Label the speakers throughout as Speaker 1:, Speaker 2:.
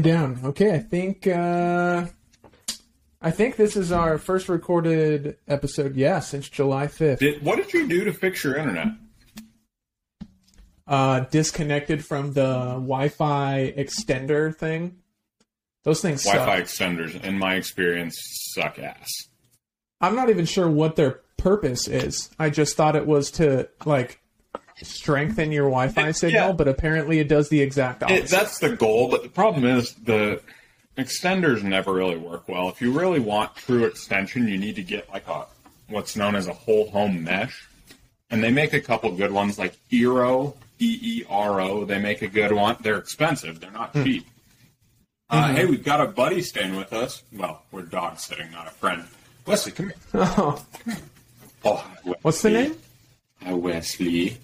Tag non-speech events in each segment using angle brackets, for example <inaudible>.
Speaker 1: down. Okay, I think uh, I think this is our first recorded episode. Yeah, since July fifth.
Speaker 2: Did, what did you do to fix your internet?
Speaker 1: Uh, disconnected from the Wi-Fi extender thing. Those things suck.
Speaker 2: Wi-Fi extenders, in my experience, suck ass.
Speaker 1: I'm not even sure what their purpose is. I just thought it was to like strengthen your Wi-Fi
Speaker 2: It-
Speaker 1: signal,
Speaker 2: yeah.
Speaker 1: but apparently it does the exact opposite.
Speaker 2: It, that's the goal, but the problem is the extenders never really work well. If you really want true extension, you need to get like a what's known as a whole home mesh, and they make a couple good ones like Eero, E E R O. They make a good one. They're expensive. They're not cheap. Uh, Hey, we've got a buddy staying with us. Well, we're dog sitting, not a friend. Wesley, come
Speaker 1: <laughs>
Speaker 2: here. Oh, Wesley.
Speaker 1: What's the name?
Speaker 2: Hi, Wesley.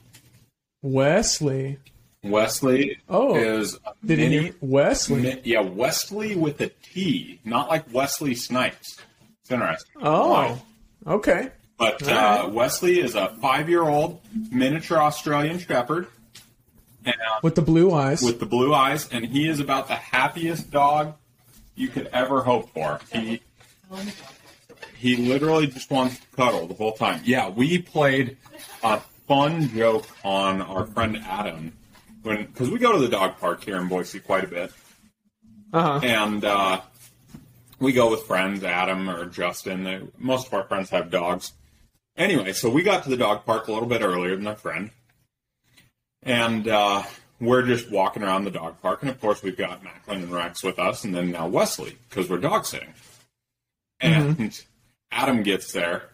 Speaker 1: Wesley.
Speaker 2: Wesley
Speaker 1: Oh.
Speaker 2: is a
Speaker 1: Did
Speaker 2: mini-
Speaker 1: he name- Wesley?
Speaker 2: Mi- Yeah, Wesley with a T, not like Wesley Snipes. It's interesting.
Speaker 1: Oh, okay.
Speaker 2: But
Speaker 1: All right.
Speaker 2: uh, Wesley is a five-year-old miniature Australian Shepherd, and uh,
Speaker 1: With the blue eyes.
Speaker 2: with the blue eyes, and he is about the happiest dog you could ever hope for. He he literally just wants to cuddle the whole time. Yeah, we played a fun joke on our friend Adam when because we go to the dog park here in Boise quite a bit,
Speaker 1: Uh-huh.
Speaker 2: and uh, we go with friends, Adam or Justin. They, most of our friends have dogs. Anyway, so we got to the dog park a little bit earlier than our friend and uh, we're just walking around the dog park. And of course, we've got Macklin and Rex with us, and then now Wesley because we're dog sitting. And Adam gets there,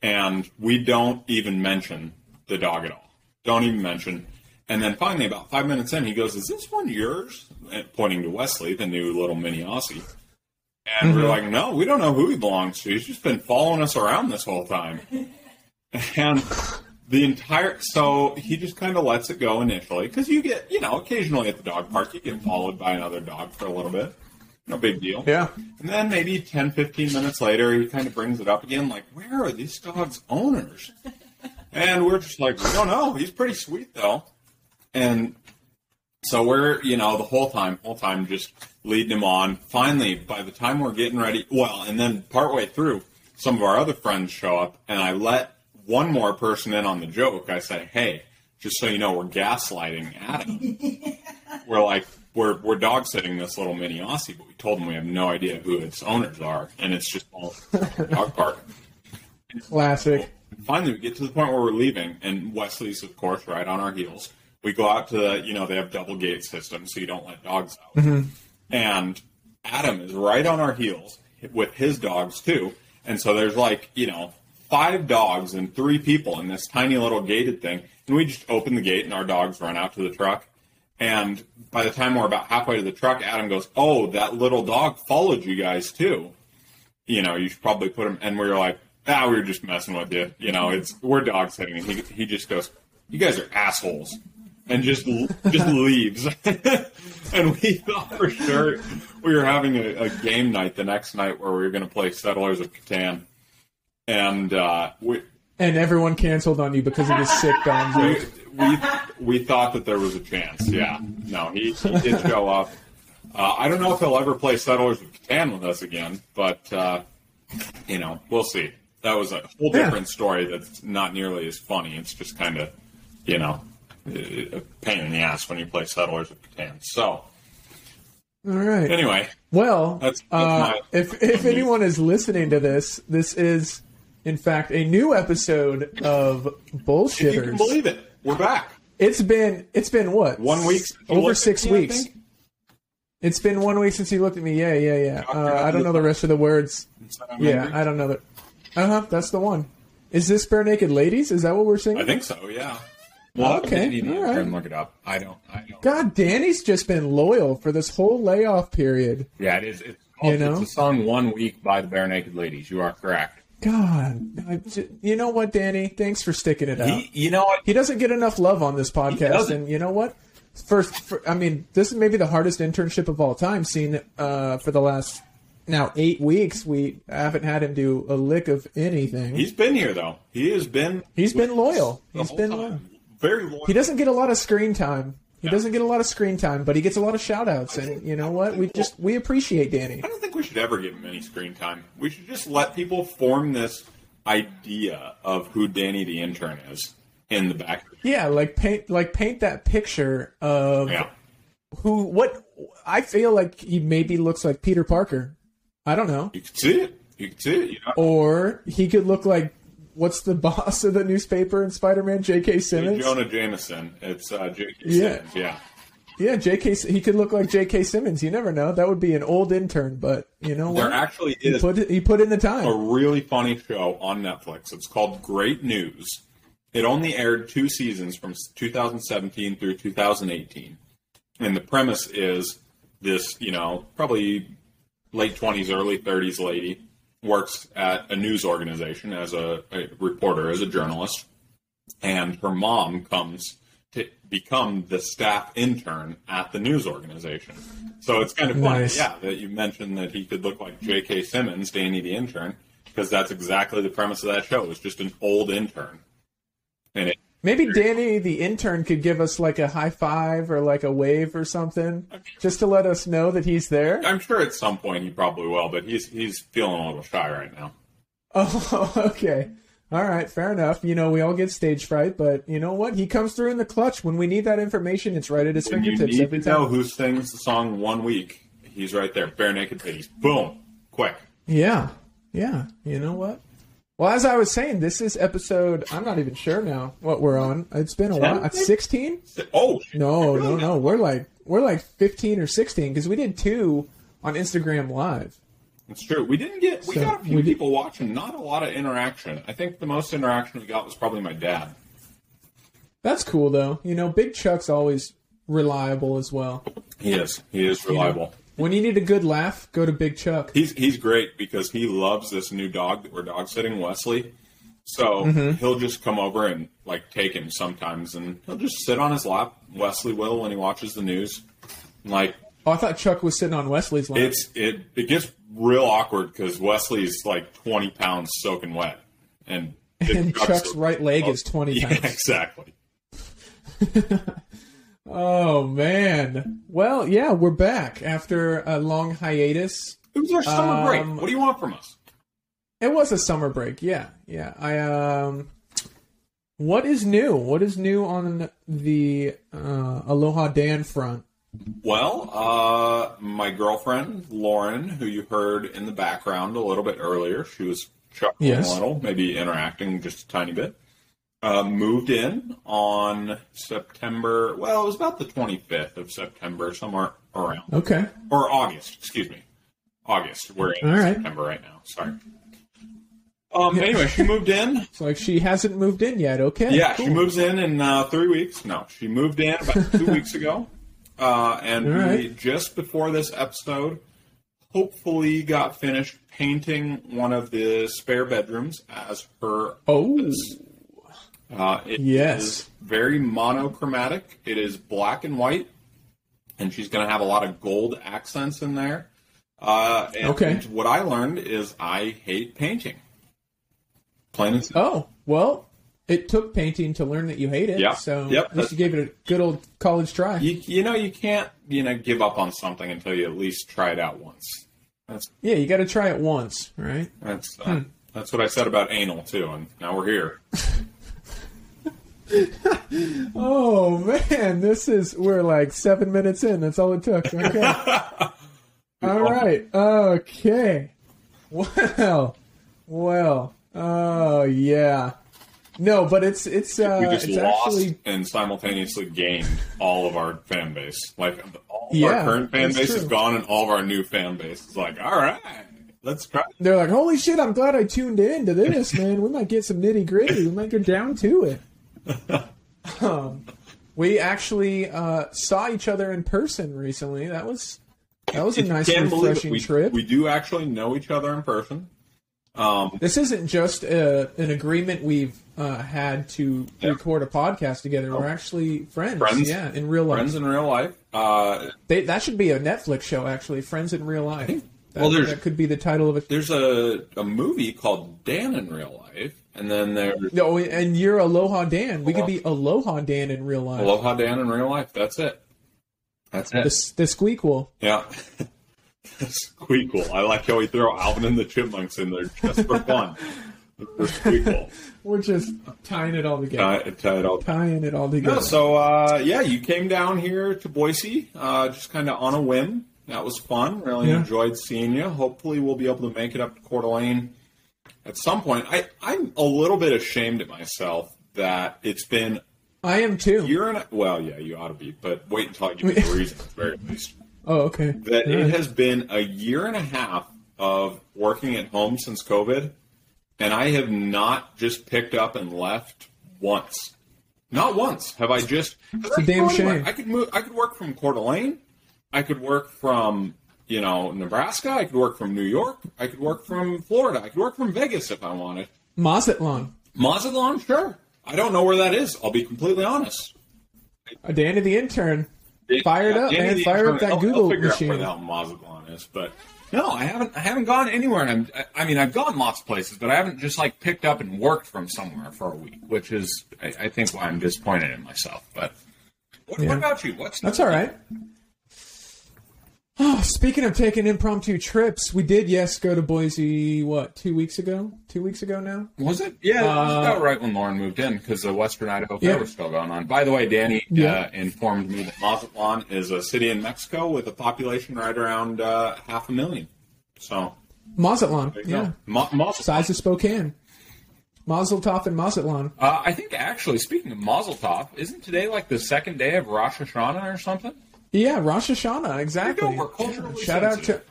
Speaker 2: and we don't even mention the dog at all. Don't even mention. And then finally, about five minutes in, he goes, "Is this one yours?" And pointing to Wesley, the new little mini Aussie. And we're like, "No, we don't know who he belongs to. He's just been following us around this whole time." and the entire so he just kind of lets it go initially because you get you know occasionally at the dog park you get followed by another dog for a little bit no big deal
Speaker 1: Yeah.
Speaker 2: and then maybe 10 15 minutes later he kind of brings it up again like where are these dogs owners and we're just like we don't know he's pretty sweet though and so we're you know the whole time whole time just leading him on finally by the time we're getting ready well and then partway through some of our other friends show up and i let one more person in on the joke i say hey just so you know we're gaslighting adam we're like we're, we're dog sitting this little mini aussie but we told him we have no idea who its owners are and it's just all dog park
Speaker 1: Classic.
Speaker 2: finally we get to the point where we're leaving and wesley's of course right on our heels we go out to the you know they have double gate system so you don't let dogs out and adam is right on our heels with his dogs too and so there's like you know five dogs and three people in this tiny little gated thing and we just open the gate and our dogs run out to the truck and by the time we're about halfway to the truck adam goes oh that little dog followed you guys too you know, you should probably put him. And we were like, ah, we were just messing with you. You know, it's we're dog sitting. And he, he just goes, you guys are assholes, and just l- just leaves. <laughs> and we thought for sure we were having a, a game night the next night where we were going to play Settlers of Catan, and uh, we.
Speaker 1: And everyone canceled on you because of this
Speaker 2: <laughs>
Speaker 1: sick dog
Speaker 2: We,
Speaker 1: joke.
Speaker 2: we we thought that there was a chance. Yeah. No, he, he did show up. Uh, I don't know if he'll ever play Settlers of Catan with us again, but uh, you know, we'll see. That was a whole
Speaker 1: Yeah.
Speaker 2: different story. That's not nearly as funny. It's just kind of, you know, a pain in the ass when you play Settlers of Catan. So
Speaker 1: All right.
Speaker 2: anyway,
Speaker 1: Well,
Speaker 2: That's- that's
Speaker 1: uh,
Speaker 2: my-
Speaker 1: if if anyone is listening to this, this is in fact a new episode of
Speaker 2: if you can
Speaker 1: Bullshitters.
Speaker 2: believe it, we're back.
Speaker 1: It's been it's been what
Speaker 2: One week,
Speaker 1: S- over six
Speaker 2: I think.
Speaker 1: weeks. It's been one week since you looked at me. Yeah, yeah, yeah. Uh, I don't know the rest of the words.
Speaker 2: So, I mean,
Speaker 1: Yeah, I don't know uh-huh, the. Uh huh. That's the one. Is this bare naked ladies? Is that what we're
Speaker 2: I
Speaker 1: singing?
Speaker 2: think so. Yeah. Well,
Speaker 1: Okay,
Speaker 2: you need
Speaker 1: all
Speaker 2: to
Speaker 1: right.
Speaker 2: look it up. I don't. I don't.
Speaker 1: God, Danny's just been loyal for this whole layoff period.
Speaker 2: Yeah, it is. It's, called,
Speaker 1: You know?
Speaker 2: it's a song "One Week" by the Bare Naked Ladies. You are correct.
Speaker 1: God, I j- you know what, Danny? Thanks for sticking it out.
Speaker 2: He, you know what?
Speaker 1: he doesn't get enough love on this podcast,
Speaker 2: doesn't.
Speaker 1: and you know what? First, for, I mean, this is maybe the hardest internship of all time. Seen uh, for the last now eight weeks, we haven't had him do a lick of anything.
Speaker 2: He's been here though. He has been.
Speaker 1: He's been loyal.
Speaker 2: the
Speaker 1: He's
Speaker 2: whole
Speaker 1: been
Speaker 2: time.
Speaker 1: loyal.
Speaker 2: very loyal.
Speaker 1: He doesn't get a lot of screen time. He doesn't get a lot of screen time, but he gets a lot of shout outs and you know what? We just we appreciate Danny.
Speaker 2: I don't think we should ever give him any screen time. We should just let people form this idea of who Danny the intern is in the back.
Speaker 1: Yeah, like paint like paint that picture of
Speaker 2: Yeah.
Speaker 1: who what I feel like he maybe looks like Peter Parker. I don't know.
Speaker 2: You can see it. You can see it. You know,
Speaker 1: Or he could look like what's the <laughs> boss of the newspaper in Spider-Man J.K. Simmons?
Speaker 2: Jonah Jameson. It's uh, J.K.
Speaker 1: Yeah.
Speaker 2: Simmons. Yeah.
Speaker 1: Yeah, J.K. S- he could look like J.K. Simmons. You never know. That would be an old intern, but you know
Speaker 2: There
Speaker 1: what?
Speaker 2: actually
Speaker 1: He
Speaker 2: is
Speaker 1: put he put in the time.
Speaker 2: a really funny show on Netflix. It's called Great News. It only aired two seasons from 2017 through 2018. And the premise is this, you know, probably late 20s, early 30s lady works at a news organization as a, a reporter, as a journalist. And her mom comes to become the staff intern at the news organization. So it's kind of funny.
Speaker 1: Nice.
Speaker 2: Yeah, that you mentioned that he could look like J.K. Simmons, Danny the intern, because that's exactly the premise of that show. It's just an old intern. And it,
Speaker 1: Maybe Danny, the intern, could give us like a high five or like a wave or something, just to let us know that he's there.
Speaker 2: I'm sure at some point he probably will, but he's he's feeling a little shy right now.
Speaker 1: <laughs> Oh, okay. All right, fair enough. You know, we all get stage fright, but you know what? He comes through in the clutch. When we need that information, it's right at his
Speaker 2: When you
Speaker 1: fingertips
Speaker 2: need
Speaker 1: every
Speaker 2: to know
Speaker 1: time.
Speaker 2: who sings the song one week, he's right there, bare naked ladies. Boom, quick.
Speaker 1: Yeah. Yeah. You know what? Well, as I was saying, this is episode, I'm not even sure now what we're on. It's been a while. 16?
Speaker 2: Oh shit.
Speaker 1: No, no, no. We're like, we're like 15 or 16 because we did two on Instagram Live.
Speaker 2: It's true. We didn't get. We
Speaker 1: So,
Speaker 2: got a few
Speaker 1: we did-
Speaker 2: people watching. Not a lot of interaction. I think the most interaction we got was probably my dad.
Speaker 1: That's cool though. You know, Big Chuck's always reliable as well.
Speaker 2: He is. He is reliable.
Speaker 1: When you need a good laugh, go to Big Chuck.
Speaker 2: He's he's great because he loves this new dog that we're dog sitting, Wesley. So
Speaker 1: Mm-hmm.
Speaker 2: he'll just come over and like take him sometimes, and he'll just sit on his lap. Wesley will when he watches the news. Like
Speaker 1: Oh, I thought Chuck was sitting on Wesley's lap.
Speaker 2: It's it it gets real awkward because Wesley's like twenty pounds soaking wet,
Speaker 1: <laughs>
Speaker 2: and
Speaker 1: and Chuck's
Speaker 2: so-
Speaker 1: right leg is 20
Speaker 2: Oh, Yeah,
Speaker 1: pounds.
Speaker 2: exactly.
Speaker 1: Oh man. Well, yeah, we're back after a long hiatus.
Speaker 2: It was our summer break.
Speaker 1: Um,
Speaker 2: What do you want from us?
Speaker 1: It was a summer break. Yeah. Yeah. I um what is new? What is new on the uh, Aloha Dan front?
Speaker 2: Well, uh, my girlfriend Lauren, who you heard in the background a little bit earlier, she was chuckling
Speaker 1: Yes.
Speaker 2: a little, maybe interacting just a tiny bit. Uh, moved in on September. Well, it was about the twenty fifth of September, somewhere around.
Speaker 1: Okay.
Speaker 2: or August, excuse me. August. We're in
Speaker 1: All right.
Speaker 2: September right now. Sorry. Um, anyway, she moved in.
Speaker 1: It's like she hasn't moved in yet. Okay.
Speaker 2: <laughs> Yeah,
Speaker 1: cool.
Speaker 2: she moves in in uh, three weeks. No, she moved in
Speaker 1: <laughs>
Speaker 2: about two weeks ago. Uh, and
Speaker 1: All
Speaker 2: we,
Speaker 1: right.
Speaker 2: just before this episode, hopefully got finished painting one of the spare bedrooms as her
Speaker 1: Oh.
Speaker 2: Uh, it
Speaker 1: Yes.
Speaker 2: is very monochromatic. It is black and white, and she's going to have a lot of gold accents in there. Uh, and
Speaker 1: Okay.
Speaker 2: What I learned is I hate painting. Plain and simple.
Speaker 1: Oh, well, it took painting to learn that you hate it.
Speaker 2: Yeah.
Speaker 1: So
Speaker 2: Yep.
Speaker 1: at least you gave it a good old college try.
Speaker 2: You, you know you can't you know give up on something until you at least try it out once. That's
Speaker 1: Yeah, you got to try it once, right?
Speaker 2: that's uh, that's what I said about anal too, and now we're here.
Speaker 1: Oh, man. This is, we're like seven minutes in. That's all it took. Okay.
Speaker 2: <laughs>
Speaker 1: all right. Okay. Well, well. Oh, yeah. No, but it's, it's, uh,
Speaker 2: we just
Speaker 1: it's
Speaker 2: lost
Speaker 1: actually,
Speaker 2: and simultaneously gained all of our fan base. Like all of our
Speaker 1: Yeah,
Speaker 2: current fan
Speaker 1: that's
Speaker 2: base is
Speaker 1: true.
Speaker 2: gone, and all of our new fan base is like, all right, let's try.
Speaker 1: they're like, holy shit, I'm
Speaker 2: <laughs>
Speaker 1: glad I tuned in to this, man. We might get some nitty gritty. We might get down to it. Um, we actually uh, saw each other in person recently. That was that was a
Speaker 2: It's-
Speaker 1: nice,
Speaker 2: can't believe it.
Speaker 1: refreshing
Speaker 2: we,
Speaker 1: trip.
Speaker 2: We do actually know each other in person. Um,
Speaker 1: This isn't just uh an agreement we've uh, had to
Speaker 2: Yeah. Oh.
Speaker 1: record a podcast together. We're actually friends.
Speaker 2: Friends.
Speaker 1: Yeah, in real life.
Speaker 2: friends in real life. Uh,
Speaker 1: They, that should be a Netflix show, actually. Friends in real life. That,
Speaker 2: Well, there's-
Speaker 1: that could be the title of a.
Speaker 2: there's a, a movie called Dan in real life, and then there's
Speaker 1: No, and you're Aloha Dan. We could be Aloha Dan in real life.
Speaker 2: Aloha Dan in real life. That's it. That's it.
Speaker 1: The, s- the squeakquel.
Speaker 2: Yeah. <laughs> Squeakle. I like how we throw Alvin and the Chipmunks in there just for fun. <laughs> For Squeakle.
Speaker 1: We're just tying it all together.
Speaker 2: Tie, tie it all down.
Speaker 1: tying it all together.
Speaker 2: No, so, uh, yeah, you came down here to Boise uh, just kind of on a whim. That was fun. Really
Speaker 1: Yeah.
Speaker 2: enjoyed seeing you. Hopefully, we'll be able to make it up to Coeur d'Alene at some point. I, I'm a little bit ashamed at myself that it's been
Speaker 1: I am too.
Speaker 2: a year and a Well, yeah, you ought to be, but wait until I give you the reason, at the very least.
Speaker 1: oh, okay.
Speaker 2: that
Speaker 1: All
Speaker 2: it
Speaker 1: right.
Speaker 2: has been a year and a half of working at home since COVID, and I have not just picked up and left once. Not once have I just. It's
Speaker 1: a damn shame.
Speaker 2: I could move. I could work from Coeur d'Alene. I could work from you know Nebraska. I could work from New York. I could work from Florida. I could work from Vegas if I wanted.
Speaker 1: Mazatlan.
Speaker 2: Mazatlan, sure. I don't know where that is. I'll be completely honest.
Speaker 1: Uh, Danny the intern. Fire it
Speaker 2: Yeah,
Speaker 1: up,
Speaker 2: Danny
Speaker 1: man.
Speaker 2: the
Speaker 1: Fire
Speaker 2: intern,
Speaker 1: up that
Speaker 2: I'll- I'll
Speaker 1: Google
Speaker 2: figure out
Speaker 1: machine.
Speaker 2: where the hell Mazatlan is, but no, I haven't. I haven't gone anywhere, and I'm. I- I mean, I've gone lots of places, but I haven't just like picked up and worked from somewhere for a week, which is, I, I think, why I'm disappointed in myself. But what,
Speaker 1: Yeah.
Speaker 2: what about you? What's
Speaker 1: That's all right. Oh, speaking of taking impromptu trips, we did, yes, go to Boise, what, two weeks ago? Two weeks ago now?
Speaker 2: Was it? Yeah, it was about right when Lauren moved in because the Western Idaho Fair
Speaker 1: Uh, Yeah.
Speaker 2: was still going on. By the way, Danny
Speaker 1: Yeah.
Speaker 2: uh, informed me that Mazatlan is a city in Mexico with a population right around uh, half a million. So
Speaker 1: Mazatlan.
Speaker 2: there you
Speaker 1: Yeah.
Speaker 2: go. Ma- Mazatlan.
Speaker 1: Size of Spokane. Mazeltov and Mazatlan.
Speaker 2: Uh, I think actually, speaking of Mazel Tov, isn't today like the second day of Rosh Hashanah or something?
Speaker 1: Yeah, Rosh Hashanah, exactly.
Speaker 2: we're culturally
Speaker 1: Yeah, Shout out to
Speaker 2: sensitive.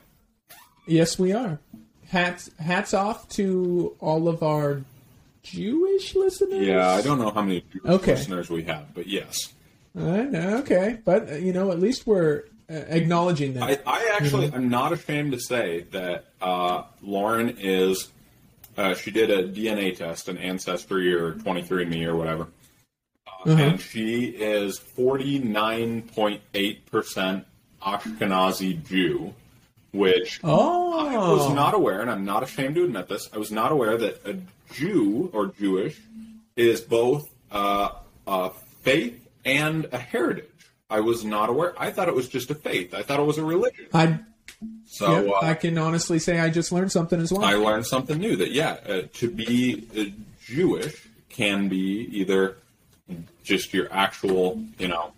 Speaker 1: Yes, we are. Hats hats off to all of our Jewish listeners.
Speaker 2: Yeah, I don't know how many Jewish
Speaker 1: Okay.
Speaker 2: listeners we have, but yes,
Speaker 1: I know, okay, but uh, you know, at least we're uh, acknowledging that.
Speaker 2: I, I actually
Speaker 1: Mm-hmm.
Speaker 2: I'm not ashamed to say that uh, Lauren is. Uh, she did a DNA test, an ancestry or 23andMe or whatever, uh,
Speaker 1: Mm-hmm.
Speaker 2: and she is 49.8 percent Ashkenazi Jew, which
Speaker 1: oh,
Speaker 2: I was not aware, and I'm not ashamed to admit this. I was not aware that a Jew or Jewish is both uh, a faith and a heritage. I was not aware. I thought it was just a faith. I thought it was a religion.
Speaker 1: I,
Speaker 2: So
Speaker 1: yeah,
Speaker 2: uh,
Speaker 1: I can honestly say I just learned something as well.
Speaker 2: I learned something new. That yeah, uh, to be uh, Jewish can be either just your actual, you know,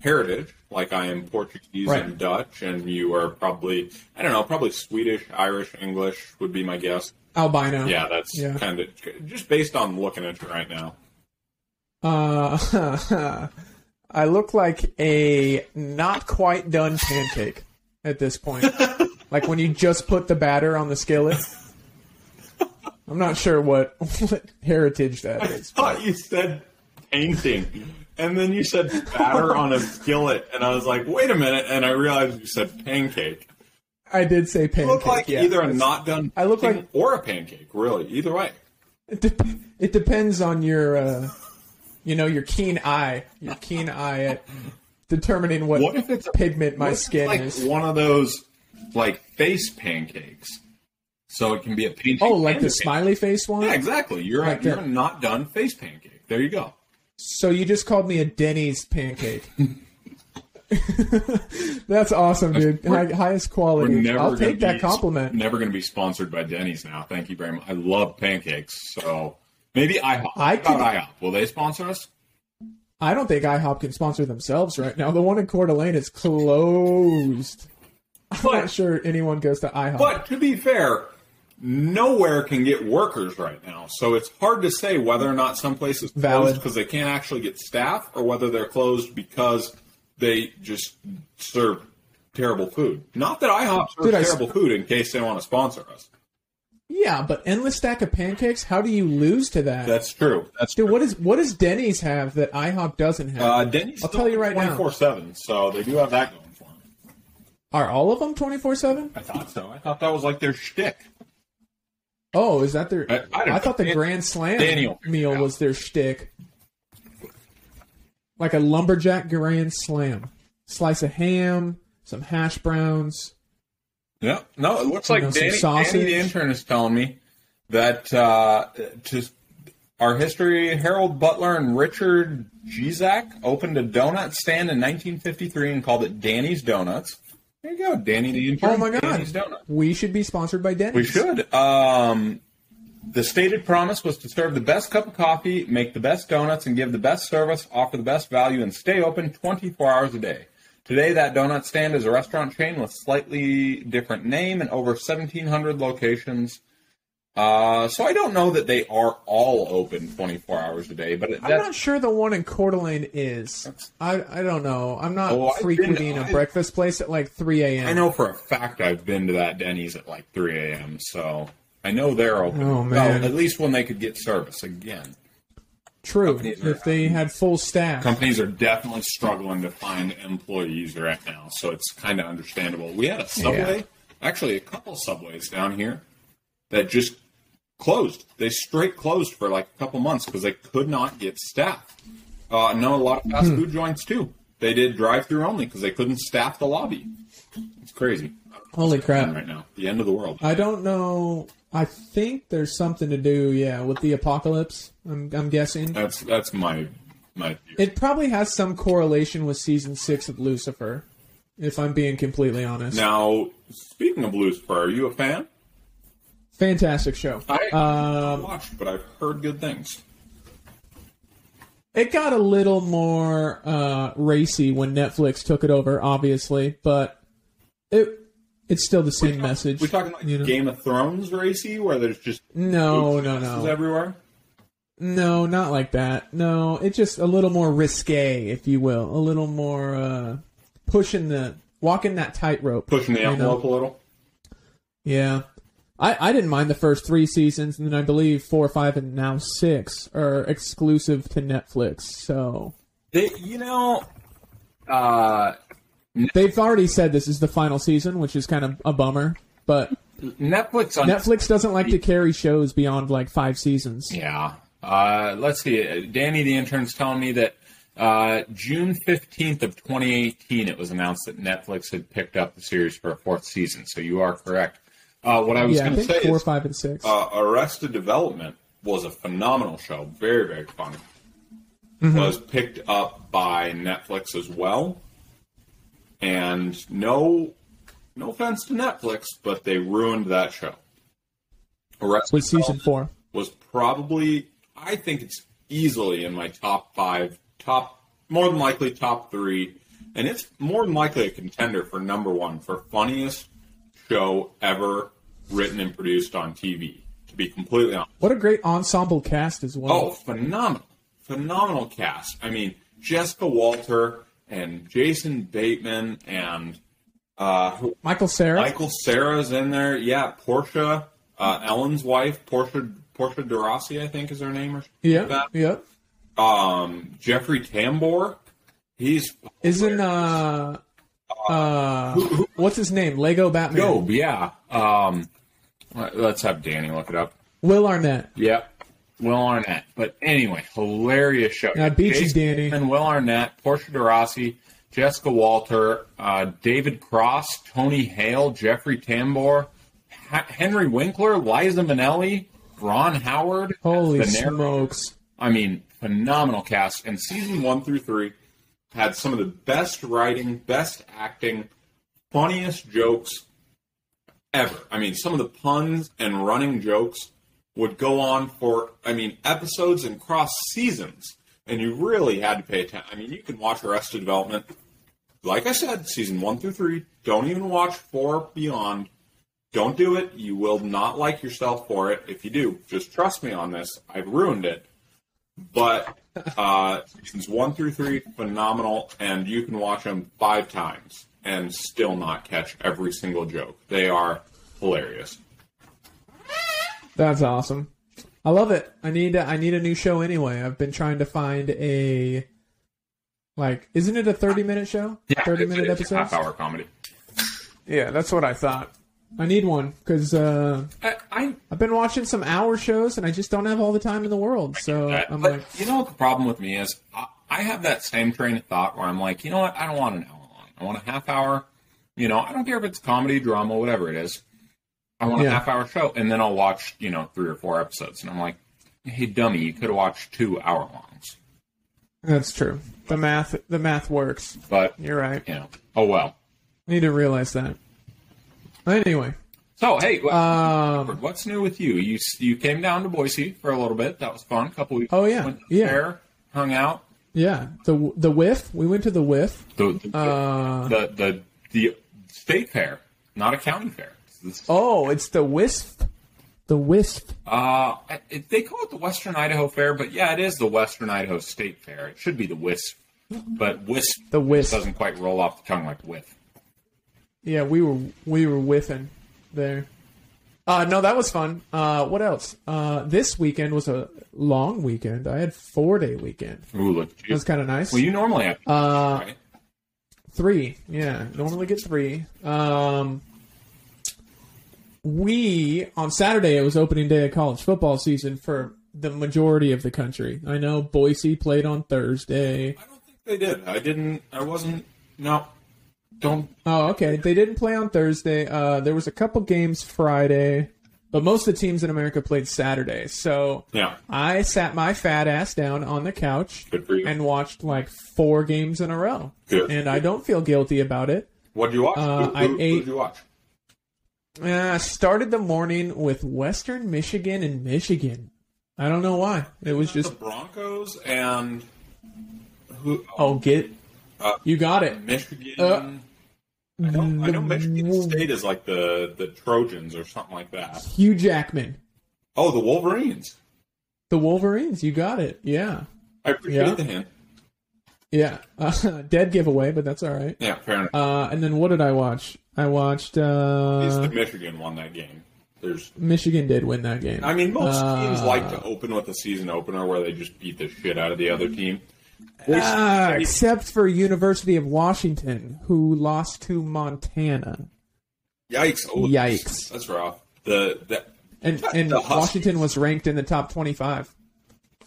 Speaker 2: heritage. Like I am Portuguese
Speaker 1: Right.
Speaker 2: and Dutch, and you are probably I don't know, probably Swedish, Irish, English would be my guess.
Speaker 1: Albino.
Speaker 2: Yeah, that's
Speaker 1: Yeah.
Speaker 2: kind of just based on looking at you right now.
Speaker 1: Uh, <laughs> I look like a not quite done pancake at this
Speaker 2: <laughs>
Speaker 1: point. like when you just put the batter on the skillet. I'm not sure what, <laughs> what heritage that is.
Speaker 2: Thought you said painting, and then you said batter on a skillet, and I was like, wait a minute, and I realized you said pancake.
Speaker 1: I did say
Speaker 2: You
Speaker 1: pancake.
Speaker 2: look like
Speaker 1: yeah.
Speaker 2: either a not done.
Speaker 1: I look
Speaker 2: painting
Speaker 1: like-
Speaker 2: or a pancake, really. Either way,
Speaker 1: It, dep it depends on your, uh, you know, your keen eye, your keen eye at determining what,
Speaker 2: what if it's a,
Speaker 1: pigment
Speaker 2: what
Speaker 1: my
Speaker 2: if it's
Speaker 1: skin
Speaker 2: like
Speaker 1: is.
Speaker 2: One of those like face pancakes, so it can be a painting.
Speaker 1: Oh, like
Speaker 2: and
Speaker 1: the
Speaker 2: a pancake.
Speaker 1: smiley face one.
Speaker 2: Yeah, exactly. You're
Speaker 1: Like
Speaker 2: a, you're
Speaker 1: that.
Speaker 2: a not done face pancake. There you go.
Speaker 1: So you just called me a Denny's pancake. <laughs> That's awesome, dude.
Speaker 2: We're-
Speaker 1: High, highest
Speaker 2: We're
Speaker 1: quality.
Speaker 2: never
Speaker 1: I'll
Speaker 2: gonna
Speaker 1: take that
Speaker 2: be-
Speaker 1: compliment.
Speaker 2: Never going to be sponsored by Denny's now. Thank you very much. I love pancakes, so maybe IHOP.
Speaker 1: I
Speaker 2: I
Speaker 1: could-
Speaker 2: could, IHOP. Will they sponsor us?
Speaker 1: I don't think IHOP can sponsor themselves right now. The one in Coeur d'Alene is closed. I'm not sure anyone goes to IHOP.
Speaker 2: But to be fair, nowhere can get workers right now, so it's hard to say whether or not some places
Speaker 1: Valid.
Speaker 2: closed because they can't actually get staff, or whether they're closed because they just serve terrible food. Not that IHOP serves
Speaker 1: Dude, I s-
Speaker 2: terrible food. In case they want to sponsor us,
Speaker 1: Yeah, but endless stack of pancakes. How do you lose to that?
Speaker 2: That's true. That's
Speaker 1: Dude, what is what does Denny's have that IHOP doesn't have?
Speaker 2: uh, Denny's.
Speaker 1: I'll tell you right now.
Speaker 2: Twenty four seven. So they do have that going for them.
Speaker 1: Are all of them twenty four seven?
Speaker 2: I thought so. I thought that was like their shtick.
Speaker 1: Oh, is that their?
Speaker 2: I- I
Speaker 1: I,
Speaker 2: don't know.
Speaker 1: thought the
Speaker 2: Dan-
Speaker 1: Grand Slam
Speaker 2: Daniel.
Speaker 1: meal was their shtick, like a lumberjack Grand Slam, slice of ham, some hash browns.
Speaker 2: Yeah. No, it looks
Speaker 1: You
Speaker 2: like
Speaker 1: know, some
Speaker 2: Danny,
Speaker 1: sausage.
Speaker 2: Danny the intern is telling me that uh, to our history, Harold Butler and Richard Gizak opened a donut stand in 1953 and called it Danny's Donuts. There you go, Danny the intern.
Speaker 1: Oh my
Speaker 2: Danny's
Speaker 1: god,
Speaker 2: Donuts.
Speaker 1: we should be sponsored by Denny's.
Speaker 2: We should. Um, the stated promise was to serve the best cup of coffee, make the best donuts, and give the best service, offer the best value, and stay open 24 hours a day. Today, that donut stand is a restaurant chain with slightly different name and over 1,700 locations. Uh, so I don't know that they are all open 24 hours a day, but it-
Speaker 1: I'm
Speaker 2: that's
Speaker 1: not sure the one in Coeur d'Alene is. I, I don't know. I'm not
Speaker 2: Oh, I've
Speaker 1: frequenting
Speaker 2: been-
Speaker 1: a
Speaker 2: I-
Speaker 1: breakfast place at like 3 a.m.
Speaker 2: I know for a fact I've been to that Denny's at like 3 a.m. So I know they're open.
Speaker 1: Oh, man.
Speaker 2: Well, at least when they could get service again.
Speaker 1: True.
Speaker 2: Companies are-
Speaker 1: If they had full staff.
Speaker 2: companies are definitely struggling to find employees right now, so it's kind of understandable. We had a subway, actually a couple subways down here that just closed. They straight closed for like a couple months because they could not get staff. Uh, no, a lot of fast
Speaker 1: Hmm.
Speaker 2: food joints too. They did drive-through only because they couldn't staff the lobby. It's crazy
Speaker 1: Holy crap.
Speaker 2: right now. The end of the world.
Speaker 1: I don't know. I think there's something to do, yeah, with the apocalypse, I'm, I'm guessing.
Speaker 2: That's that's my my. Theory.
Speaker 1: It probably has some correlation with season six of Lucifer, if I'm being completely honest.
Speaker 2: Now, speaking of Lucifer, are you a fan?
Speaker 1: Fantastic show.
Speaker 2: I
Speaker 1: Um,
Speaker 2: watched, but I've heard good things.
Speaker 1: It got a little more uh, racy when Netflix took it over, obviously, but it it's still the same message.
Speaker 2: We talking like
Speaker 1: you know?
Speaker 2: Game of Thrones racy, where there's just
Speaker 1: No, no,
Speaker 2: asses
Speaker 1: no,
Speaker 2: everywhere.
Speaker 1: no, not like that. No, it's just a little more risque, if you will, a little more uh, pushing the walking that tightrope,
Speaker 2: Pushing the
Speaker 1: you know?
Speaker 2: envelope a little.
Speaker 1: Yeah. I, I didn't mind the first three seasons, and then I believe four, five, and now six are exclusive to Netflix. So
Speaker 2: They, you know, uh,
Speaker 1: they've already said this is the final season, which is kind of a bummer. But
Speaker 2: Netflix on
Speaker 1: Netflix doesn't like to carry shows beyond like five seasons.
Speaker 2: Yeah. Uh, let's see. Danny, the intern's telling me that uh, June fifteenth of 2018, it was announced that Netflix had picked up the series for a fourth season. So you are correct. Uh, what I was
Speaker 1: Yeah, I
Speaker 2: going to say
Speaker 1: think four,
Speaker 2: is
Speaker 1: five, and six.
Speaker 2: uh, Arrested Development was a phenomenal show, very very funny. Was picked up by Netflix as well, and no, no offense to Netflix, but they ruined that show. Arrested
Speaker 1: with season
Speaker 2: Development
Speaker 1: four.
Speaker 2: was probably I think it's easily in my top five, top more than likely top three, and it's more than likely a contender for number one for funniest show ever written and produced on TV. To be completely honest,
Speaker 1: What a great ensemble cast as
Speaker 2: oh,
Speaker 1: well.
Speaker 2: phenomenal, phenomenal cast. I mean, Jessica Walter and Jason Bateman and uh, who
Speaker 1: Michael Sarah.
Speaker 2: Michael Sarah's in there. Yeah, Portia, uh, Ellen's wife, Portia Portia de Rossi, I think is her name. Or something
Speaker 1: yeah,
Speaker 2: like that.
Speaker 1: yeah.
Speaker 2: Um, Jeffrey Tambor. He's
Speaker 1: Isn't uh, uh,
Speaker 2: who-
Speaker 1: what's his name? Lego Batman.
Speaker 2: Job. oh, Yeah. Um, let- let's have Danny look it up.
Speaker 1: Will Arnett.
Speaker 2: Yep. Will Arnett. But anyway, hilarious show.
Speaker 1: I beat you, Danny.
Speaker 2: And Will Arnett, Portia de Rossi, Jessica Walter, uh, David Cross, Tony Hale, Jeffrey Tambor, H- Henry Winkler, Liza Minnelli, Ron Howard.
Speaker 1: Holy
Speaker 2: the narrator.
Speaker 1: smokes!
Speaker 2: I mean, phenomenal cast. And season one through three had some of the best writing, best acting, funniest jokes ever. I mean, some of the puns and running jokes would go on for, I mean, episodes and cross seasons. And you really had to pay attention. I mean, you can watch Arrested Development. Like I said, season one through three. Don't even watch four beyond. Don't do it. You will not like yourself for it. If you do, just trust me on this. I've ruined it. But uh, seasons one through three, phenomenal, and you can watch them five times and still not catch every single joke. They are hilarious.
Speaker 1: That's awesome. I love it. I need I need a new show anyway. I've been trying to find a like isn't it a 30 minute show?
Speaker 2: Yeah,
Speaker 1: 30 minute
Speaker 2: it's, it's a
Speaker 1: episode?
Speaker 2: half hour comedy.
Speaker 1: Yeah, that's what I thought. I need one cuz uh
Speaker 2: I, I
Speaker 1: I've been watching some hour shows and I just don't have all the time in the world. So
Speaker 2: that-
Speaker 1: Uh, I'm
Speaker 2: but
Speaker 1: like
Speaker 2: you know what the problem with me is? I, I have that same train of thought where I'm like, you know what? I don't want an hour long. I want a half hour. You know, I don't care if it's comedy, drama, whatever it is. I want
Speaker 1: Yeah.
Speaker 2: a half hour show, and then I'll watch you know three or four episodes, and I'm like, hey, dummy, you could watch two hour longs.
Speaker 1: that's true. The math the math works.
Speaker 2: But you
Speaker 1: You're right.
Speaker 2: know, oh well.
Speaker 1: I need to realize that. Anyway,
Speaker 2: So hey, wh-
Speaker 1: um
Speaker 2: what's new with you? You s- you came down to Boise for a little bit. That was fun. A couple weeks.
Speaker 1: Oh, yeah.
Speaker 2: went
Speaker 1: Yeah.
Speaker 2: there, hung out.
Speaker 1: yeah, the the whiff, we went to the whiff.
Speaker 2: The the,
Speaker 1: Uh,
Speaker 2: the the the state fair, not a county fair. This-
Speaker 1: Oh, it's the wisp. The wisp.
Speaker 2: Uh, it, they call it the Western Idaho Fair, but yeah, it is the Western Idaho State Fair. It should be the WISP, but WISP
Speaker 1: The wisp.
Speaker 2: doesn't quite roll off the tongue like WIF.
Speaker 1: Yeah, we were we were whiffing there. Uh, no, that was fun. Uh, what else? Uh, this weekend was a long weekend. I had four day weekend.
Speaker 2: Ooh, look at
Speaker 1: It
Speaker 2: you.
Speaker 1: was kind of nice.
Speaker 2: Well, you normally have
Speaker 1: Uh,
Speaker 2: right?
Speaker 1: Three, yeah. Normally get three. Um, we on Saturday it was opening day of college football season for the majority of the country. I know Boise played on Thursday.
Speaker 2: I don't think they did. I didn't. I wasn't. No, don't.
Speaker 1: Oh, okay. They didn't play on Thursday. Uh, there was a couple games Friday, but most of the teams in America played Saturday. So
Speaker 2: Yeah,
Speaker 1: I sat my fat ass down on the couch
Speaker 2: good for you.
Speaker 1: and watched like four games in a row.
Speaker 2: Good.
Speaker 1: And I don't feel guilty about it.
Speaker 2: what did you watch?
Speaker 1: uh, I ate-
Speaker 2: did you watch?
Speaker 1: Uh, I started the morning with Western Michigan and Michigan. I don't know why. It was just
Speaker 2: the Broncos and who?
Speaker 1: oh get
Speaker 2: Uh,
Speaker 1: you got it.
Speaker 2: Michigan.
Speaker 1: uh,
Speaker 2: I, don't, I know Michigan State is like the the Trojans or something like that.
Speaker 1: Hugh Jackman,
Speaker 2: Oh, the Wolverines.
Speaker 1: the Wolverines. You got it. Yeah,
Speaker 2: I appreciate
Speaker 1: Yeah.
Speaker 2: the hint.
Speaker 1: yeah. <laughs> Uh, dead giveaway, but that's all right.
Speaker 2: Yeah, fair enough.
Speaker 1: Uh, and then what did I watch? I watched
Speaker 2: At least
Speaker 1: uh,
Speaker 2: the Michigan won that game. There's,
Speaker 1: Michigan did win that game.
Speaker 2: I mean, most teams
Speaker 1: Uh,
Speaker 2: like to open with a season opener where they just beat the shit out of the other team. Boise
Speaker 1: Ah,
Speaker 2: State-
Speaker 1: except for University of Washington, who lost to Montana,
Speaker 2: yikes! Oh,
Speaker 1: Yikes.
Speaker 2: That's rough. The the
Speaker 1: and and
Speaker 2: The Huskies.
Speaker 1: Washington was ranked in the top twenty-five.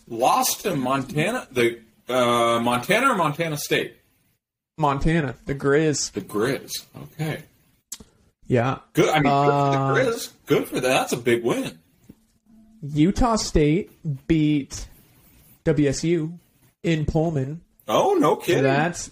Speaker 2: lost to Montana. The uh, Montana or Montana State.
Speaker 1: Montana, the Grizz.
Speaker 2: The Grizz. Okay.
Speaker 1: Yeah,
Speaker 2: Good. I mean,
Speaker 1: Uh,
Speaker 2: good for the Grizz. Good for that. That's a big win.
Speaker 1: Utah State beat WSU in Pullman.
Speaker 2: Oh no kidding.
Speaker 1: That's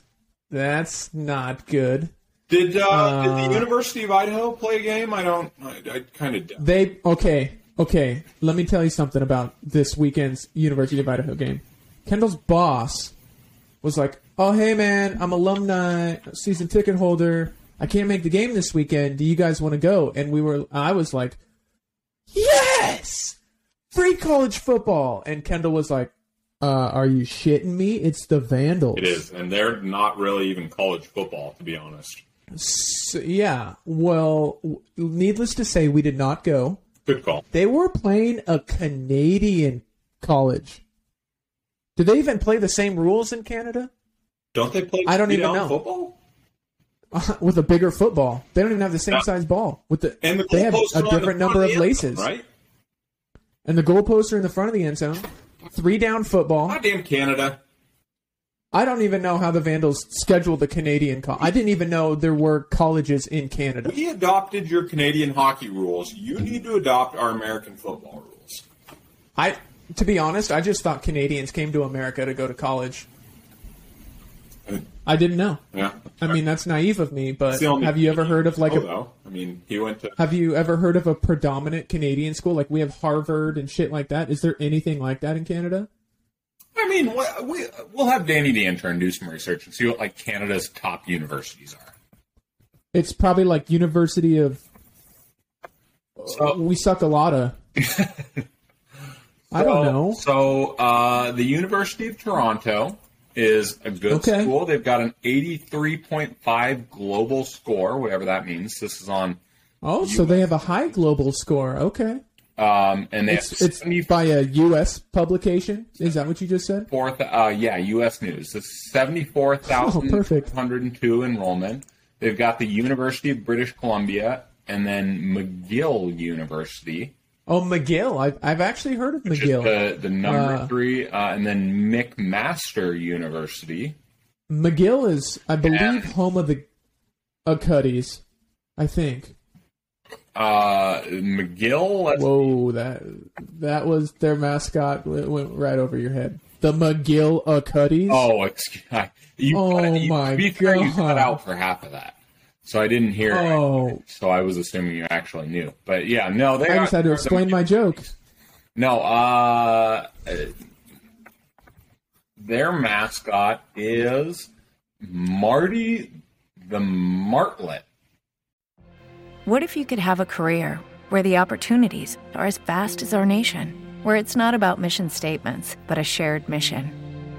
Speaker 1: that's not good.
Speaker 2: did uh, did the University of Idaho play a game? I don't. I, I kind of.
Speaker 1: They okay, okay. Let me tell you something about this weekend's University of Idaho game. Kendall's boss was like, "Oh hey man, I'm alumni, season ticket holder. I can't make the game this weekend. Do you guys want to go?" And we were, I was like, "Yes, free college football." And Kendall was like, uh, "Are you shitting me? It's the Vandals."
Speaker 2: It is, and they're not really even college football, to be honest.
Speaker 1: So, yeah. Well, w- needless to say, we did not go.
Speaker 2: Good call.
Speaker 1: They were playing a Canadian college. Do they even play the same rules in Canada? <laughs>
Speaker 2: Don't they play?
Speaker 1: I don't
Speaker 2: three
Speaker 1: even
Speaker 2: down
Speaker 1: know.
Speaker 2: football.
Speaker 1: with a bigger football. They don't even have the same
Speaker 2: Yeah.
Speaker 1: size ball. With the,
Speaker 2: And the
Speaker 1: they have
Speaker 2: goalposts
Speaker 1: a
Speaker 2: are on the
Speaker 1: different
Speaker 2: front
Speaker 1: number
Speaker 2: the
Speaker 1: of
Speaker 2: end zone,
Speaker 1: laces.
Speaker 2: right?
Speaker 1: And the goalposts are in the front of the end zone. Three down football.
Speaker 2: Goddamn Canada!
Speaker 1: I don't even know how the Vandals scheduled the Canadian call. I didn't even know there were colleges in Canada.
Speaker 2: We adopted your Canadian hockey rules. You need to adopt our American football rules.
Speaker 1: I to be honest, I just thought Canadians came to America to go to college. I didn't know.
Speaker 2: Yeah,
Speaker 1: I mean, that's naive of me, but
Speaker 2: It's the only-
Speaker 1: have you ever heard of like
Speaker 2: oh,
Speaker 1: a
Speaker 2: though. I mean, he went to.
Speaker 1: Have you ever heard of a predominant Canadian school? Like we have Harvard and shit like that. Is there anything like that in Canada?
Speaker 2: I mean, wha- we we'll have Danny the intern do some research and see what like Canada's top universities are.
Speaker 1: It's probably like University of
Speaker 2: So-
Speaker 1: we suck a lot
Speaker 2: <laughs>
Speaker 1: of. I don't know.
Speaker 2: So uh, the University of Toronto is a good
Speaker 1: Okay.
Speaker 2: school. They've got an 83.5 global score, whatever that means. This is on
Speaker 1: Oh, so they have a high global score. Okay.
Speaker 2: Um, and they
Speaker 1: It's
Speaker 2: have
Speaker 1: it's by a U.S. publication. Is that what you just said?
Speaker 2: fourth, uh, yeah, U.S. News. It's seventy-four thousand
Speaker 1: Oh, perfect.
Speaker 2: one hundred and two enrollment. They've got the University of British Columbia and then McGill University,
Speaker 1: Oh, McGill. I've I've actually heard of
Speaker 2: which is
Speaker 1: McGill.
Speaker 2: the, the number
Speaker 1: Uh,
Speaker 2: three, uh, and then McMaster University.
Speaker 1: McGill is, I believe,
Speaker 2: Yeah.
Speaker 1: home of the uh, Cuddies. I think.
Speaker 2: Uh, McGill, that's
Speaker 1: Whoa, that that was their mascot. It went right over your head. The McGill uh, Cuddies.
Speaker 2: Oh, excuse <laughs> I- you
Speaker 1: Oh
Speaker 2: cut, you,
Speaker 1: my
Speaker 2: to be fair, you cut
Speaker 1: God.
Speaker 2: out for half of that, so I didn't hear. it.
Speaker 1: Oh.
Speaker 2: so I was assuming you actually knew, but yeah, no, they.
Speaker 1: I
Speaker 2: are-
Speaker 1: just had to
Speaker 2: they're the-
Speaker 1: explain my joke.
Speaker 2: No, uh, uh, their mascot is Marty the Martlet.
Speaker 3: What if you could have a career where the opportunities are as vast as our nation, where it's not about mission statements, but a shared mission?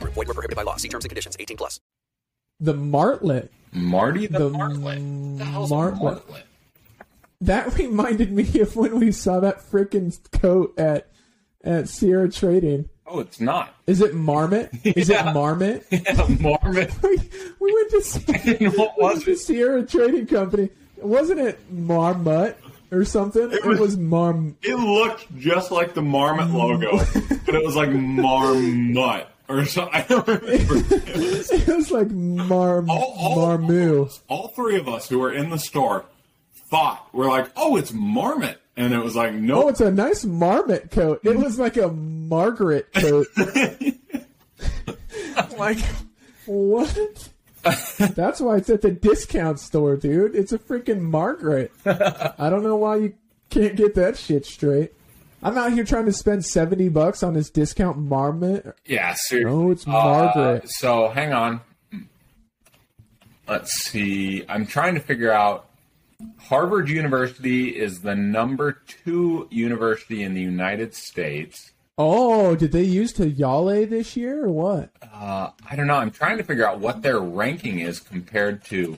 Speaker 4: Group. Void were prohibited by law. See terms and conditions. 18 plus.
Speaker 1: The Martlet.
Speaker 2: Marty the,
Speaker 1: The
Speaker 2: Martlet. The hell's
Speaker 1: Martlet.
Speaker 2: Martlet?
Speaker 1: That <laughs> reminded me of when we saw that frickin' coat at at Sierra Trading.
Speaker 2: Oh, it's not. <laughs>
Speaker 1: Is it Marmot? Is
Speaker 2: Yeah.
Speaker 1: it
Speaker 2: <laughs>
Speaker 1: Marmot?
Speaker 2: Marmot.
Speaker 1: we, we went to see,
Speaker 2: <laughs> And what
Speaker 1: we went
Speaker 2: was
Speaker 1: to
Speaker 2: it?
Speaker 1: Sierra Trading Company. Wasn't it Marmot or something? It was,
Speaker 2: was-
Speaker 1: Marm. <laughs>
Speaker 2: It looked just like the marmot logo, but it was like marmot or something. <laughs> I don't remember.
Speaker 1: It was like Marm
Speaker 2: All- all-
Speaker 1: Marmoo.
Speaker 2: All three of us who were in the store thought we're like, "Oh, it's marmot," and it was like, "No,
Speaker 1: Oh, it's a nice marmot coat. It was like a Margaret coat. <laughs> like what? That's why it's at the discount store, dude. It's a freaking Margaret. I don't know why you can't get that shit straight. I'm out here trying to spend seventy bucks on this discount marmot.
Speaker 2: yeah, seriously."
Speaker 1: No, Oh, it's
Speaker 2: Uh,
Speaker 1: Margaret.
Speaker 2: so hang on. Let's see. I'm trying to figure out. Harvard University is the number two university in the United States.
Speaker 1: oh, did they use Yale this year or what?
Speaker 2: Uh, I don't know. I'm trying to figure out what their ranking is compared to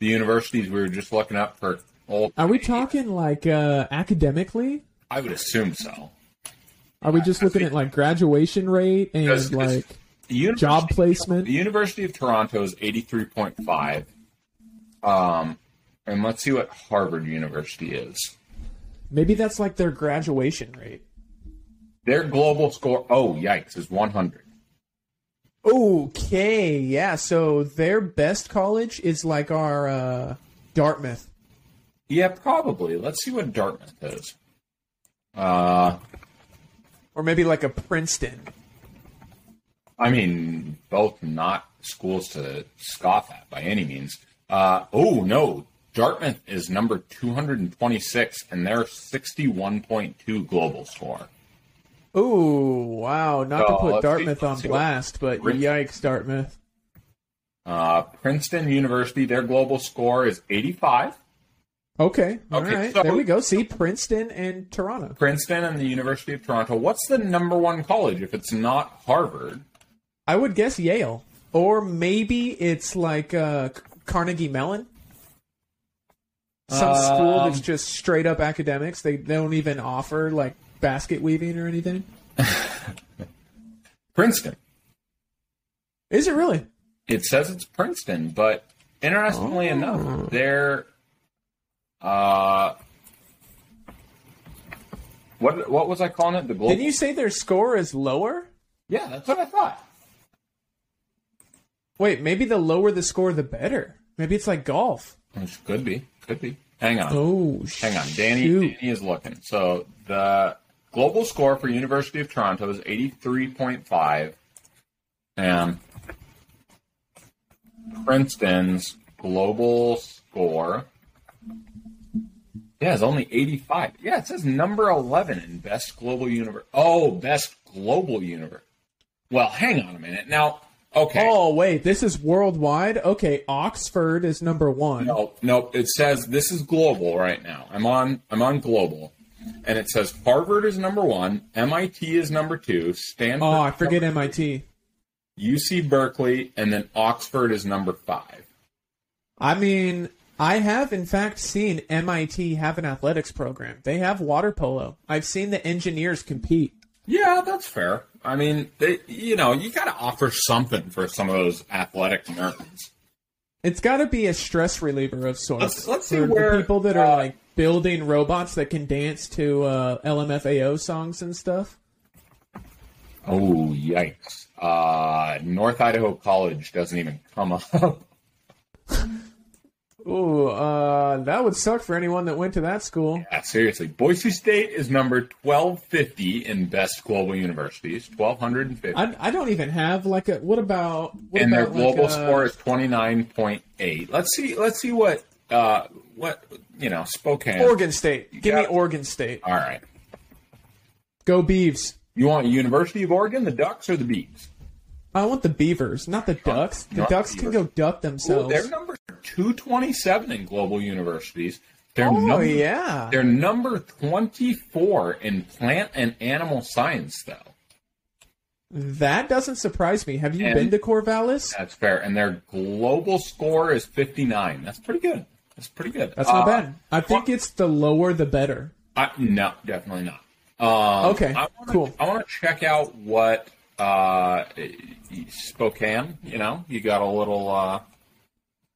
Speaker 2: the universities we were just looking up for. Old,
Speaker 1: Are we talking like uh, academically?
Speaker 2: I would assume so.
Speaker 1: Are we just looking at like graduation rate
Speaker 2: Because-
Speaker 1: and
Speaker 2: 'cause
Speaker 1: like?
Speaker 2: the University-
Speaker 1: Job placement?
Speaker 2: The University of Toronto is 83.5. Um, and let's see what Harvard University is.
Speaker 1: Maybe that's like their graduation rate.
Speaker 2: Their global score, oh, yikes, is 100.
Speaker 1: Okay, yeah. So their best college is like our uh, Dartmouth.
Speaker 2: Yeah, probably. Let's see what Dartmouth is. Uh,
Speaker 1: Or maybe like a Princeton.
Speaker 2: I mean, both not schools to scoff at by any means. Uh, oh, no. Dartmouth is number 226, and they're 61.2 global score.
Speaker 1: Ooh, wow. Not
Speaker 2: Oh,
Speaker 1: to put
Speaker 2: let's see-
Speaker 1: Dartmouth on
Speaker 2: let's see what-
Speaker 1: blast, but
Speaker 2: Princeton.
Speaker 1: yikes, Dartmouth.
Speaker 2: Uh, Princeton University, their global score is 85.
Speaker 1: Okay, all right.
Speaker 2: Okay, so-
Speaker 1: there we go. See, Princeton and Toronto.
Speaker 2: Princeton and the University of Toronto. What's the number one college if it's not Harvard?
Speaker 1: I would guess Yale. Or maybe it's like uh, C- Carnegie Mellon. Some school that's
Speaker 2: Um,
Speaker 1: just straight up academics. They don't even offer like basket weaving or anything.
Speaker 2: Princeton.
Speaker 1: Is it really?
Speaker 2: It says it's Princeton, but interestingly enough, they're uh what what was I calling it? The global
Speaker 1: Didn't you say their score is lower?
Speaker 2: Yeah, that's what I thought.
Speaker 1: Wait, maybe the lower the score, the better. Maybe it's like golf.
Speaker 2: Which could be. Could be. Hang on.
Speaker 1: Oh,
Speaker 2: Uh, Hang on. Danny,
Speaker 1: shoot.
Speaker 2: Danny is looking. So the global score for University of Toronto is 83.5. And Princeton's global score. Yeah, it's only 85. Yeah, it says number 11 in best global universe. Oh, best global universe. Well, hang on a minute. Now, okay.
Speaker 1: Oh wait, this is worldwide. Okay, Oxford is number one.
Speaker 2: No, no. It says this is global right now. I'm on. I'm on global, and it says Harvard is number one, MIT is number two, Stanford,
Speaker 1: Oh, I forget MIT.
Speaker 2: UC Berkeley, and then Oxford is number five.
Speaker 1: I mean, I have in fact seen MIT have an athletics program. They have water polo. I've seen the engineers compete.
Speaker 2: Yeah, that's fair. I mean, they, you know, you got to offer something for some of those athletic nerds.
Speaker 1: It's got to be a stress reliever of sorts
Speaker 2: Let's- let's see
Speaker 1: for the
Speaker 2: where,
Speaker 1: people that are
Speaker 2: uh,
Speaker 1: like building robots that can dance to uh, LMFAO songs and stuff.
Speaker 2: Oh, yikes! Uh, North Idaho College doesn't even come <laughs> up. Uh,
Speaker 1: Ooh, uh, that would suck for anyone that went to that school.
Speaker 2: Yeah, seriously. Boise State is number 1250 in best global universities, 1250.
Speaker 1: I, I don't even have like a. What about what
Speaker 2: and their
Speaker 1: about like,
Speaker 2: global
Speaker 1: uh,
Speaker 2: score is 29.8. Let's see let's see what uh what you know, Spokane.
Speaker 1: Oregon State. Give me
Speaker 2: got-
Speaker 1: Oregon State.
Speaker 2: All right.
Speaker 1: Go Beavs.
Speaker 2: You want University of Oregon, the Ducks or the Bees?
Speaker 1: I want the Beavers, not the Ducks. The
Speaker 2: not
Speaker 1: Ducks
Speaker 2: the
Speaker 1: can go
Speaker 2: Beavers.
Speaker 1: duck
Speaker 2: Ooh,
Speaker 1: themselves.
Speaker 2: they're number 227 in global universities. They're
Speaker 1: oh
Speaker 2: number,
Speaker 1: yeah.
Speaker 2: They're number 24 in plant and animal science though.
Speaker 1: That doesn't surprise me. Have you
Speaker 2: And-
Speaker 1: been to Corvallis?
Speaker 2: That's fair. And their global score is 59. That's pretty good. That's pretty good.
Speaker 1: That's not
Speaker 2: Uh,
Speaker 1: bad. I think it's the lower the better.
Speaker 2: I, no, definitely not. Um,
Speaker 1: Okay,
Speaker 2: I wanna,
Speaker 1: cool.
Speaker 2: I want to check out what uh, Spokane, you know, you got a little. Uh,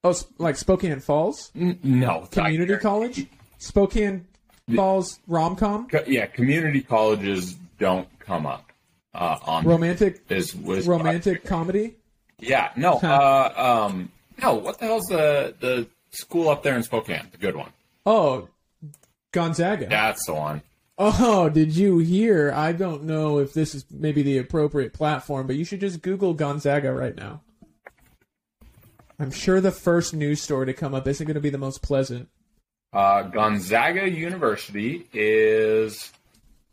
Speaker 1: Oh, sp- like Spokane Falls
Speaker 2: n- no. it's not
Speaker 1: Community
Speaker 2: here.
Speaker 1: College, Spokane Falls rom com,
Speaker 2: Co- Yeah, community colleges don't come up uh, on
Speaker 1: romantic
Speaker 2: Is, was
Speaker 1: romantic comedy.
Speaker 2: Yeah, no. Uh, um, no, what the hell's the, the school up there in Spokane? The good one.
Speaker 1: Oh, Gonzaga.
Speaker 2: That's the one.
Speaker 1: Oh, did you hear? I don't know if this is maybe the appropriate platform, but you should just Google Gonzaga right now. I'm sure the first news story to come up isn't going to be the most pleasant.
Speaker 2: Uh, Gonzaga University is.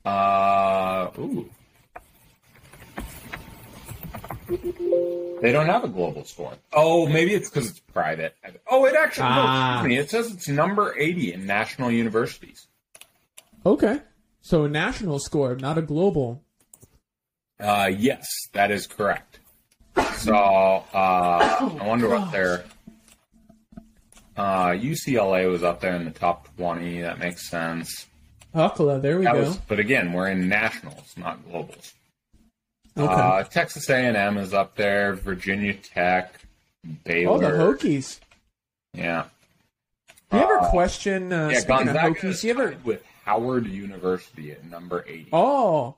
Speaker 2: Uh, ooh. They don't have a global score. Oh, maybe it's because it's private. Oh, it actually. no,
Speaker 1: Ah.
Speaker 2: excuse me. It says it's number 80 in national universities.
Speaker 1: Okay. So a national score, not a global.
Speaker 2: Uh, yes, that is correct. So uh, I wonder what their uh, UCLA was up there in the top 20. That makes sense.
Speaker 1: Huckla, there we
Speaker 2: That
Speaker 1: go.
Speaker 2: was, but again, we're in nationals, not globals.
Speaker 1: okay.
Speaker 2: Uh, Texas A&M is up there. Virginia Tech, Baylor.
Speaker 1: oh, the Hokies.
Speaker 2: Yeah,
Speaker 1: Do you ever question uh,
Speaker 2: yeah.
Speaker 1: speaking of
Speaker 2: Gonzaga
Speaker 1: Hokies?
Speaker 2: is
Speaker 1: Do you ever?
Speaker 2: tied with Howard University at number eighty.
Speaker 1: Oh,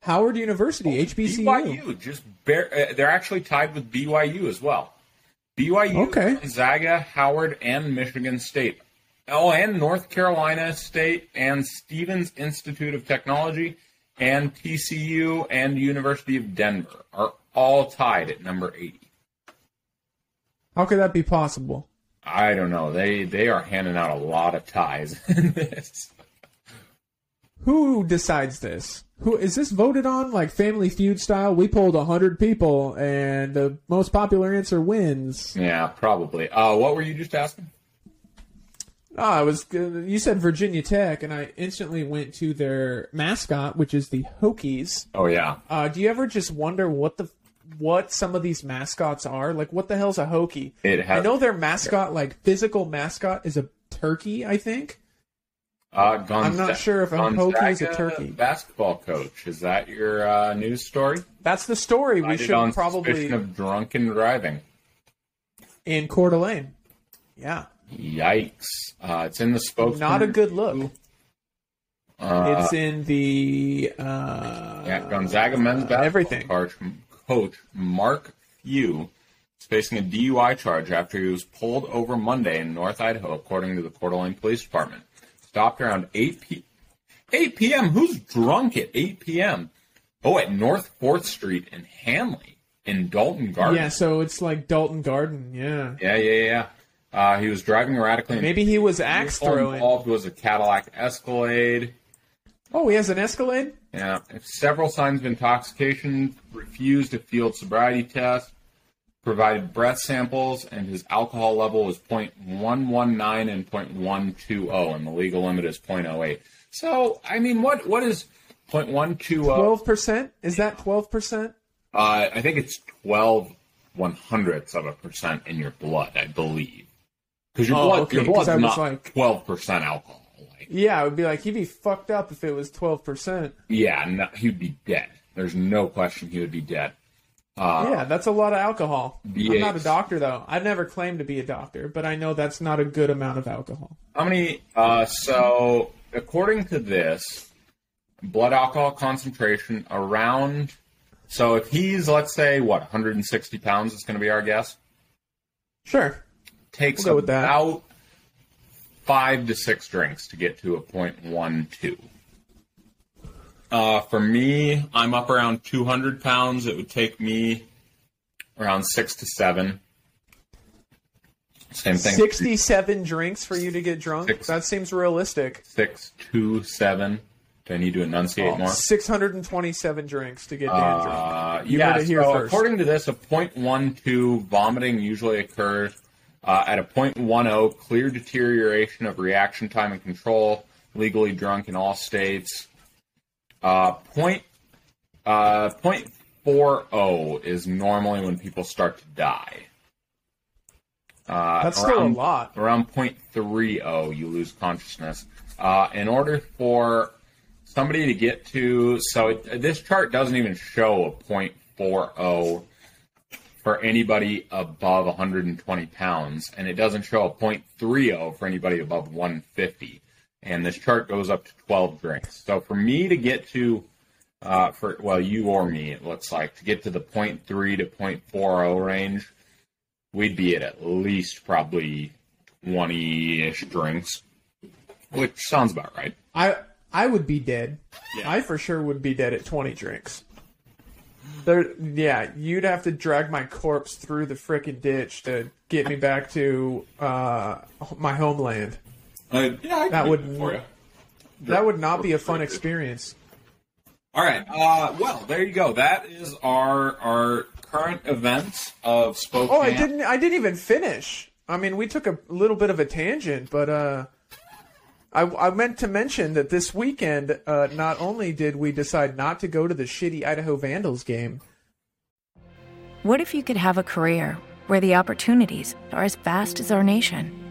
Speaker 1: Howard
Speaker 2: Oh,
Speaker 1: University, HBCU.
Speaker 2: BYU just bare, uh, they're actually tied with BYU as well. BYU,
Speaker 1: Okay.
Speaker 2: Gonzaga, Howard, and Michigan State. Oh, and North Carolina State and Stevens Institute of Technology and TCU and University of Denver are all tied at number 80.
Speaker 1: How could that be possible?
Speaker 2: I don't know. They they are handing out a lot of ties <laughs> in this.
Speaker 1: Who decides this? Who is this voted on like Family Feud style? We polled hundred people, and the most popular answer wins.
Speaker 2: Yeah, probably. Uh, what were you just asking?
Speaker 1: Ah, I was you said Virginia Tech, and I instantly went to their mascot, which is the Hokies.
Speaker 2: Oh yeah.
Speaker 1: Uh, do you ever just wonder what the what some of these mascots are? Like, what the hell's a Hokie?
Speaker 2: It has-
Speaker 1: I know their mascot, like physical mascot, is a turkey. I think.
Speaker 2: Uh, Gonza-
Speaker 1: I'm not sure if a Hokie is a
Speaker 2: Gonzaga
Speaker 1: turkey.
Speaker 2: Basketball coach. Is that your uh, news story?
Speaker 1: That's the story we
Speaker 2: Cited
Speaker 1: should
Speaker 2: on
Speaker 1: probably
Speaker 2: suspicion of drunken driving.
Speaker 1: in Coeur d'Alene. Yeah,
Speaker 2: Yikes! Uh, it's in the spokesman.
Speaker 1: not a good look.
Speaker 2: Uh,
Speaker 1: It's in the uh,
Speaker 2: yeah, Gonzaga men's basketball
Speaker 1: everything.
Speaker 2: coach, coach Mark Few is facing a DUI charge after he was pulled over Monday in North Idaho, according to the Coeur d'Alene Police Department. Stopped around 8 p. 8 p.m. Who's drunk at 8 p.m.? Oh, at North Fourth Street in Hanley in Dalton Garden.
Speaker 1: Yeah, so it's like Dalton Garden. Yeah.
Speaker 2: Yeah, yeah, yeah. Uh, he was driving erratically.
Speaker 1: Maybe he was axe throwing.
Speaker 2: involved was a Cadillac Escalade.
Speaker 1: Oh, he has an Escalade.
Speaker 2: Yeah, several signs of intoxication, refused a field sobriety test, provided breath samples, and his alcohol level was 0.119 and 0.120, oh, and the legal limit is 0.08. So, I mean, what what is 0.120?
Speaker 1: Twelve percent. Is that twelve percent?
Speaker 2: oh? Uh, I think it's 12 one hundredths of a percent in your blood, I believe. Because your
Speaker 1: Oh,
Speaker 2: blood,
Speaker 1: okay,
Speaker 2: your
Speaker 1: 'cause
Speaker 2: blood's
Speaker 1: I was
Speaker 2: not
Speaker 1: like-
Speaker 2: 12% alcohol. Like,
Speaker 1: Yeah, it would be like he'd be fucked up if it was twelve percent.
Speaker 2: yeah, no, he'd be dead. There's no question he would be dead. Uh,
Speaker 1: yeah, that's a lot of alcohol. I'm not a
Speaker 2: Yes.
Speaker 1: doctor though. I've never claimed to be a doctor, but I know that's not a good amount of alcohol.
Speaker 2: How many? Uh, so, according to this, blood alcohol concentration around. So, if he's, let's say, what, 160 pounds is going to be our guess,
Speaker 1: Sure.
Speaker 2: takes
Speaker 1: We'll go with that.
Speaker 2: about five to six drinks to get to a 0.12. Uh, for me, I'm up around 200 pounds. It would take me around six to seven. Same thing.
Speaker 1: Sixty-seven drinks for you to get drunk.
Speaker 2: Six.
Speaker 1: That seems realistic.
Speaker 2: Six to seven. Do I need to enunciate more?
Speaker 1: Oh, Six hundred and twenty-seven drinks to get Dan drunk.
Speaker 2: Uh,
Speaker 1: You
Speaker 2: yeah,
Speaker 1: heard it here
Speaker 2: so
Speaker 1: first.
Speaker 2: according to this, a 0.12 vomiting usually occurs uh, at a 0.10 clear deterioration of reaction time and control, legally drunk in all states. Uh, point, uh, 0.40 is normally when people start to die. Uh,
Speaker 1: That's still a lot.
Speaker 2: Around 0.30, you lose consciousness. Uh, in order for somebody to get to, so it, this chart doesn't even show a 0.40 for anybody above 120 pounds, and it doesn't show a 0.30 for anybody above 150. And this chart goes up to 12 drinks. So for me to get to, uh, for well, you or me, it looks like to get to the 0.3 to 0.40 range, we'd be at at least probably 20-ish drinks, which sounds about right.
Speaker 1: I I would be dead.
Speaker 2: Yeah.
Speaker 1: I for sure would be dead at twenty drinks. There, yeah, you'd have to drag my corpse through the frickin' ditch to get me back to uh, my homeland.
Speaker 2: Uh, yeah, I
Speaker 1: That
Speaker 2: could
Speaker 1: would-
Speaker 2: do it for you.
Speaker 1: That would not be a fun experience.
Speaker 2: All right. Uh, well, there you go. That is our our current events of Spokane.
Speaker 1: Oh, I didn't. I didn't even finish. I mean, we took a little bit of a tangent, but uh, I, I meant to mention that this weekend, uh, not only did we decide not to go to the shitty Idaho Vandals game,
Speaker 3: What if you could have a career where the opportunities are as vast as our nation,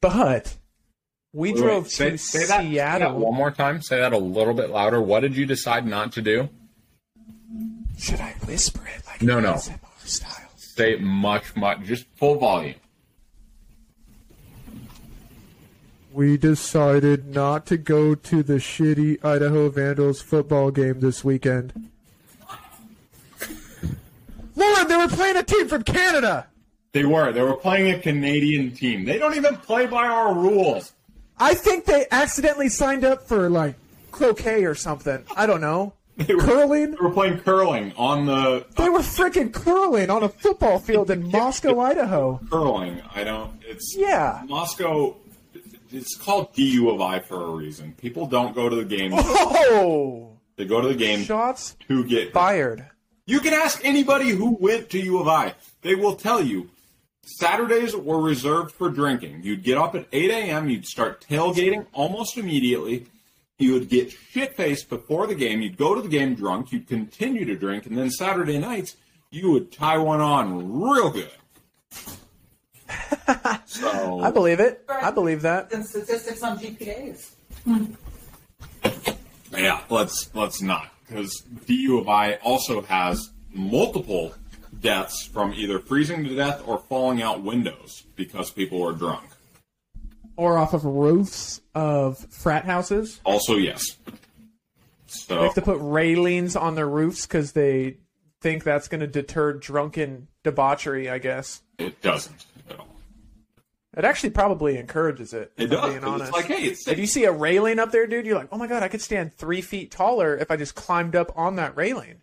Speaker 1: but we
Speaker 2: Wait, wait,
Speaker 1: drove
Speaker 2: say,
Speaker 1: to
Speaker 2: say that, say that
Speaker 1: Seattle.
Speaker 2: one more time. Say that a little bit louder. What did you decide not to do?
Speaker 1: Should I whisper it like
Speaker 2: No, no.
Speaker 1: ASMR style?
Speaker 2: Say it much, much, just full volume.
Speaker 1: We decided not to go to the shitty Idaho Vandals football game this weekend. Lauren, they were playing a team from Canada.
Speaker 2: They were. They were playing a Canadian team. They don't even play by our rules.
Speaker 1: I think they accidentally signed up for like croquet or something. I don't know.
Speaker 2: <laughs> They were,
Speaker 1: Curling?
Speaker 2: They were playing curling on the
Speaker 1: They were freaking curling on a football
Speaker 2: <laughs>
Speaker 1: field in Moscow, Idaho.
Speaker 2: curling. I don't. It's
Speaker 1: Yeah.
Speaker 2: Moscow It's called DUI for a reason. People don't go to the game.
Speaker 1: Oh!
Speaker 2: They go to the game
Speaker 1: Shots
Speaker 2: to get
Speaker 1: fired.
Speaker 2: You can ask anybody who went to U of I. They will tell you Saturdays were reserved for drinking. You'd get up at 8 a.m., you'd start tailgating almost immediately. You would get shit faced before the game. You'd go to the game drunk. You'd continue to drink. And then Saturday nights, you would tie one on real good. so,
Speaker 1: I believe it. I believe that.
Speaker 5: And statistics on GPAs.
Speaker 2: Yeah, let's let's not because the U of I also has multiple deaths from either freezing to death or falling out windows because people were drunk.
Speaker 1: Or off of roofs of frat houses.
Speaker 2: Also, yes.
Speaker 1: They
Speaker 2: So
Speaker 1: have to put railings on their roofs because they think that's going to deter drunken debauchery, I guess.
Speaker 2: it doesn't.
Speaker 1: It actually probably encourages it. if
Speaker 2: It
Speaker 1: I'm
Speaker 2: does,
Speaker 1: Being
Speaker 2: 'cause
Speaker 1: honest.
Speaker 2: it's like, hey, it's
Speaker 1: if you see a railing up there, dude, you're like, oh my god, I could stand three feet taller if I just climbed up on that railing.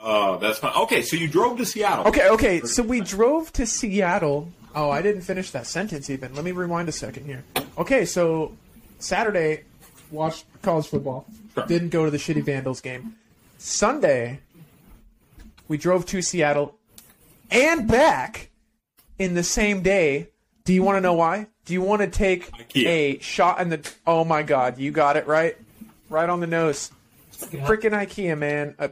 Speaker 2: Uh, that's fine. Okay, so you drove to Seattle.
Speaker 1: Okay, okay. So we drove to Seattle. Oh, I didn't finish that sentence even. Let me rewind a second here. Okay, so Saturday, watched college football. Didn't go to the shitty Vandals game. Sunday, we drove to Seattle and back in the same day. Do you want to know why? Do you want to take a shot in the? Oh my God, you got it right, right on the nose. Freaking IKEA, man. Uh,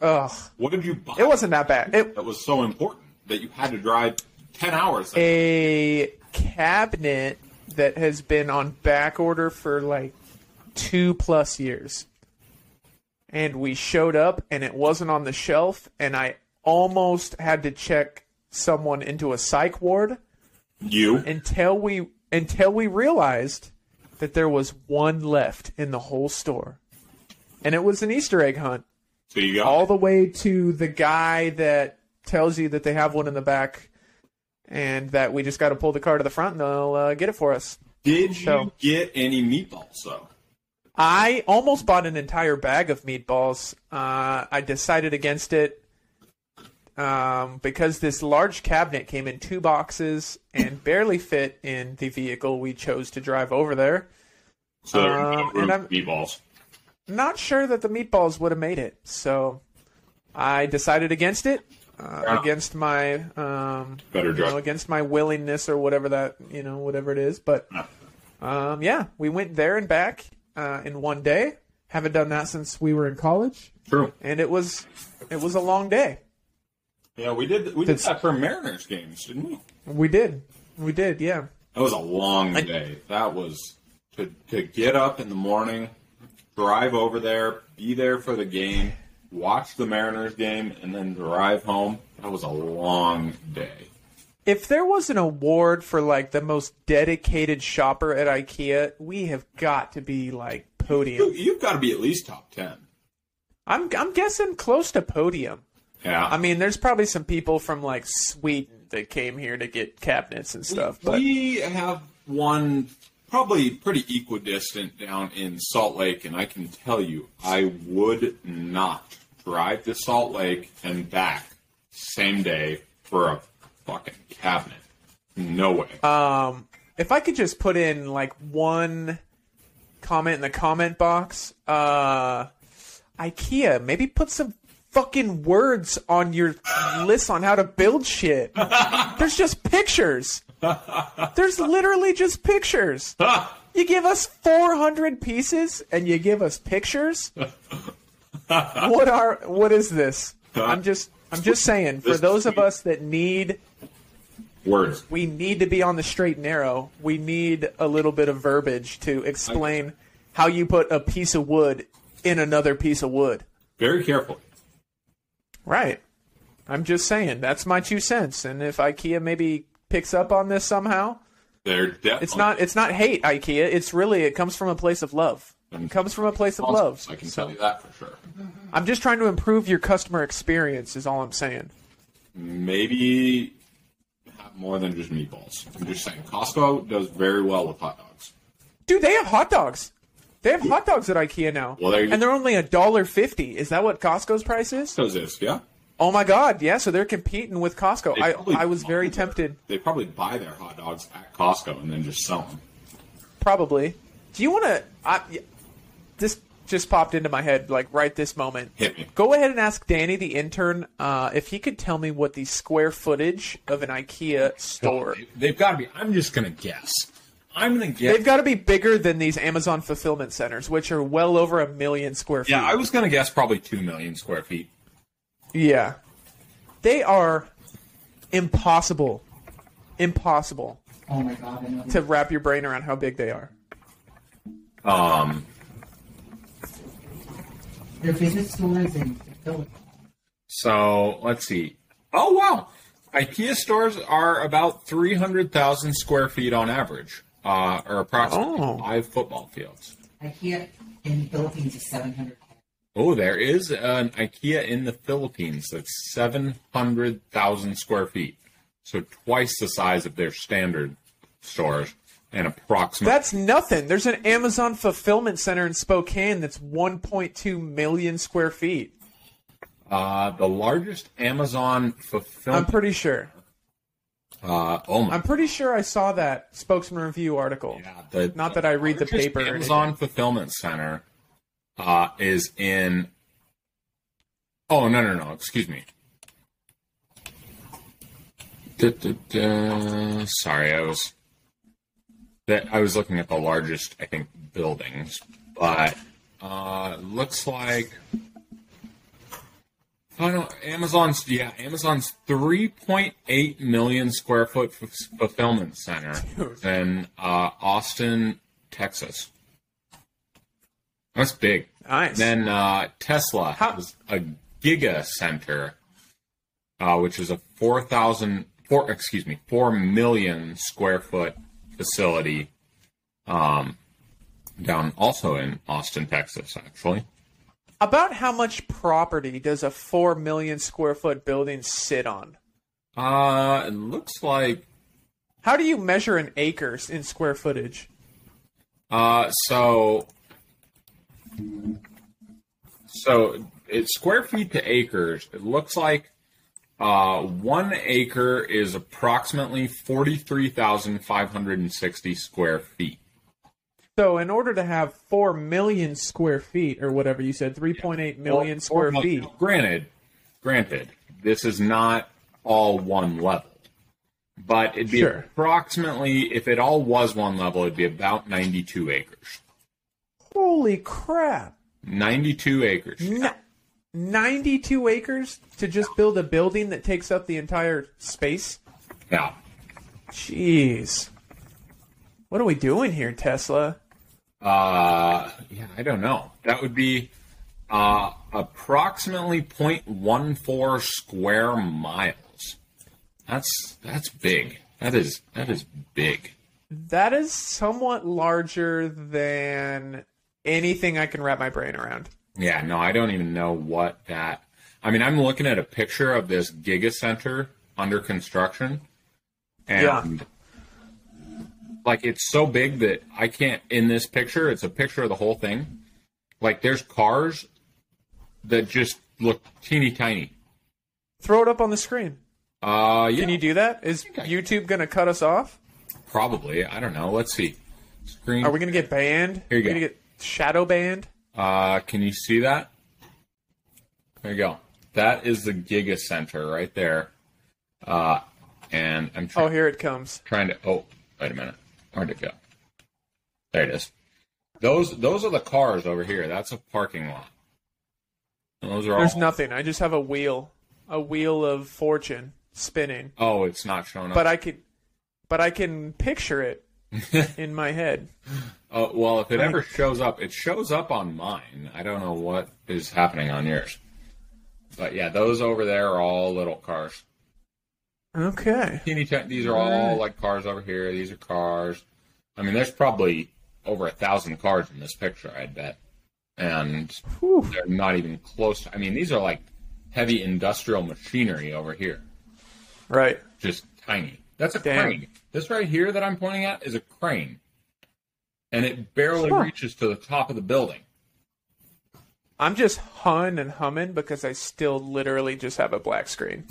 Speaker 1: ugh.
Speaker 2: What did you buy?
Speaker 1: It wasn't that bad. It
Speaker 2: That was so important that you had to drive 10 hours.
Speaker 1: Eh. a cabinet that has been on back order for like two plus years. And we showed up and it wasn't on the shelf, and I almost had to check someone into a psych ward.
Speaker 2: You
Speaker 1: until we until we realized that there was one left in the whole store. And it was an Easter egg hunt.
Speaker 2: So you got
Speaker 1: all the way to the guy that tells you that they have one in the back and that we just got to pull the car to the front and they'll uh, get it for us.
Speaker 2: Did
Speaker 1: So-
Speaker 2: you get any meatballs, though?
Speaker 1: I almost bought an entire bag of meatballs. Uh, I decided against it um, because this large cabinet came in two boxes and barely fit in the vehicle we chose to drive over there.
Speaker 2: So there were no
Speaker 1: Um,
Speaker 2: room
Speaker 1: and
Speaker 2: for
Speaker 1: I'm
Speaker 2: meatballs.
Speaker 1: not sure that the meatballs would have made it, so I decided against it. Uh,
Speaker 2: Yeah.
Speaker 1: Against my um,
Speaker 2: Better
Speaker 1: you
Speaker 2: dress.
Speaker 1: know, against my willingness or whatever that you know whatever it is, but um, yeah, we went there and back uh, in one day. Haven't done that since we were in college.
Speaker 2: True.
Speaker 1: And it was it was a long day.
Speaker 2: Yeah, we did. We did
Speaker 1: That's-
Speaker 2: that for Mariners games, didn't we?
Speaker 1: We did, we did, yeah.
Speaker 2: That was a long day. That was to to get up in the morning, drive over there, be there for the game, watch the Mariners game, and then drive home. That was a long day.
Speaker 1: If there was an award for like the most dedicated shopper at IKEA, we have got to be like podium.
Speaker 2: You, have got to be at least top ten.
Speaker 1: I'm I'm guessing close to podium.
Speaker 2: Yeah.
Speaker 1: I mean, there's probably some people from like Sweden that came here to get cabinets and stuff. but
Speaker 2: We have one probably pretty equidistant down in Salt Lake, and I can tell you, I would not drive to Salt Lake and back same day for a fucking cabinet. No way.
Speaker 1: Um, if I could just put in like one comment in the comment box, uh, IKEA, maybe put some fucking words on your list on how to build shit. There's just pictures. There's literally just pictures. You give us 400 pieces and you give us pictures. What are what is this? I'm just I'm just saying for those of us that need
Speaker 2: Words.
Speaker 1: we need to be on the straight and narrow. We need a little bit of verbiage to explain how you put a piece of wood in another piece of wood.
Speaker 2: Very careful.
Speaker 1: Right. I'm just saying that's my two cents. And if IKEA maybe picks up on this somehow,
Speaker 2: They're definitely.
Speaker 1: it's not it's not hate IKEA. It's really it comes from a place of love. It comes from a place of love.
Speaker 2: I can tell you that for sure.
Speaker 1: I'm just trying to improve your customer experience. Is all I'm saying.
Speaker 2: Maybe have more than just meatballs. I'm just saying, Costco does very well with hot dogs.
Speaker 1: Dude, they have hot dogs. They have hot dogs at IKEA now.
Speaker 2: Well, there you-
Speaker 1: and they're only a dollar fifty. Is that what Costco's price is?
Speaker 2: Costco's is, yeah.
Speaker 1: Oh my God! Yeah, so they're competing with Costco.
Speaker 2: They
Speaker 1: I
Speaker 2: probably
Speaker 1: I was very tempted.
Speaker 2: They probably buy their hot dogs at Costco and then just sell them.
Speaker 1: Probably. Do you want to? I This just popped into my head, like right this moment.
Speaker 2: Hit me.
Speaker 1: Go ahead and ask Danny the intern uh, if he could tell me what the square footage of an IKEA store.
Speaker 2: They've got to be. I'm just gonna guess. I'm gonna guess.
Speaker 1: They've got to be bigger than these Amazon fulfillment centers, which are well over a million square feet.
Speaker 2: Yeah, I was gonna guess probably two million square feet.
Speaker 1: Yeah. They are impossible. Impossible
Speaker 5: Oh my god, I know.
Speaker 1: to wrap your brain around how big they are.
Speaker 2: Um,
Speaker 5: Their biggest store is in Philly.
Speaker 2: so let's see. Oh wow, IKEA stores are about three hundred thousand square feet on average, uh, or approximately
Speaker 1: Oh.
Speaker 2: five football fields.
Speaker 5: IKEA in the Philippines is 700.
Speaker 2: Oh, there is an IKEA in the Philippines that's 700,000 square feet. So twice the size of their standard stores and approximately.
Speaker 1: That's nothing. There's an Amazon fulfillment center in Spokane that's 1.2 million square feet.
Speaker 2: uh, the largest Amazon
Speaker 1: I'm
Speaker 2: fulfillment.
Speaker 1: pretty sure.
Speaker 2: uh, oh my.
Speaker 1: I'm pretty sure I saw that spokesman review article.
Speaker 2: the-
Speaker 1: Not that I read the
Speaker 2: largest
Speaker 1: paper. or
Speaker 2: Amazon fulfillment center uh, is in. Oh, no, no, no. Excuse me. Da-da-da. Sorry, I was. That I was looking at the largest, I think, buildings, but uh, looks like I don't. Amazon's yeah, Amazon's 3.8 million square foot f- fulfillment center in uh, Austin, Texas. That's big.
Speaker 1: Nice.
Speaker 2: Then uh, Tesla has a giga center, uh, which is a 4,000 four excuse me four million square foot facility, um, down also in Austin, Texas, actually.
Speaker 1: About how much property does a 4 million square foot building sit on?
Speaker 2: Uh, it looks like
Speaker 1: How do you measure an acre in square footage?
Speaker 2: Uh, so, so it's square feet to acres. It looks like uh, one acre is approximately forty-three thousand five hundred and sixty square feet.
Speaker 1: So, in order to have 4 million square feet, or whatever you said, 3.8 million
Speaker 2: Or-
Speaker 1: square
Speaker 2: or-
Speaker 1: feet.
Speaker 2: Granted, granted, this is not all one level, but it'd be
Speaker 1: Sure.
Speaker 2: approximately if it all was one level, it'd be about ninety-two acres.
Speaker 1: Holy crap!
Speaker 2: Ninety-two acres.
Speaker 1: Ni- 92 acres to just build a building that takes up the entire space?
Speaker 2: Yeah.
Speaker 1: Jeez. What are we doing here, Tesla?
Speaker 2: Uh, yeah, I don't know. That would be uh, approximately 0.14 square miles. That's that's big. That is that is big.
Speaker 1: That is somewhat larger than anything I can wrap my brain around.
Speaker 2: Yeah, no, I don't even know what that. I mean, I'm looking at a picture of this giga center under construction, and like it's so big that I can't. In this picture, it's a picture of the whole thing. Like there's cars that just look teeny tiny.
Speaker 1: Throw it up on the screen.
Speaker 2: Uh, yeah,
Speaker 1: Can you do that? Is YouTube going to cut us off?
Speaker 2: probably. I don't know. Let's see. Screen.
Speaker 1: Are we going to get banned? Are
Speaker 2: Here you
Speaker 1: we
Speaker 2: go.
Speaker 1: gonna get shadow banned?
Speaker 2: Uh, can you see that? There you go. That is the Giga Center right there. Uh, and I'm try-
Speaker 1: Oh, here it comes.
Speaker 2: trying to. Oh, wait a minute. Where'd it go? There it is. Those those are the cars over here. That's a parking lot. Those are
Speaker 1: There's
Speaker 2: all.
Speaker 1: nothing. I just have a wheel, a wheel of fortune spinning.
Speaker 2: oh, it's not showing up.
Speaker 1: But I can, but I can picture <laughs> it in my head.
Speaker 2: Oh, well, if it ever shows up, it shows up on mine. I don't know what is happening on yours. But yeah, those over there are all little cars.
Speaker 1: Okay.
Speaker 2: Teeny tiny. These are all
Speaker 1: Alright.
Speaker 2: like cars over here. These are cars. I mean, there's probably over a thousand cars in this picture. I'd bet, and they're not even close. To, I mean, these are like heavy industrial machinery over here.
Speaker 1: Right.
Speaker 2: Just tiny. That's a
Speaker 1: Damn.
Speaker 2: crane. This right here that I'm pointing at is a crane, and it barely
Speaker 1: Huh.
Speaker 2: reaches to the top of the building.
Speaker 1: I'm just hun and humming because I still literally just have a black <laughs> screen.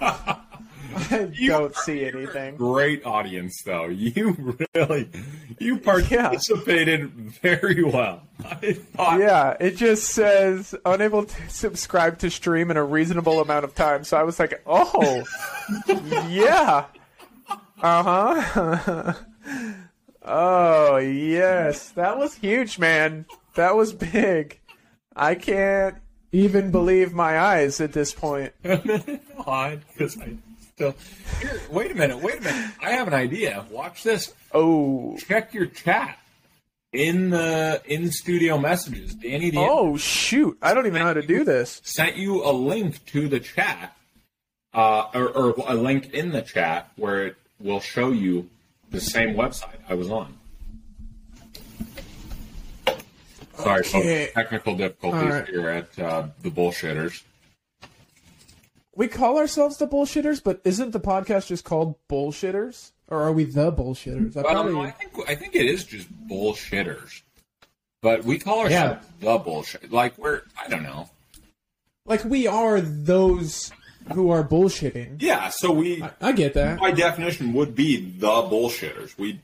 Speaker 1: I don't see anything.
Speaker 2: Great audience, though. <laughs> You really, you participated very well.
Speaker 1: Yeah, it just says unable to <laughs> subscribe to stream in a reasonable amount of time. So I was like,
Speaker 2: <laughs>
Speaker 1: oh, yeah. Uh huh. <laughs> oh, yes. That was huge, man. That was big. I can't even believe my eyes at this point.
Speaker 2: <laughs> Odd, because I still. Here, wait a minute. Wait a minute. I have an idea. Watch this.
Speaker 1: Oh.
Speaker 2: Check your chat in the in studio messages. Danny. The
Speaker 1: Oh, shoot. I don't even know how to do this.
Speaker 2: sent you a link to the chat, uh, or, or a link in the chat where it will show you the same website I was on. Sorry,
Speaker 1: Okay.
Speaker 2: folks. Technical
Speaker 1: All
Speaker 2: difficulties
Speaker 1: right.
Speaker 2: here at uh, the bullshitters.
Speaker 1: We call ourselves the bullshitters, but isn't the podcast just called bullshitters? Or are we the bullshitters? I
Speaker 2: Well,
Speaker 1: probably-
Speaker 2: I think I think it is just bullshitters, but we call ourselves the bullshit. Like we're I don't know.
Speaker 1: like we are those who are bullshitting.
Speaker 2: Yeah, so we
Speaker 1: I get that.
Speaker 2: by definition would be the bullshitters. We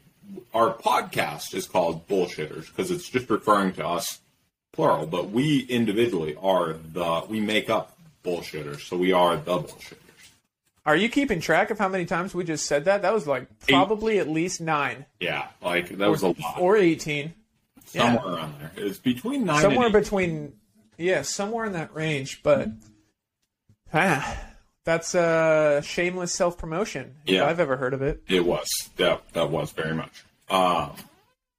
Speaker 2: our podcast is called bullshitters because it's just referring to us plural, but we individually are the we make up bullshitters, so we are the bullshitters.
Speaker 1: Are you keeping track of how many times we just said that? That was like probably at least nine
Speaker 2: Yeah, like that was a lot
Speaker 1: or eighteen.
Speaker 2: somewhere
Speaker 1: yeah.
Speaker 2: around there. It's between nine
Speaker 1: somewhere
Speaker 2: and eight.
Speaker 1: between, yeah, somewhere in that range. But ah, that's uh, shameless self promotion.
Speaker 2: Yeah.
Speaker 1: if I've ever heard of it.
Speaker 2: It was. That that was very much. Um,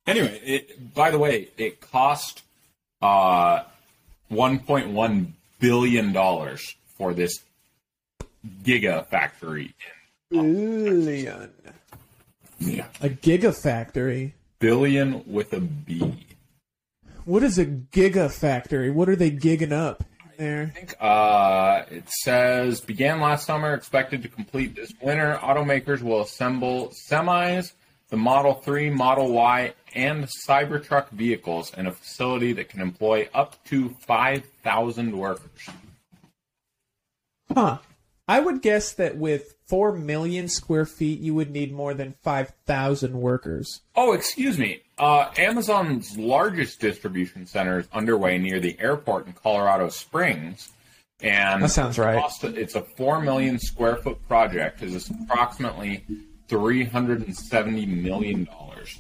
Speaker 2: anyway, it, by the way, it cost uh, 1.1 billion dollars for this gigafactory.
Speaker 1: Billion,
Speaker 2: Yeah.
Speaker 1: a gigafactory.
Speaker 2: Billion with a B.
Speaker 1: What is a gigafactory? What are they gigging up there?
Speaker 2: Uh, it says began last summer, expected to complete this winter. Automakers will assemble semis, the Model 3, Model Y, and Cybertruck vehicles in a facility that can employ up to 5,000 workers.
Speaker 1: Huh. I would guess that with 4 million square feet, you would need more than 5,000 workers.
Speaker 2: Oh, excuse me. Uh, Amazon's largest distribution center is underway near the airport in Colorado Springs, and
Speaker 1: That sounds right.
Speaker 2: the cost- It's a four million square foot project. is approximately three hundred and seventy million dollars.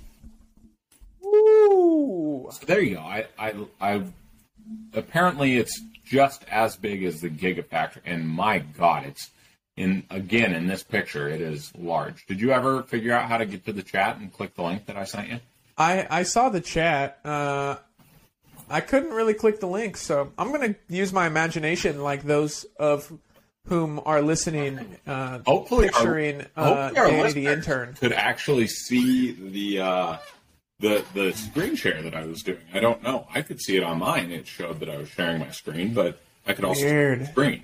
Speaker 1: Ooh.
Speaker 2: So there you go. I, I, I, apparently it's just as big as the Gigafactory, and my God, it's in again in this picture. It is large. Did you ever figure out how to get to the chat and click the link that I sent you?
Speaker 1: I, I saw the chat. Uh, I couldn't really click the link, so I'm going to use my imagination like those of whom are listening, uh,
Speaker 2: Hopefully our-
Speaker 1: picturing uh,
Speaker 2: hopefully our
Speaker 1: Danny the
Speaker 2: listeners
Speaker 1: intern.
Speaker 2: could actually see the uh, the the screen share that I was doing. I don't know. I could see it on mine. It showed that I was sharing my screen, but I could also see the screen.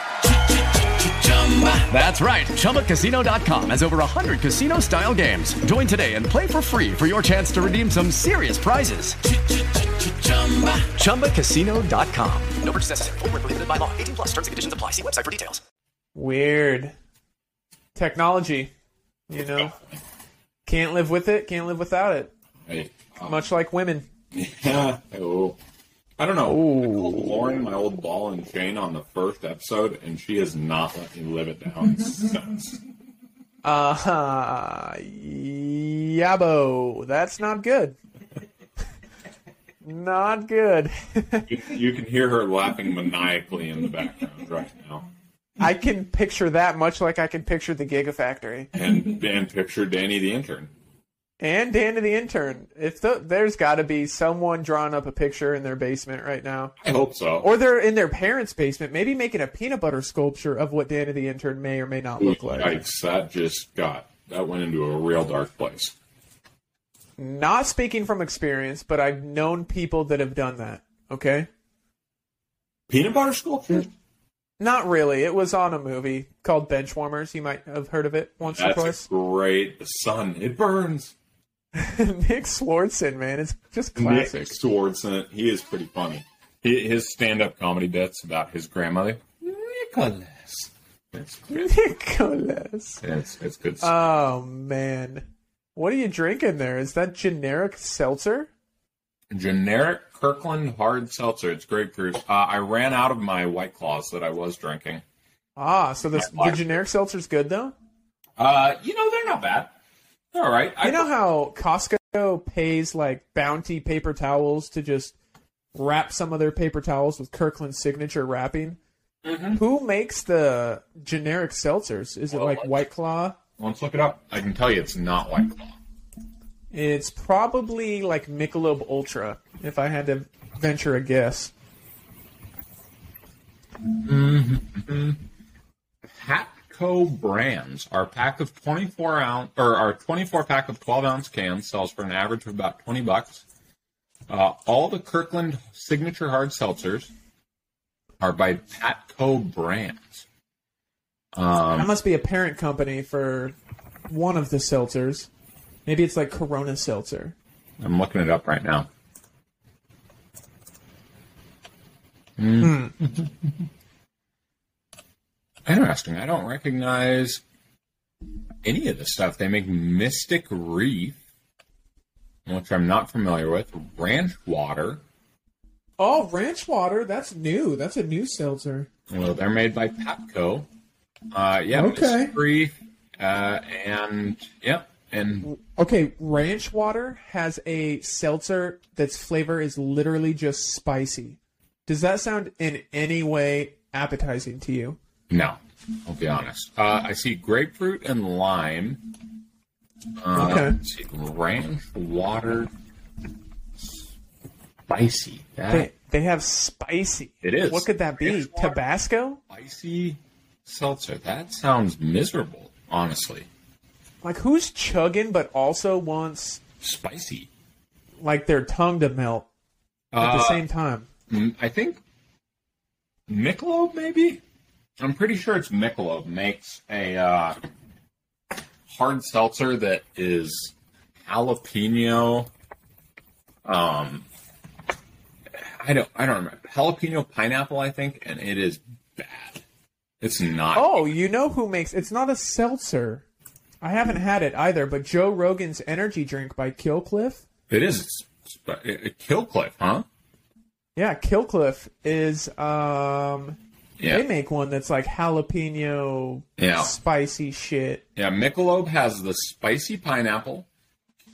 Speaker 6: That's right, ChumbaCasino.com has over 100 casino style games. Join today and play for free for your chance to redeem some serious prizes. ChumbaCasino.com.
Speaker 7: No purchase necessary. Void were prohibited by law. 18 plus terms and conditions apply. See website for details.
Speaker 1: Weird. Technology, you know. Can't live with it, can't live without it.
Speaker 2: <laughs> Hey,
Speaker 1: Much like women.
Speaker 2: oh. I don't know. I called Lauren, my old ball and chain, on the first episode, and she has not let me live it down since.
Speaker 1: Uh huh. Yabo. That's not good. <laughs> Not good. <laughs>
Speaker 2: you, you can hear her laughing maniacally in the background right now.
Speaker 1: I can picture that much like I can picture the Gigafactory.
Speaker 2: And, and picture Danny the intern.
Speaker 1: And Dan to the intern. If the, there's got to be someone drawing up a picture in their basement right now.
Speaker 2: I hope so.
Speaker 1: Or they're in their parents' basement, maybe making a peanut butter sculpture of what Dan to the intern may or may not look like.
Speaker 2: Yikes, that just got, that went into a real dark place.
Speaker 1: Not speaking from experience, but I've known people that have done that. Okay?
Speaker 2: Peanut butter sculpture?
Speaker 1: Not really. It was on a movie called Benchwarmers. You might have heard of it once
Speaker 2: That's
Speaker 1: or twice.
Speaker 2: great. The sun, it burns.
Speaker 1: <laughs> Nick Swartzen, man, it's just classic.
Speaker 2: Nick Swardson, he is pretty funny. He, his stand-up comedy bits about his grandmother, Nicholas. It's good.
Speaker 1: Nicholas.
Speaker 2: It's, it's good. stuff.
Speaker 1: Oh man, what are you drinking there? Is that generic seltzer? Uh,
Speaker 2: Generic Kirkland hard seltzer. It's great, Cruz. Uh, I ran out of my White Claws that I was drinking.
Speaker 1: Ah, so this, the generic seltzer's good though.
Speaker 2: Uh, you know they're not bad. They're all right. I
Speaker 1: you know how Costco pays like bounty paper towels to just wrap some of their paper towels with Kirkland signature wrapping. Who makes the generic seltzers? Is it
Speaker 2: Mm-hmm. Well,
Speaker 1: like White Claw?
Speaker 2: Let's look it up. I can tell you, it's not White Claw.
Speaker 1: It's probably like Michelob Ultra, if I had to venture a guess.
Speaker 2: Hatco Brands. Our pack of 24 ounce or our 24 pack of 12 ounce cans sells for an average of about 20 bucks. Uh, all the Kirkland signature hard seltzers are by Patco Brands.
Speaker 1: that
Speaker 2: Um,
Speaker 1: must be a parent company for one of the seltzers. Maybe it's like Corona Seltzer.
Speaker 2: I'm looking it up right now. Hmm. <laughs> Interesting. I don't recognize any of the stuff. They make Mystic Wreath, which I'm not familiar with, Ranch Water.
Speaker 1: Oh, ranch water. That's new. That's a new seltzer.
Speaker 2: Well, they're made by Patco. Uh, yeah,
Speaker 1: Okay.
Speaker 2: Mystic Wreath, uh, and yep, and
Speaker 1: Okay, ranch water has a seltzer that's flavor is literally just spicy. Does that sound in any way appetizing to you?
Speaker 2: no, I'll be honest. Uh, I see grapefruit and lime. Uh,
Speaker 1: Okay.
Speaker 2: let's see, ranch water, spicy. That
Speaker 1: They, they have spicy.
Speaker 2: It is.
Speaker 1: What could that be?
Speaker 2: Ranch water.
Speaker 1: Tabasco?
Speaker 2: spicy seltzer. That sounds miserable, honestly.
Speaker 1: Like who's chugging but also wants
Speaker 2: Spicy.
Speaker 1: like their tongue to melt at the
Speaker 2: Uh,
Speaker 1: same time?
Speaker 2: Mm, I think Michelob, maybe. I'm pretty sure it's Michelob makes a uh, hard seltzer that is jalapeno. Um, I don't, I don't remember jalapeno pineapple. I think, and it is bad. It's not.
Speaker 1: Oh, you know who makes it's not a seltzer. I haven't had it either, but Joe Rogan's energy drink by Killcliff.
Speaker 2: It is. It's, it's, it, Killcliff, huh?
Speaker 1: Yeah, Killcliff is um
Speaker 2: Yeah.
Speaker 1: they make one that's like jalapeno
Speaker 2: Yeah.
Speaker 1: spicy shit.
Speaker 2: Yeah, Michelob has the spicy pineapple,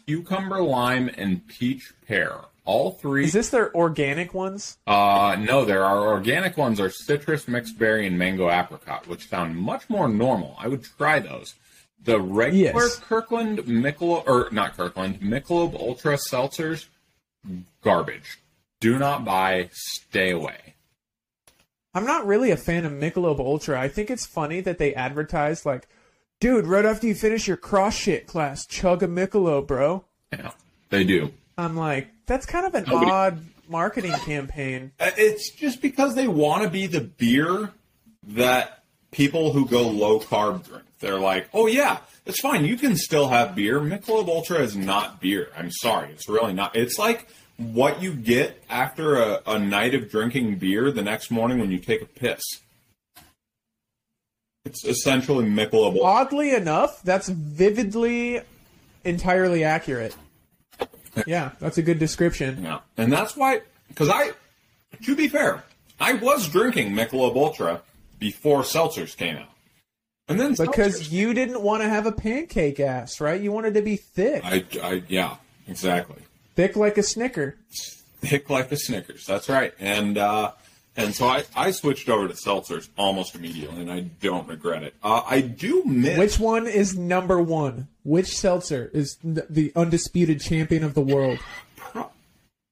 Speaker 2: cucumber lime, and peach pear. All three.
Speaker 1: Is this their organic ones?
Speaker 2: Uh, no, there are organic ones are citrus, mixed berry, and mango apricot, which sound much more normal. I would try those. The regular
Speaker 1: Yes.
Speaker 2: Kirkland Michelob, or not Kirkland, Michelob Ultra Seltzers, garbage. Do not buy. Stay away.
Speaker 1: I'm not really a fan of Michelob Ultra. I think it's funny that they advertise like, dude, right after you finish your cross shit class, chug a Michelob, bro.
Speaker 2: Yeah, they do.
Speaker 1: I'm like, that's kind of an
Speaker 2: Nobody-
Speaker 1: odd marketing campaign.
Speaker 2: Uh, It's just because they want to be the beer that people who go low carb drink. They're like, oh yeah, it's fine. You can still have beer. Michelob Ultra is not beer. I'm sorry, it's really not. It's like what you get after a, a night of drinking beer the next morning when you take a piss. It's essentially Michelob. Ultra.
Speaker 1: Oddly enough, that's vividly, entirely accurate. Yeah, that's a good description.
Speaker 2: Yeah, and that's why, because I, to be fair, I was drinking Michelob Ultra before seltzers came out, and then seltzers-
Speaker 1: Because you didn't want to have a pancake ass, right? You wanted to be thick,
Speaker 2: I, I yeah, exactly.
Speaker 1: thick like a snicker.
Speaker 2: thick like a Snickers. That's right. And uh, and so I, I switched over to seltzers almost immediately, and I don't regret it. Uh, I do miss
Speaker 1: Which one is number one? Which seltzer is n- the undisputed champion of the world?
Speaker 2: Oh,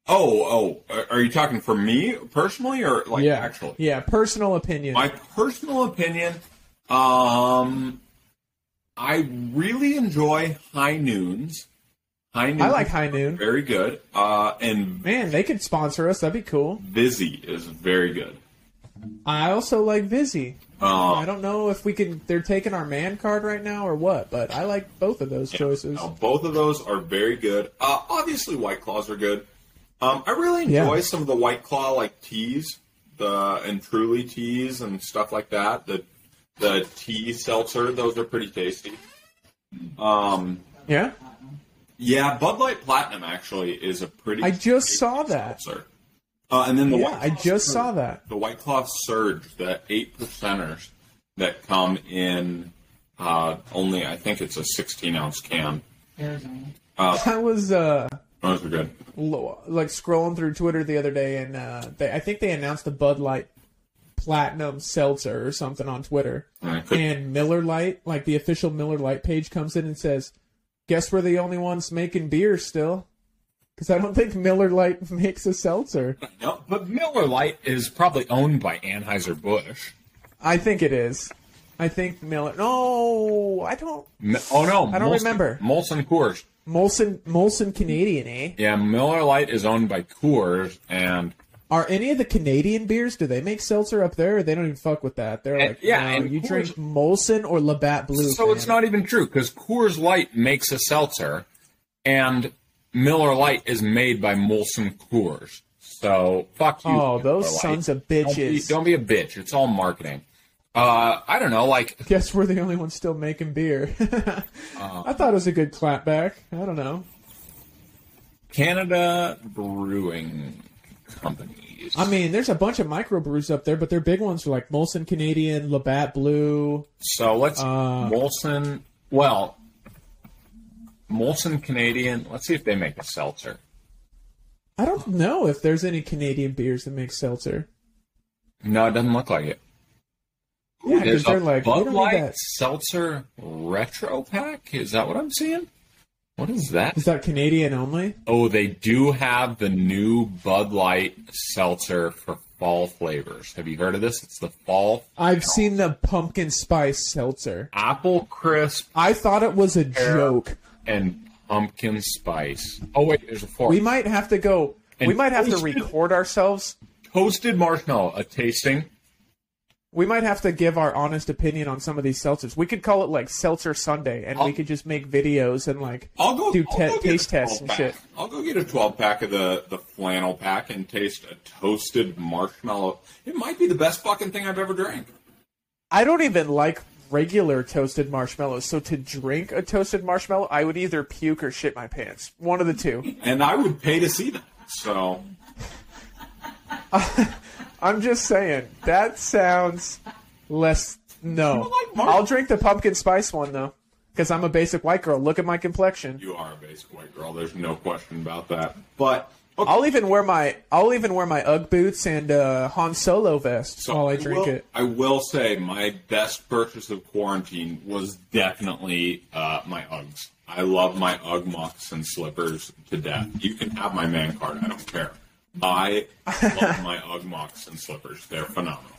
Speaker 2: oh, are- are you talking for me personally or like
Speaker 1: yeah,
Speaker 2: actually?
Speaker 1: yeah. Personal opinion.
Speaker 2: My personal opinion, um, I really enjoy high noons. High noons
Speaker 1: I like High Noon.
Speaker 2: Very good. Uh, and
Speaker 1: Man, they could sponsor us. That'd be cool.
Speaker 2: Vizzy is very good.
Speaker 1: I also like Vizzy.
Speaker 2: Uh,
Speaker 1: I don't know if we can. They're taking our man card right now or what, but I like both of those choices.
Speaker 2: Now, Uh, both of those are very good. Uh, obviously, White Claws are good. Um, I really enjoy
Speaker 1: Yeah.
Speaker 2: some of the White Claw like teas, the and Truly teas and stuff like that. The the tea seltzer, those are pretty tasty. Um,
Speaker 1: Yeah,
Speaker 2: yeah, Bud Light Platinum actually is a pretty.
Speaker 1: I just saw that.
Speaker 2: seltzer. Uh, and then the
Speaker 1: yeah,
Speaker 2: White
Speaker 1: Oh, I just saw that.
Speaker 2: the White Claw Surge, the eight percenters that come in uh, only, I think it's a 16 ounce can.
Speaker 5: Arizona.
Speaker 2: Uh,
Speaker 1: I was uh,
Speaker 2: those are good.
Speaker 1: lo- like scrolling through Twitter the other day, and uh, they, I think they announced the Bud Light Platinum Seltzer or something on Twitter.
Speaker 2: And I could-
Speaker 1: And Miller Light, like the official Miller Light page, comes in and says, "Guess we're the only ones making beer still." Because I don't think Miller Light <laughs> makes a seltzer.
Speaker 2: No, but Miller Lite is probably owned by Anheuser Busch.
Speaker 1: I think it is. I think Miller. No, I don't.
Speaker 2: Oh no,
Speaker 1: I don't remember.
Speaker 2: Molson Coors.
Speaker 1: Molson, Molson Canadian, eh?
Speaker 2: Yeah, Miller Lite is owned by Coors, and
Speaker 1: Are any of the Canadian beers? Do they make seltzer up there? They don't even fuck with that. They're
Speaker 2: And-
Speaker 1: like,
Speaker 2: Eh, yeah,
Speaker 1: yeah,
Speaker 2: and
Speaker 1: you
Speaker 2: Coors-
Speaker 1: drink Molson or Labatt Blue.
Speaker 2: so it's not even true because Coors Light makes a seltzer, and Miller Lite is made by Molson Coors. So fuck you.
Speaker 1: Oh, those
Speaker 2: Miller Lite.
Speaker 1: sons of
Speaker 2: Don't be,
Speaker 1: bitches.
Speaker 2: don't be a bitch. It's all marketing. Uh, I don't know, like
Speaker 1: <laughs> Guess we're the only ones still making beer. <laughs>
Speaker 2: Uh-huh.
Speaker 1: I thought it was a good clapback. I don't know.
Speaker 2: Canada Brewing Company.
Speaker 1: I mean, there's a bunch of microbrews up there, but their big ones are like Molson Canadian, Labatt Blue.
Speaker 2: So let's
Speaker 1: Uh,
Speaker 2: Molson. Well, Molson Canadian. Let's see if they make a seltzer.
Speaker 1: I don't know if there's any Canadian beers that make seltzer.
Speaker 2: No, it doesn't look like it. Ooh,
Speaker 1: Yeah, 'cause
Speaker 2: there's
Speaker 1: they're
Speaker 2: a
Speaker 1: like, we
Speaker 2: Bud
Speaker 1: don't need
Speaker 2: Light
Speaker 1: that.
Speaker 2: Seltzer Retro Pack. Is that what I'm seeing? What is that?
Speaker 1: Is that Canadian only?
Speaker 2: Oh, they do have the new Bud Light Seltzer for fall flavors. Have you heard of this? It's the fall
Speaker 1: I've seen the pumpkin spice seltzer.
Speaker 2: apple crisp
Speaker 1: I thought it was a joke.
Speaker 2: and pumpkin spice. Oh wait, there's a fourth.
Speaker 1: We might have to go.
Speaker 2: And
Speaker 1: we might have to
Speaker 2: toasted-
Speaker 1: record ourselves.
Speaker 2: toasted marshmallow, a tasting.
Speaker 1: We might have to give our honest opinion on some of these seltzers. We could call it like Seltzer Sunday, and we could just make videos and like
Speaker 2: I'll go
Speaker 1: do
Speaker 2: I'll
Speaker 1: te-
Speaker 2: go get
Speaker 1: taste
Speaker 2: a 12
Speaker 1: tests and
Speaker 2: pack.
Speaker 1: shit.
Speaker 2: I'll go get a 12 pack of the, the flannel pack and taste a toasted marshmallow. It might be the best fucking thing I've ever drank.
Speaker 1: I don't even like regular toasted marshmallows, so to drink a toasted marshmallow, I would either puke or shit my pants. One of the two.
Speaker 2: And I would pay to see that. So
Speaker 1: I'm just saying that sounds less. No, I'll drink the pumpkin spice one though, because I'm a basic white girl. Look at my complexion.
Speaker 2: you are a basic white girl. There's no question about that. But okay,
Speaker 1: I'll even wear my I'll even wear my UGG boots and uh, Han Solo vest while I drink
Speaker 2: will,
Speaker 1: it.
Speaker 2: I will say my best purchase of quarantine was definitely uh, my Uggs. I love my Ugg mucks and slippers to death. You can have my man card. I don't care. I love my Ugg mucks and slippers. They're phenomenal.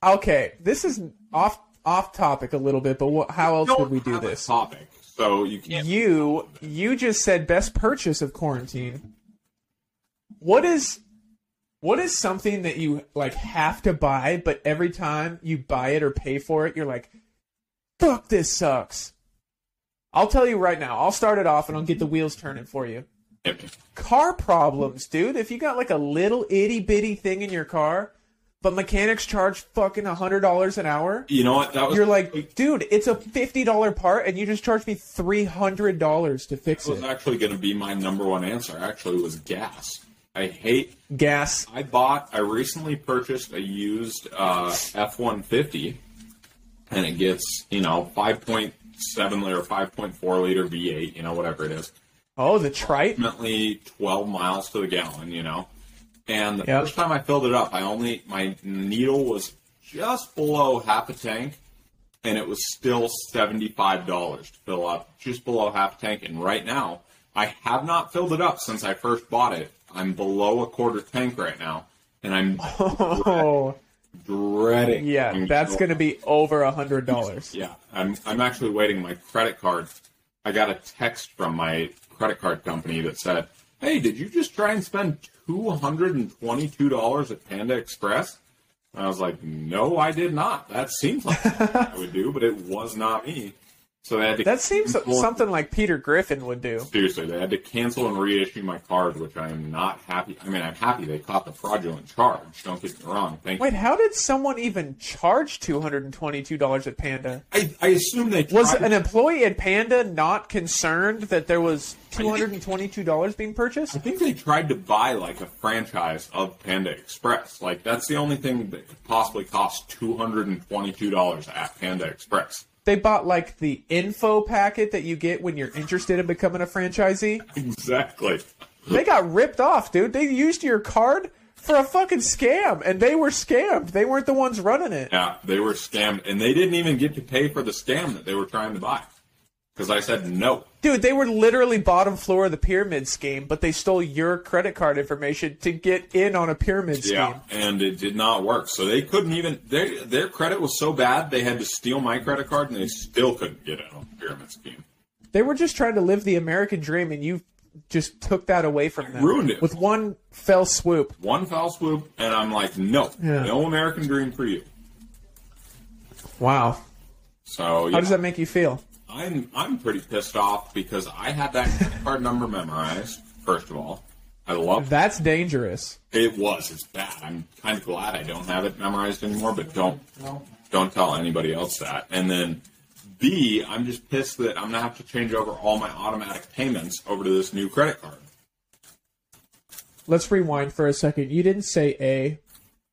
Speaker 1: Okay, this is off off topic a little bit, but what, how else would we do
Speaker 2: have a
Speaker 1: this?
Speaker 2: topic, so you can't.
Speaker 1: You you just said best purchase of quarantine. What is what is something that you like have to buy, but every time you buy it or pay for it, you're like, "Fuck, this sucks." I'll tell you right now. I'll start it off and I'll get the wheels turning for you. car problems, dude. If you got like a little itty bitty thing in your car, but mechanics charge fucking hundred dollars an hour,
Speaker 2: You know what? That was
Speaker 1: you're like, dude, it's a fifty dollar part, and you just charge me three hundred dollars to fix
Speaker 2: that was
Speaker 1: it.
Speaker 2: actually going to be my number one answer. Actually, was gas. I hate
Speaker 1: Gas.
Speaker 2: I bought, I recently purchased a used uh, F 150, and it gets, you know, 5.7 liter, 5.4 liter V8, you know, whatever it is.
Speaker 1: Oh, the
Speaker 2: <laughs>
Speaker 1: trite?
Speaker 2: Approximately 12 miles to the gallon, you know. And the first time I filled it up, I only, my needle was just below half a tank, and it was still $75 to fill up, just below half a tank. And right now, I have not filled it up since I first bought it. I'm below a quarter tank right now,
Speaker 1: <laughs>
Speaker 2: and I'm
Speaker 1: Oh,
Speaker 2: dreading.
Speaker 1: yeah, that's going to be over a hundred dollars.
Speaker 2: Yeah, I'm, I'm actually waiting my credit card. I got a text from my credit card company that said, "Hey, did you just try and spend two hundred and twenty-two dollars at Panda Express?" And I was like, "No, I did not. That seems like
Speaker 1: <laughs>
Speaker 2: something I would do, but it was not me." So they had to
Speaker 1: That seems so- something like Peter Griffin would do.
Speaker 2: Seriously, they had to cancel and reissue my card, which I am not happy. I mean, I'm happy they caught the fraudulent charge. Don't get me wrong. Thank
Speaker 1: Wait, how did someone even charge two hundred and twenty-two dollars at Panda?
Speaker 2: I, I assume they
Speaker 1: was an employee at Panda not concerned that there was two hundred and twenty-two dollars being purchased. I
Speaker 2: think they tried to buy like a franchise of Panda Express. Like that's the only thing that could possibly cost two hundred and twenty-two dollars at Panda Express. <laughs>
Speaker 1: They bought like the info packet that you get when you're interested in becoming a franchisee.
Speaker 2: Exactly.
Speaker 1: They got ripped off, dude. They used your card for a fucking scam, and they were scammed. They weren't the ones running it.
Speaker 2: Yeah, they were scammed, and they didn't even get to pay for the scam that they were trying to buy because I said no.
Speaker 1: Dude, they were literally bottom floor of the pyramid scheme, but they stole your credit card information to get in on a pyramid scheme.
Speaker 2: Yeah, and it did not work. So they couldn't even their their credit was so bad they had to steal my credit card, and they still couldn't get it on the pyramid scheme.
Speaker 1: They were just trying to live the American dream, and you just took that away from them.
Speaker 2: ruined it.
Speaker 1: with one fell swoop.
Speaker 2: One foul swoop, and I'm like, no,
Speaker 1: Yeah.
Speaker 2: no American dream for you.
Speaker 1: Wow.
Speaker 2: So
Speaker 1: How
Speaker 2: yeah,
Speaker 1: does that make you feel?
Speaker 2: I'm I'm pretty pissed off because I had that <laughs> credit card number memorized. First of all, I love
Speaker 1: That's dangerous.
Speaker 2: it was it's bad. I'm kind of glad I don't have it memorized anymore, but don't don't tell anybody else that. And then B, I'm just pissed that I'm gonna have to change over all my automatic payments over to this new credit card.
Speaker 1: Let's rewind for a second. You didn't say A.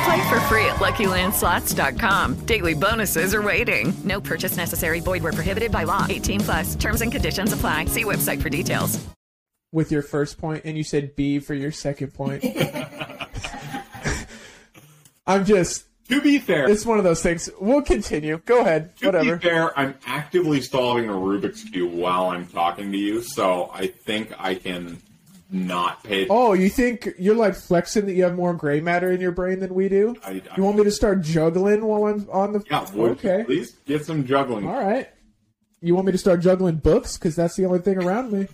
Speaker 8: Play for free at LuckyLandSlots.com. Daily bonuses are waiting. No purchase necessary. Void where prohibited by law. 18 plus. Terms and conditions apply. See website for details.
Speaker 1: with your first point and you said B for your second
Speaker 2: <laughs>
Speaker 1: point. I'm just
Speaker 2: to be fair.
Speaker 1: It's one of those things. We'll continue. Go ahead.
Speaker 2: To
Speaker 1: Whatever.
Speaker 2: be fair, I'm actively solving a Rubik's cube while I'm talking to you, so I think I can not pay.
Speaker 1: Oh, you think you're like flexing that you have more gray matter in your brain than we do?
Speaker 2: I-
Speaker 1: you want me to start juggling while I'm on the?
Speaker 2: Yeah, would
Speaker 1: okay.
Speaker 2: you please get some juggling.
Speaker 1: All right. You want me to start juggling books because that's the only thing around
Speaker 2: <laughs>
Speaker 1: me.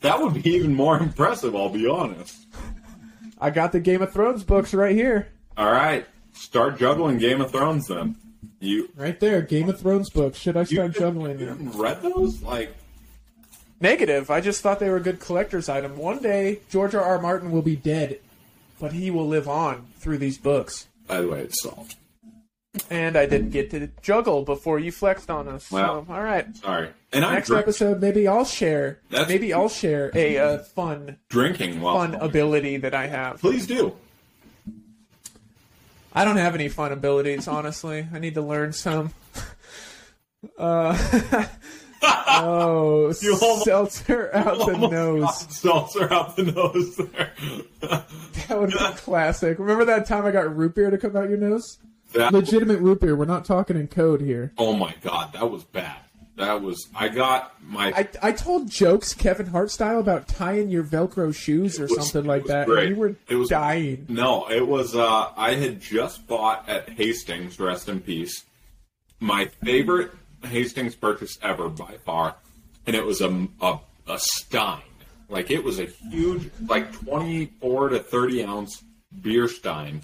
Speaker 2: That would be even more <laughs> impressive. I'll be honest.
Speaker 1: I got the Game of Thrones books right here,
Speaker 2: All right, start juggling Game of Thrones then. You
Speaker 1: right there. Game of Thrones books. Should I start juggling them?
Speaker 2: read those? Like,
Speaker 1: Negative. I just thought they were a good collector's item. One day, George R. R. Martin will be dead, but he will live on through these books.
Speaker 2: by the way, it's solved.
Speaker 1: And I didn't get to juggle before you flexed on us.
Speaker 2: Well,
Speaker 1: so, all right.
Speaker 2: Sorry. And I'm
Speaker 1: Next
Speaker 2: drink-
Speaker 1: episode, maybe I'll share.
Speaker 2: That's-
Speaker 1: maybe I'll share a uh, fun
Speaker 2: drinking while
Speaker 1: fun ability that I have.
Speaker 2: Please do.
Speaker 1: I don't have any fun abilities, honestly. I need to learn some. <laughs> Uh, oh,
Speaker 2: <laughs> You
Speaker 1: <laughs>
Speaker 2: almost-
Speaker 1: seltzer out
Speaker 2: you
Speaker 1: the
Speaker 2: almost
Speaker 1: nose.
Speaker 2: got Seltzer out the nose. There.
Speaker 1: That would be classic. Remember that time I got root beer to come out your nose?
Speaker 2: <laughs> That-
Speaker 1: Legitimate root beer. We're not talking in code here.
Speaker 2: Oh my god, that was bad. That was. I got my.
Speaker 1: I, I told jokes Kevin Hart style about tying your Velcro shoes or
Speaker 2: was-
Speaker 1: something like that.
Speaker 2: great.
Speaker 1: And you were
Speaker 2: It was-
Speaker 1: dying.
Speaker 2: No, it was. Uh, I had just bought at Hastings, rest in peace, my favorite Hastings purchase ever by far, and it was a, a, a stein. Like it was a huge, like 24 to 30 ounce beer stein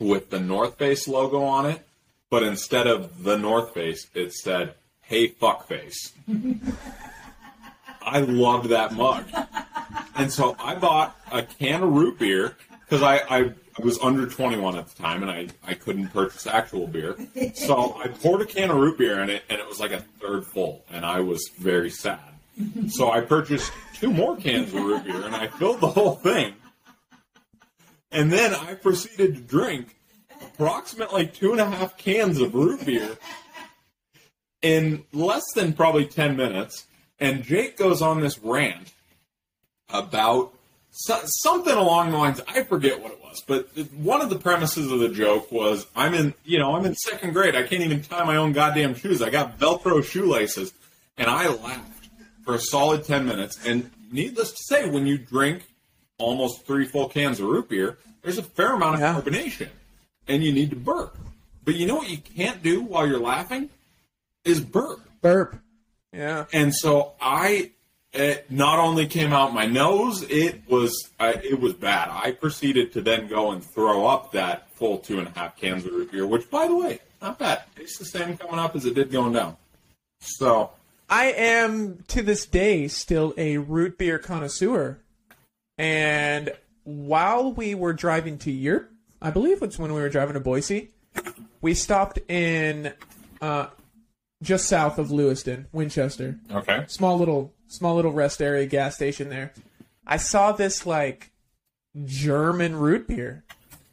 Speaker 2: with the North Face logo on it, but instead of the North Face, it said, "Hey fuckface." <laughs> I loved that mug, and so I bought a can of root beer because I, I I was under 21 at the time and I, I couldn't purchase actual beer. So I poured a can of root beer in it and it was like a third full and I was very sad. So I purchased two more cans of root beer and I filled the whole thing. And then I proceeded to drink approximately two and a half cans of root beer in less than probably 10 minutes. And Jake goes on this rant about so, something along the lines I forget what it was, but one of the premises of the joke was I'm in you know I'm in second grade. I can't even tie my own goddamn shoes. I got Velcro shoelaces, and I laughed for a solid ten minutes. And needless to say, when you drink almost three full cans of root beer, there's a fair amount of carbonation, and you need to burp. But you know what you can't do while you're laughing is burp.
Speaker 1: Burp. Yeah.
Speaker 2: And so I it not only came out my nose, it was I, it was bad. I proceeded to then go and throw up that full two and a half cans of root beer, which, by the way, not bad. Tastes the same coming up as it did going down. So
Speaker 1: I am to this day still a root beer connoisseur. And while we were driving to Europe, I believe it's when we were driving to Boise, we stopped in uh, just south of Lewiston, Winchester.
Speaker 2: Okay.
Speaker 1: Small little small little rest area gas station there. I saw this like German root beer.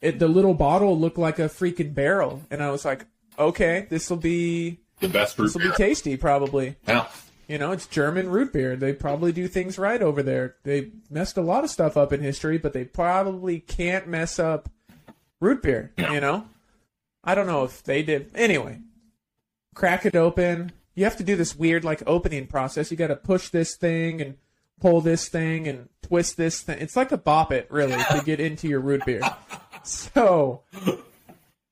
Speaker 1: It the little bottle looked like a freaking barrel, and I was like, okay, this will be
Speaker 2: the best root
Speaker 1: This will be
Speaker 2: beer.
Speaker 1: tasty, probably.
Speaker 2: Yeah.
Speaker 1: You know, it's German root beer. They probably do things right over there. They messed a lot of stuff up in history, but they probably can't mess up root beer. You know, I don't know if they did. Anyway, crack it open. You have to do this weird like opening process. You got to push this thing and pull this thing and twist this thing. It's like a bop it really to get into your root beer. So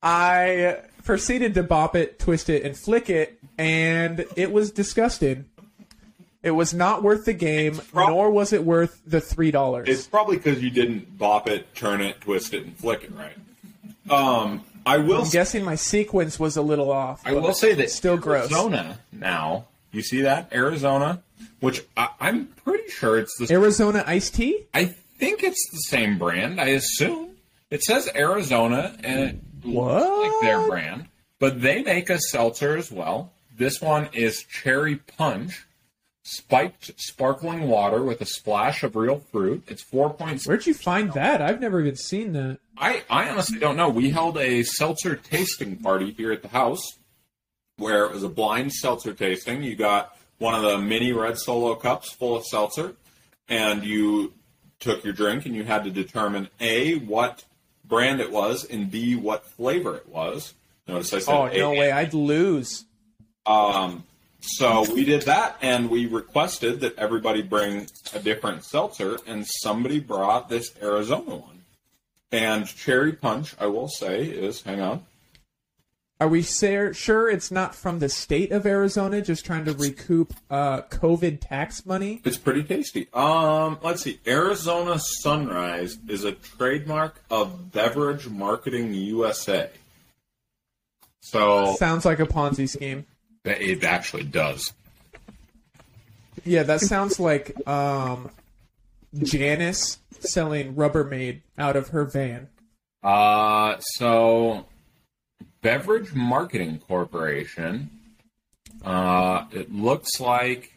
Speaker 1: I proceeded to bop it, twist it, and flick it, and it was disgusting. It was not worth the game, nor was it worth the three dollars.
Speaker 2: It's probably because you didn't bop it, turn it, twist it, and flick it right. Um, I will.
Speaker 1: I'm guessing my sequence was a little off.
Speaker 2: I
Speaker 1: but
Speaker 2: will say that
Speaker 1: it's still gross.
Speaker 2: Arizona now. You see that Arizona, which I, I'm pretty sure it's the
Speaker 1: Arizona iced tea.
Speaker 2: I think it's the same brand. I assume it says Arizona, and it looks like their brand. But they make a seltzer as well. This one is cherry punch, spiked sparkling water with a splash of real fruit. It's four points.
Speaker 1: Where'd you find that? I've never even seen that.
Speaker 2: I, I honestly don't know. We held a seltzer tasting party here at the house where it was a blind seltzer tasting. You got one of the mini red solo cups full of seltzer, and you took your drink and you had to determine A, what brand it was, and B, what flavor it was. Notice I said
Speaker 1: Oh no
Speaker 2: A.
Speaker 1: way! I'd lose.
Speaker 2: Um, so we did that, and we requested that everybody bring a different seltzer, and somebody brought this Arizona one. And cherry punch, I will say, is hang on.
Speaker 1: Are we ser- sure it's not from the state of Arizona, just trying to recoup uh, COVID tax money?
Speaker 2: It's pretty tasty. Um, let's see. Arizona Sunrise is a trademark of Beverage Marketing USA. So
Speaker 1: Sounds like a Ponzi scheme.
Speaker 2: it actually does.
Speaker 1: Yeah, that sounds like um, Janice selling Rubbermaid out of her van.
Speaker 2: Uh, so Beverage Marketing Corporation. Uh, it looks like.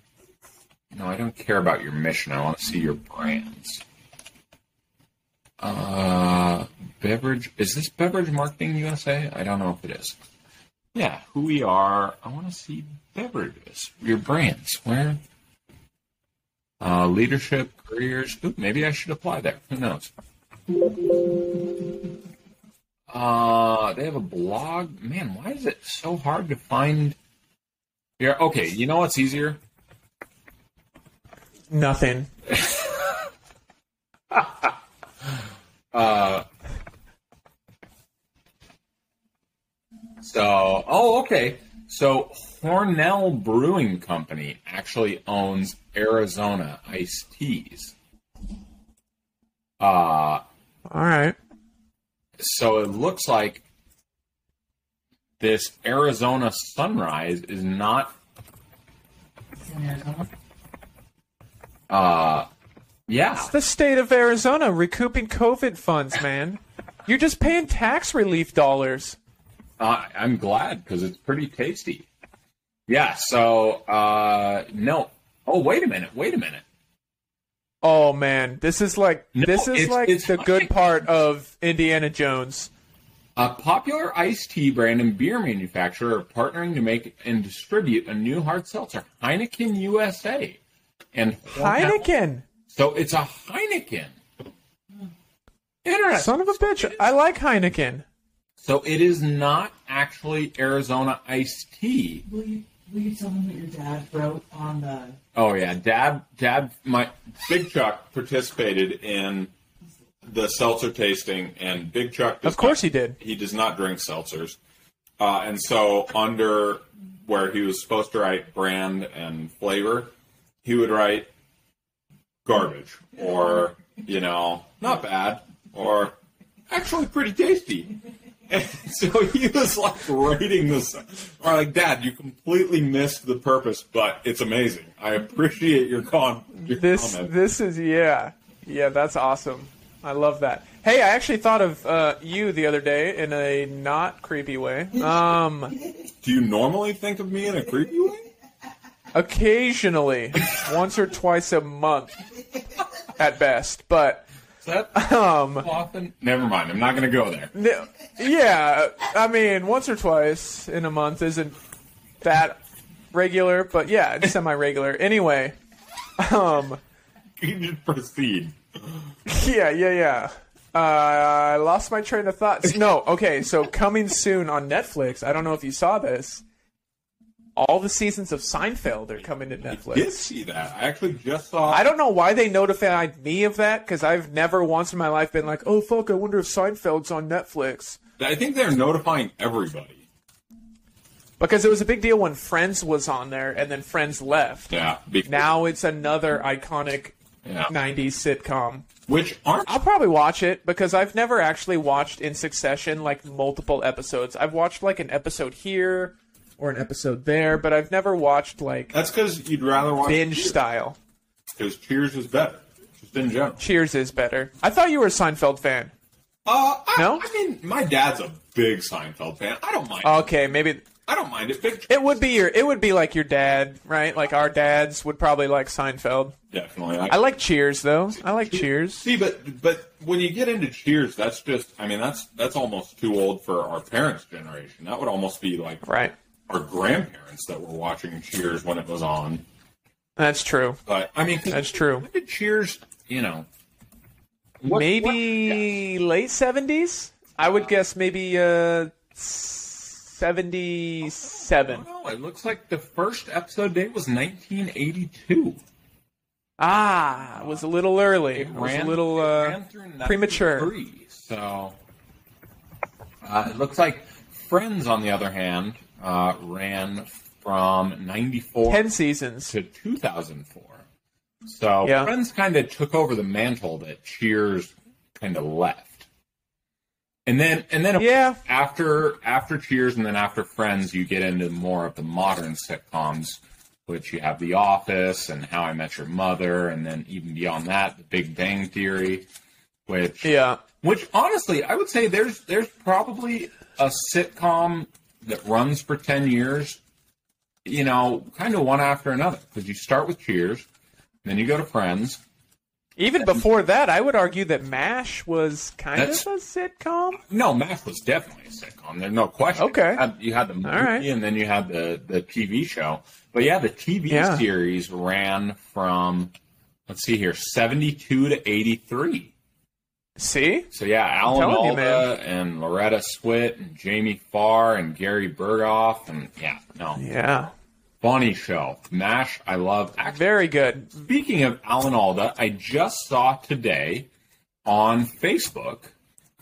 Speaker 2: No, I don't care about your mission. I want to see your brands. Uh, beverage. Is this Beverage Marketing USA? I don't know if it is. Yeah, who we are. I want to see beverages, your brands. Where? Uh, leadership, careers. Ooh, maybe I should apply there. Who knows? Uh, they have a blog. Man, why is it so hard to find? Here, okay. You know what's easier?
Speaker 1: Nothing.
Speaker 2: Uh. So, oh, okay. So Hornell Brewing Company actually owns Arizona iced teas. Uh,
Speaker 1: All right.
Speaker 2: so it looks like this Arizona sunrise is not uh yeah.
Speaker 1: It's the state of Arizona recouping COVID funds, man. You're just paying tax relief dollars.
Speaker 2: Uh, I'm glad because it's pretty tasty. Yeah. So uh, no. Oh, wait a minute. Wait a minute.
Speaker 1: Oh man, this is like this is
Speaker 2: it's-
Speaker 1: like
Speaker 2: it's
Speaker 1: the good
Speaker 2: fine.
Speaker 1: part of Indiana Jones.
Speaker 2: A popular iced tea brand and beer manufacturer are partnering to make and distribute a new hard seltzer, Heineken USA, and
Speaker 1: Heineken.
Speaker 2: So it's a Heineken. Interesting.
Speaker 1: Son of a bitch. I like Heineken.
Speaker 2: So it is not actually Arizona iced tea.
Speaker 5: Will you, will you tell me what your dad wrote on the
Speaker 2: Oh yeah, Dab Dab my Big Chuck participated in the seltzer tasting and Big Chuck Of course
Speaker 1: he did.
Speaker 2: He does not drink seltzers. Uh, and so under where he was supposed to write brand and flavor, he would write garbage or you know, not bad or actually pretty tasty. And <laughs> so he was like rating this, or like, Dad, you completely missed the purpose, but it's amazing. I appreciate your con. Your
Speaker 1: This
Speaker 2: comment.
Speaker 1: this is yeah. Yeah, that's awesome. I love that. Hey, I actually thought of uh, you the other day in a not creepy way. Um
Speaker 2: Do you normally think of me in a creepy way?
Speaker 1: Occasionally, once or twice a month at best, but um
Speaker 2: often Never mind. I'm not going to go there.
Speaker 1: No, yeah, I mean, once or twice in a month isn't that regular, but yeah, it's semi-regular. Anyway, um,
Speaker 2: you just proceed.
Speaker 1: Yeah, yeah, yeah. Uh, I lost my train of thoughts. No, okay. So coming soon on Netflix. I don't know if you saw this. All the seasons of Seinfeld are coming to Netflix.
Speaker 2: Did see that? I actually just saw.
Speaker 1: I don't know why they notified me of that because I've never once in my life been like, "Oh fuck, I wonder if Seinfeld's on Netflix."
Speaker 2: I think they're notifying everybody.
Speaker 1: Because it was a big deal when Friends was on there, and then Friends left.
Speaker 2: Yeah.
Speaker 1: Now it's another iconic
Speaker 2: Yeah.
Speaker 1: '90s sitcom.
Speaker 2: Which aren't?
Speaker 1: I'll probably watch it because I've never actually watched in succession like multiple episodes. I've watched like an episode here or an episode there, but I've never watched like
Speaker 2: That's because you'd rather watch
Speaker 1: binge style.
Speaker 2: Because Cheers is better, just in general.
Speaker 1: Cheers is better. I thought you were a Seinfeld fan.
Speaker 2: Uh, I,
Speaker 1: No?
Speaker 2: I mean, my dad's a big Seinfeld fan. I don't mind.
Speaker 1: Okay, maybe
Speaker 2: I don't mind it. Big
Speaker 1: it would be your it would be like your dad, right? Like our dads would probably like Seinfeld.
Speaker 2: Definitely.
Speaker 1: I like Cheers though. I like Cheers.
Speaker 2: See, but but when you get into Cheers, that's just I mean that's that's almost too old for our parents' generation. That would almost be like
Speaker 1: right
Speaker 2: our grandparents that were watching Cheers when it was on.
Speaker 1: That's true.
Speaker 2: But I mean, 'cause
Speaker 1: That's true.
Speaker 2: When did Cheers? You know,
Speaker 1: maybe late seventies. I would guess maybe uh, seventy-seven.
Speaker 2: oh, it looks like the first episode date was 1982.
Speaker 1: Ah, it was a little early. It, was a
Speaker 2: ran-
Speaker 1: little
Speaker 2: it
Speaker 1: uh,
Speaker 2: ran through 93.
Speaker 1: premature.
Speaker 2: So uh, it looks like Friends, on the other hand, uh, ran from 94
Speaker 1: Ten seasons
Speaker 2: to 2004. So
Speaker 1: Yeah.
Speaker 2: Friends kind of took over the mantle that Cheers kind of left. And then and then
Speaker 1: yeah.
Speaker 2: after after Cheers and then after Friends you get into more of the modern sitcoms which you have The Office and How I Met Your Mother and then even beyond that The Big Bang Theory which
Speaker 1: Yeah.
Speaker 2: which honestly I would say there's there's probably a sitcom that runs for 10 years you know, kind of one after another because you start with Cheers, then you go to Friends.
Speaker 1: Even before that, I would argue that MASH was kind
Speaker 2: That's-
Speaker 1: of a sitcom.
Speaker 2: No, MASH was definitely a sitcom. There's no question.
Speaker 1: Okay.
Speaker 2: You had, you had the movie
Speaker 1: right.
Speaker 2: and then you had the, the TV show. But yeah, the TV
Speaker 1: Yeah.
Speaker 2: series ran from, let's see here, 72 to 83.
Speaker 1: See?
Speaker 2: So yeah, Alan
Speaker 1: telling you,
Speaker 2: Alda and Loretta Swit and Jamie Farr and Gary Berghoff and yeah, no.
Speaker 1: Yeah.
Speaker 2: Funny show. MASH, I love.
Speaker 1: Very good.
Speaker 2: Speaking of Alan Alda, I just saw today on Facebook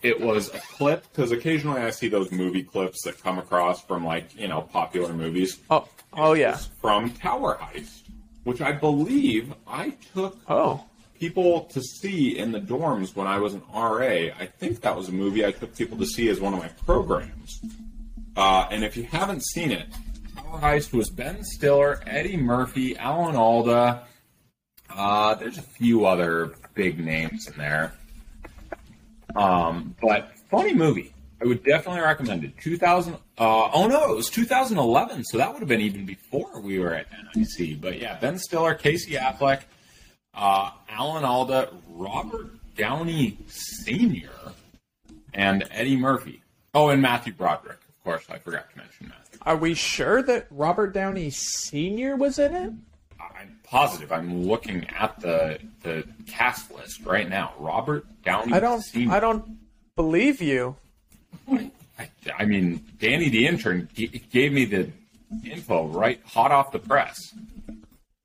Speaker 2: it was a clip because occasionally I see those movie clips that come across from like you know popular movies.
Speaker 1: Oh, oh yeah.
Speaker 2: From Tower Heist, which I believe I took
Speaker 1: oh
Speaker 2: people to see in the dorms when I was an RA. I think that was a movie I took people to see as one of my programs. Uh, and if you haven't seen it, Tower Heist was Ben Stiller, Eddie Murphy, Alan Alda. Uh, there's a few other big names in there. Um, but funny movie. I would definitely recommend it. 2000. Uh, oh no, it was 2011, so that would have been even before we were at NIC. But yeah, Ben Stiller, Casey Affleck, uh, Alan Alda, Robert Downey Sr., and Eddie Murphy. Oh, and Matthew Broderick, of course. I forgot to mention Matthew.
Speaker 1: Are we sure that Robert Downey Sr. was in it?
Speaker 2: I'm positive. I'm looking at the the cast list right now. Robert Downey.
Speaker 1: I don't.
Speaker 2: Sr.
Speaker 1: I don't believe you.
Speaker 2: I, I mean, Danny the intern g- gave me the info right hot off the press.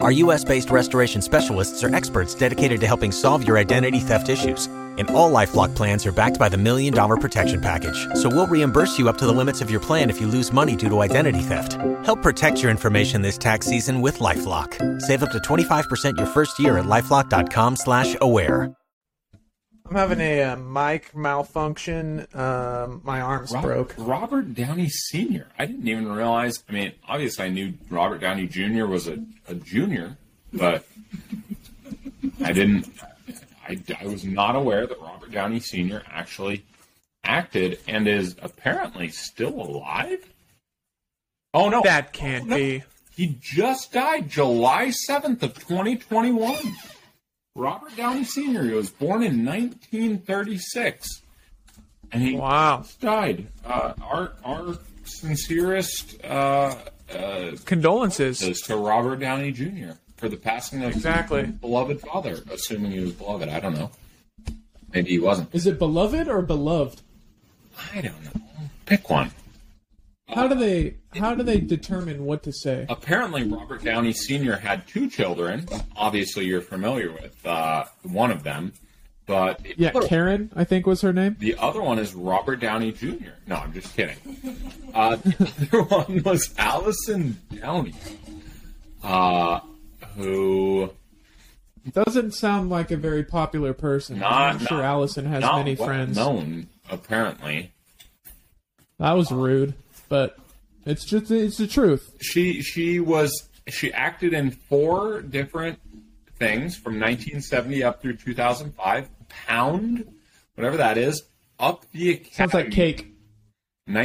Speaker 9: Our U.S. based restoration specialists are experts dedicated to helping solve your identity theft issues. And all LifeLock plans are backed by the Million Dollar Protection Package. So we'll reimburse you up to the limits of your plan if you lose money due to identity theft. Help protect your information this tax season with LifeLock. Save up to 25% your first year at LifeLock.com slash aware.
Speaker 1: I'm having a uh, mic malfunction. Um, my arms broke.
Speaker 2: Robert Downey Sr. I didn't even realize. I mean, obviously, I knew Robert Downey Jr. was a, a junior, but I didn't. I, I was not aware that Robert Downey Sr. actually acted and is apparently still alive. Oh no,
Speaker 1: that can't
Speaker 2: Oh, no.
Speaker 1: be.
Speaker 2: He just died July seventh of 2021. Robert Downey Sr. He was born in 1936, and he
Speaker 1: Wow.
Speaker 2: just died. Uh, our our sincerest uh, uh,
Speaker 1: condolences
Speaker 2: to Robert Downey Jr. for the passing of
Speaker 1: Exactly.
Speaker 2: his beloved father. Assuming he was beloved, I don't know. Maybe he wasn't.
Speaker 10: Is it beloved or beloved?
Speaker 2: I don't know. Pick one.
Speaker 10: How do they how do they determine what to say?
Speaker 2: Uh, Apparently, Robert Downey Sr. had two children. Obviously, you're familiar with uh, one of them, but the
Speaker 10: Yeah,
Speaker 2: other-
Speaker 10: Karen, I think was her name.
Speaker 2: The other one is Robert Downey Jr. No, I'm just kidding. Uh, the <laughs> other one was Allison Downey, uh, who
Speaker 10: Doesn't sound like a very popular person.
Speaker 2: not
Speaker 10: I'm sure
Speaker 2: not-
Speaker 10: Allison has
Speaker 2: not
Speaker 10: many
Speaker 2: well
Speaker 10: friends.
Speaker 2: known apparently.
Speaker 10: That was rude, but it's just it's the truth.
Speaker 2: She she was she acted in four different things from 1970 up through 2005. Pound, whatever that is, up the Academy.
Speaker 10: Sounds like cake.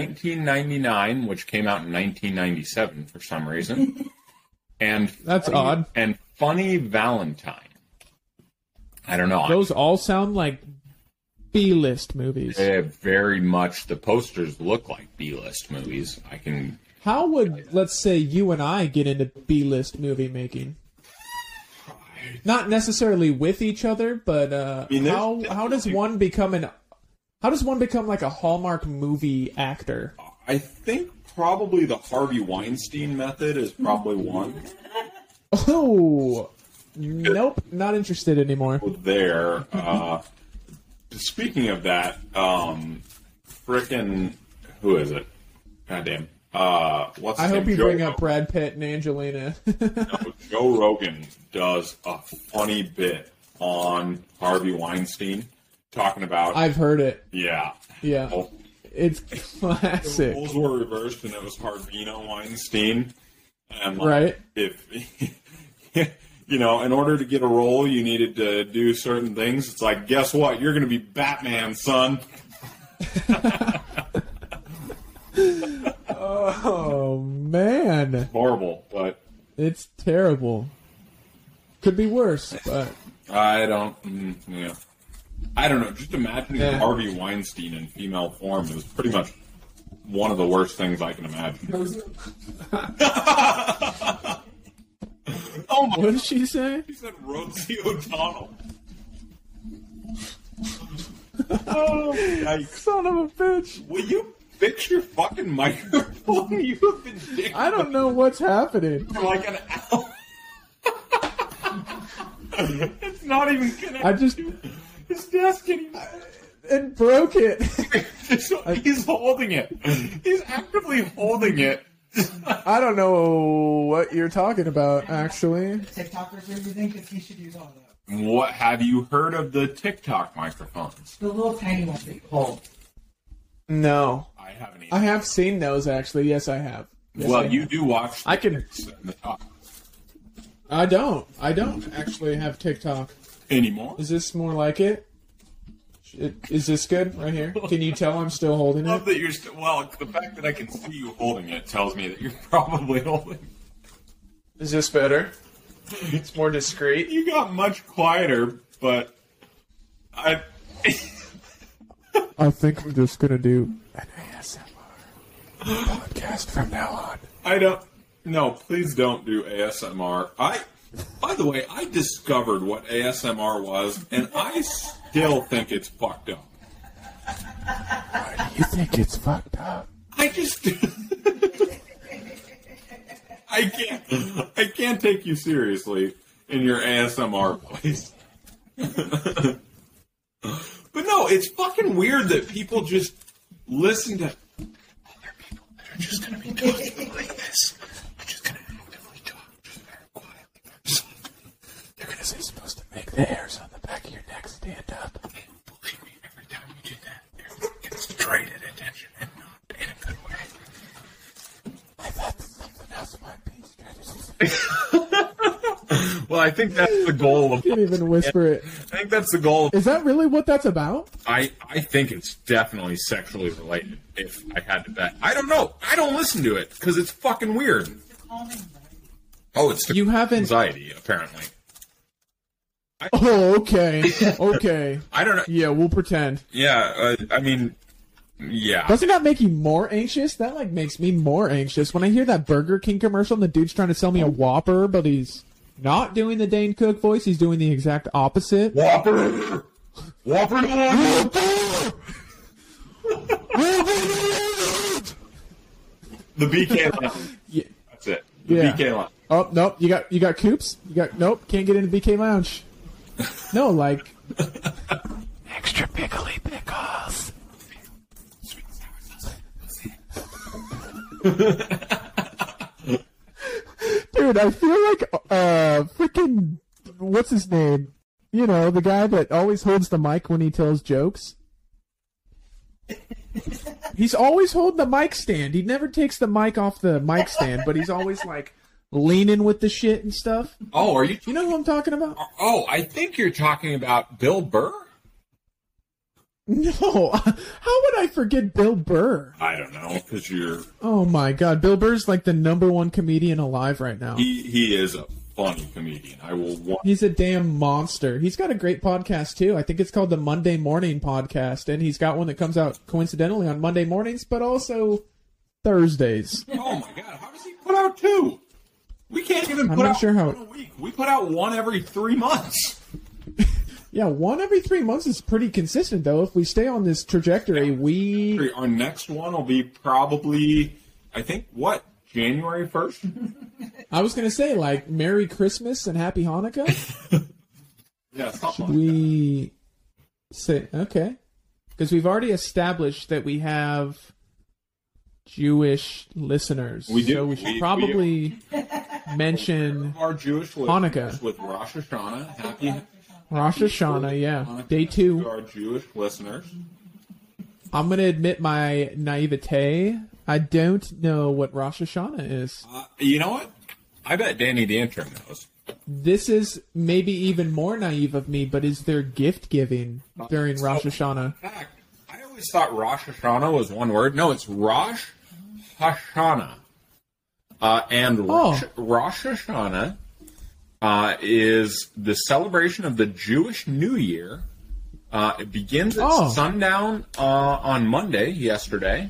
Speaker 2: 1999, which came out in 1997 for some
Speaker 10: <laughs>
Speaker 2: reason, and
Speaker 10: That's odd.
Speaker 2: And Funny Valentine. I don't know.
Speaker 10: Those all sound like B-list movies.
Speaker 2: They very much the posters look like B-list movies. I can
Speaker 10: How would let's say you and I get into B-list movie making? Not necessarily with each other, but uh,
Speaker 2: mean, there's
Speaker 10: how how does one become an how does one become like a Hallmark movie actor?
Speaker 2: I think probably the Harvey Weinstein method is probably one
Speaker 10: Oh, nope, not interested anymore.
Speaker 2: there. Uh, speaking of that, um, frickin' who is it? Goddamn. Uh, what's
Speaker 10: I
Speaker 2: his
Speaker 10: hope
Speaker 2: name?
Speaker 10: you
Speaker 2: Joe
Speaker 10: bring up Brad Pitt and
Speaker 1: <laughs>
Speaker 10: Angelina.
Speaker 2: Joe Rogan does a funny bit on Harvey Weinstein talking about
Speaker 10: I've heard it.
Speaker 2: yeah.
Speaker 10: Yeah,
Speaker 2: Well,
Speaker 10: it's
Speaker 2: the
Speaker 10: classic.
Speaker 2: roles were reversed and it was Harvino Weinstein. And like,
Speaker 10: Right.
Speaker 2: if <laughs> you know, in order to get a role you needed to do certain things. It's like, guess what? You're gonna be Batman, son.
Speaker 1: Oh man,
Speaker 2: horrible, but
Speaker 1: it's terrible. Could be worse, but
Speaker 2: I don't. mm, Yeah, I don't know. Just imagining Harvey Weinstein in female form is pretty much one of the worst things I can imagine. oh my!
Speaker 1: What did she say?
Speaker 2: She said Rosie O'Donnell. oh, yikes.
Speaker 1: son of a bitch!
Speaker 2: Will you fix your fucking microphone? <laughs> You have been dick
Speaker 1: I don't know what's happening.
Speaker 2: for like an hour. <laughs> it's not even connected.
Speaker 1: I just
Speaker 2: his desk anymore.
Speaker 1: and broke it. <laughs>
Speaker 2: He's holding it. He's actively holding it.
Speaker 1: I don't know what you're talking about, actually.
Speaker 5: TikTokers really think that he should use all that.
Speaker 2: What have you heard of the TikTok microphones?
Speaker 5: The little tiny ones that you hold.
Speaker 1: No,
Speaker 2: I haven't. Either.
Speaker 1: I have seen those actually. Yes, I have. Yes,
Speaker 2: well,
Speaker 1: I
Speaker 2: you
Speaker 1: have.
Speaker 2: do watch.
Speaker 1: I can-
Speaker 2: TikToks in the top
Speaker 1: I don't. I don't actually have TikTok.
Speaker 2: anymore.
Speaker 1: Is this more like it? It- Is this good right here? Can you tell I'm still holding
Speaker 2: I love
Speaker 1: it?
Speaker 2: that you're still. Well, the fact that I can see you holding it tells me that you're <laughs> probably holding.
Speaker 1: <laughs> Is this better? It's more discreet.
Speaker 2: You got much quieter, but I.
Speaker 1: I think I'm just gonna do an ASMR podcast from now on.
Speaker 2: I don't. No, please don't do ASMR. I. By the way, I discovered what ASMR was, and I still think it's fucked up.
Speaker 1: You think it's fucked up?
Speaker 2: I just. I can't. I can't take you seriously in your ASMR place. but no, it's fucking weird that people just listen to.
Speaker 1: Because it's supposed to make the hairs on the back of your neck stand up.
Speaker 2: Well, I think that's the goal of.
Speaker 1: Can't even whisper it.
Speaker 2: I think that's the goal. Of,
Speaker 1: Is that really what that's about?
Speaker 2: I I think it's definitely sexually related. If I had to bet, I don't know. I don't listen to it because it's fucking weird. Oh, it's the
Speaker 1: You haven't.
Speaker 2: anxiety apparently.
Speaker 1: Oh, okay, okay.
Speaker 2: I don't know.
Speaker 1: Yeah, we'll pretend.
Speaker 2: Yeah, uh, I mean, yeah.
Speaker 1: Doesn't that make you more anxious? That like makes me more anxious when I hear that Burger King commercial and the dude's trying to sell me a Whopper, but he's not doing the Dane Cook voice. He's doing the exact opposite.
Speaker 2: Whopper. Whopper. The BK
Speaker 1: <laughs>
Speaker 2: Lounge.
Speaker 1: Yeah.
Speaker 2: That's it. The
Speaker 1: Yeah.
Speaker 2: BK Lounge.
Speaker 1: Oh nope, you got you got coops. You got nope. Can't get into BK Lounge. No, like extra pickly pickles. Dude, I feel like uh, freaking what's his name? You know, the guy that always holds the mic when he tells jokes. He's always holding the mic stand. He never takes the mic off the mic stand, but he's always like leaning with the shit and stuff.
Speaker 2: Oh, are you?
Speaker 1: You know who I'm talking about?
Speaker 2: Oh, I think you're talking about Bill Burr.
Speaker 1: No. <laughs> How would I forget Bill Burr?
Speaker 2: I don't know because you're
Speaker 1: Oh my god, Bill Burr's like the number one comedian alive right now.
Speaker 2: he. He is a funny comedian. I will want.
Speaker 1: He's a damn monster. He's got a great podcast too. I think it's called the Monday Morning Podcast, and he's got one that comes out coincidentally on Monday mornings, but also Thursdays. <laughs>
Speaker 2: Oh my god, how does he put out two? We can't even
Speaker 1: I'm
Speaker 2: put
Speaker 1: not
Speaker 2: out
Speaker 1: sure how-
Speaker 2: one a week. We put out one every three months.
Speaker 1: Yeah, one every three months is pretty consistent though. If we stay on this trajectory, we
Speaker 2: Our next one will be probably, I think, what January first.
Speaker 1: I was gonna say like Merry Christmas and Happy Hanukkah.
Speaker 2: Yeah, something like that.
Speaker 1: we say okay because we've already established that we have Jewish listeners.
Speaker 2: We do.
Speaker 1: So we should
Speaker 2: We- we-
Speaker 1: probably <laughs> mention
Speaker 2: our Jewish listeners
Speaker 1: Hanukkah.
Speaker 2: with Rosh Hashanah. Happy
Speaker 1: Rosh Hashanah. Yeah, day
Speaker 2: to
Speaker 1: two.
Speaker 2: our Jewish listeners.
Speaker 1: I'm gonna admit my naivete. I don't know what Rosh Hashanah is.
Speaker 2: Uh, you know what? I bet Danny the intern knows.
Speaker 1: This is maybe even more naive of me, but is there gift giving during Rosh Hashanah?
Speaker 2: In fact, I always thought Rosh Hashanah was one word. No, it's Rosh Hashanah. Uh, and
Speaker 1: Oh.
Speaker 2: Rosh, Rosh Hashanah uh, is the celebration of the Jewish New Year. Uh, it begins at
Speaker 1: Oh.
Speaker 2: sundown uh, on Monday, yesterday,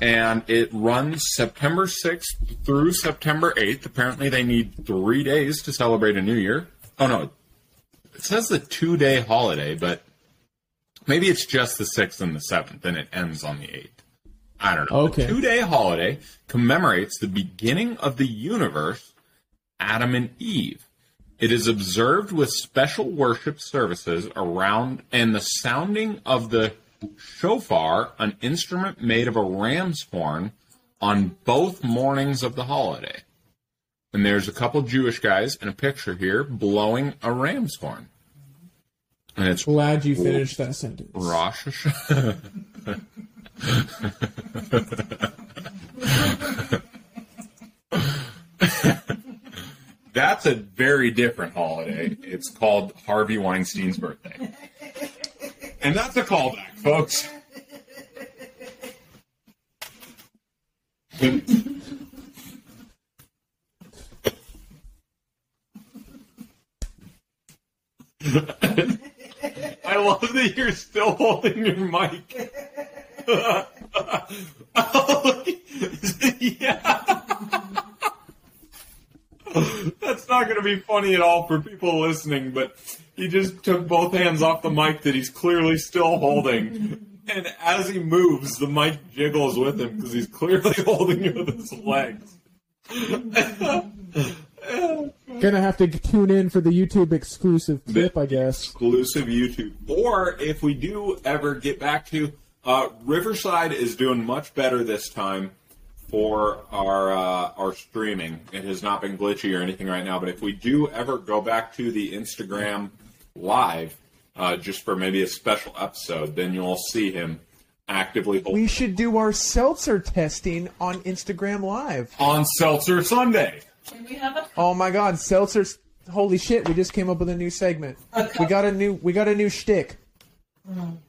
Speaker 2: and it runs September 6th through September 8th. Apparently, they need three days to celebrate a New Year. Oh, no. It says the two day holiday, but maybe it's just the 6th and the 7th, and it ends on the 8th. I don't know.
Speaker 10: Okay.
Speaker 2: The two day holiday commemorates the beginning of the universe, Adam and Eve. It is observed with special worship services around and the sounding of the shofar, an instrument made of a ram's horn, on both mornings of the holiday. And there's a couple Jewish guys in a picture here blowing a ram's horn. And it's
Speaker 1: Glad you finished that sentence.
Speaker 2: Rosh Hashanah. That's a very different holiday. It's called Harvey Weinstein's birthday. And that's a callback, folks. I love that you're still holding your mic. <laughs> That's not going to be funny at all for people listening, but he just took both hands off the mic that he's clearly still holding. And as he moves, the mic jiggles with him because he's clearly <laughs> holding it with his legs.
Speaker 10: Gonna have to tune in for the YouTube exclusive clip, I guess.
Speaker 2: exclusive YouTube. Or if we do ever get back to uh, Riverside, is doing much better this time for our uh, our streaming. It has not been glitchy or anything right now. But if we do ever go back to the Instagram live, uh, just for maybe a special episode, then you'll see him actively
Speaker 1: We should do our seltzer testing on Instagram Live.
Speaker 2: on Seltzer Sunday.
Speaker 1: Oh my God, seltzers! Holy shit, we just came up with a new segment. We got a new, we got a new shtick.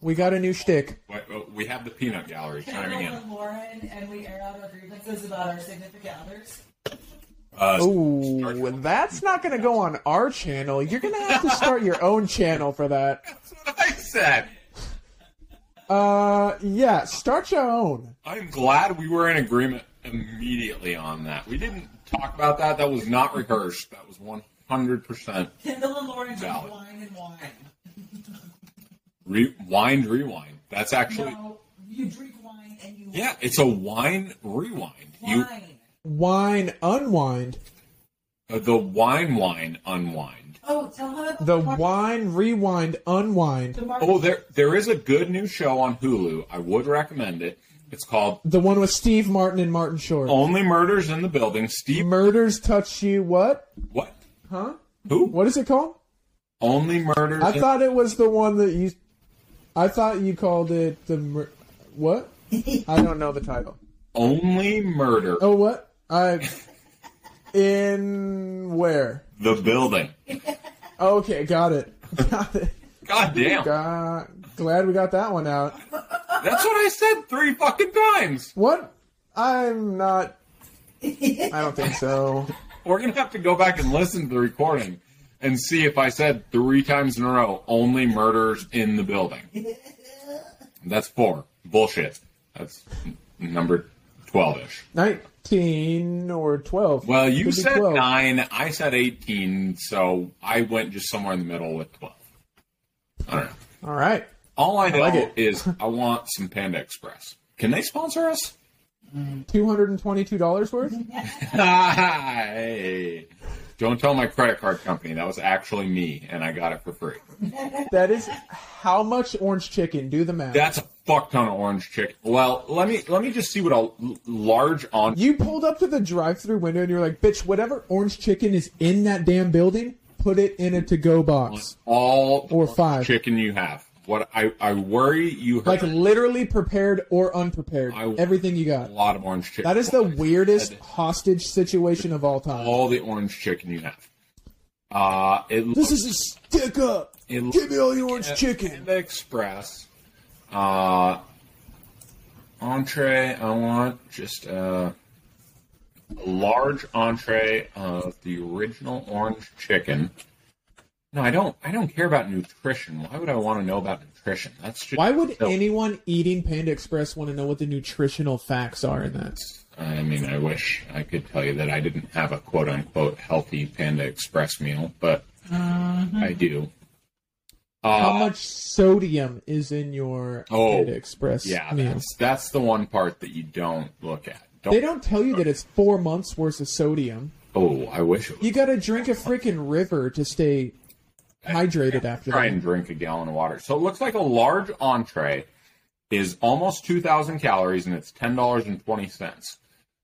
Speaker 1: We got a new shtick.
Speaker 2: Wait, oh, We have the Peanut Gallery chiming in.
Speaker 5: Lauren and we air out our grievances about our significant others.
Speaker 1: oh, that's not going to go on our channel. You're going to have to start your own channel for that.
Speaker 2: I said.
Speaker 1: Uh, yeah, start your own.
Speaker 2: I'm glad we were in agreement immediately on that. We didn't talk about that. That was not rehearsed. That was 100%
Speaker 5: Kendall and Lauren drink
Speaker 2: Valid.
Speaker 5: wine and wine.
Speaker 2: rewind, rewind. That's actually,
Speaker 5: No, you drink wine and you
Speaker 2: yeah, it's a wine rewind. You
Speaker 5: wine.
Speaker 1: Wine, unwind.
Speaker 2: uh, The wine, wine, unwind.
Speaker 5: Oh, tell her
Speaker 1: The wine, rewind, unwind.
Speaker 2: Oh, there, there is a good new show on Hulu. I would recommend it. It's called
Speaker 1: The one with Steve Martin and Martin Short.
Speaker 2: Only Murders in the Building. Steve,
Speaker 1: Murders touch you. What?
Speaker 2: what?
Speaker 1: Huh?
Speaker 2: Who?
Speaker 1: What is it called?
Speaker 2: Only Murders.
Speaker 1: I
Speaker 2: in-
Speaker 1: thought it was the one that you. I thought you called it the. Mur- what? <laughs> I don't know the title.
Speaker 2: Only Murder.
Speaker 1: Oh, what? I. In where?
Speaker 2: The building.
Speaker 1: Okay, got it. <laughs> Got it.
Speaker 2: God damn.
Speaker 1: Got- glad we got that one out.
Speaker 2: That's what I said three fucking times.
Speaker 1: What? I'm not. I don't think so.
Speaker 2: We're gonna have to go back and listen to the recording and see if I said three times in a row only murders in the building. That's four. Bullshit. That's n- number twelve ish.
Speaker 1: 19 or 12.
Speaker 2: Well, you
Speaker 1: Could be
Speaker 2: said
Speaker 1: 12.
Speaker 2: nine. I said eighteen. So I went just somewhere in the middle with twelve. I don't know.
Speaker 1: All right.
Speaker 2: All I know
Speaker 1: like it.
Speaker 2: is I want some Panda Express. Can they sponsor us? <laughs>
Speaker 1: $222 worth?
Speaker 2: Hey. Don't tell my credit card company. That was actually me, and I got it for free.
Speaker 1: That is how much orange chicken? Do the math.
Speaker 2: That's a fuck ton of orange chicken. Well, let me let me just see what a l- large on.
Speaker 1: You pulled up to the drive-through window and you're like, "Bitch, whatever orange chicken is in that damn building, put it in a to-go box."
Speaker 2: all
Speaker 1: or five.
Speaker 2: chicken you have. What I I worry you heard
Speaker 1: Like literally prepared or unprepared, everything you
Speaker 2: a
Speaker 1: got.
Speaker 2: lot of orange chicken.
Speaker 1: That is the weirdest hostage situation of all time.
Speaker 2: all the orange chicken you have. Uh it
Speaker 1: This
Speaker 2: looks,
Speaker 1: is a stick up.
Speaker 2: it
Speaker 1: Give me all your orange
Speaker 2: looks-
Speaker 1: chicken.
Speaker 2: Panda Express. Uh entree, I want just a, a large entree of the original orange chicken. No, I don't. I don't care about nutrition. Why would I want to know about nutrition? That's just
Speaker 1: Why would
Speaker 2: silly.
Speaker 1: anyone eating Panda Express want to know what the nutritional facts are in that?
Speaker 2: I mean, I wish I could tell you that I didn't have a quote unquote healthy Panda Express meal, but I do.
Speaker 1: Mm-hmm.
Speaker 2: Uh,
Speaker 1: How much sodium is in your Panda Express
Speaker 2: Oh. Yeah,
Speaker 1: meal?
Speaker 2: that's, that's the one part that you don't look at.
Speaker 1: They don't tell you that it's four months worth of sodium.
Speaker 2: Oh, I wish it was.
Speaker 1: You gotta drink a freaking river to stay hydrated after
Speaker 2: Try
Speaker 1: that.
Speaker 2: and drink a gallon of water. So it looks like a large entree is almost 2,000 calories and it's $10.20.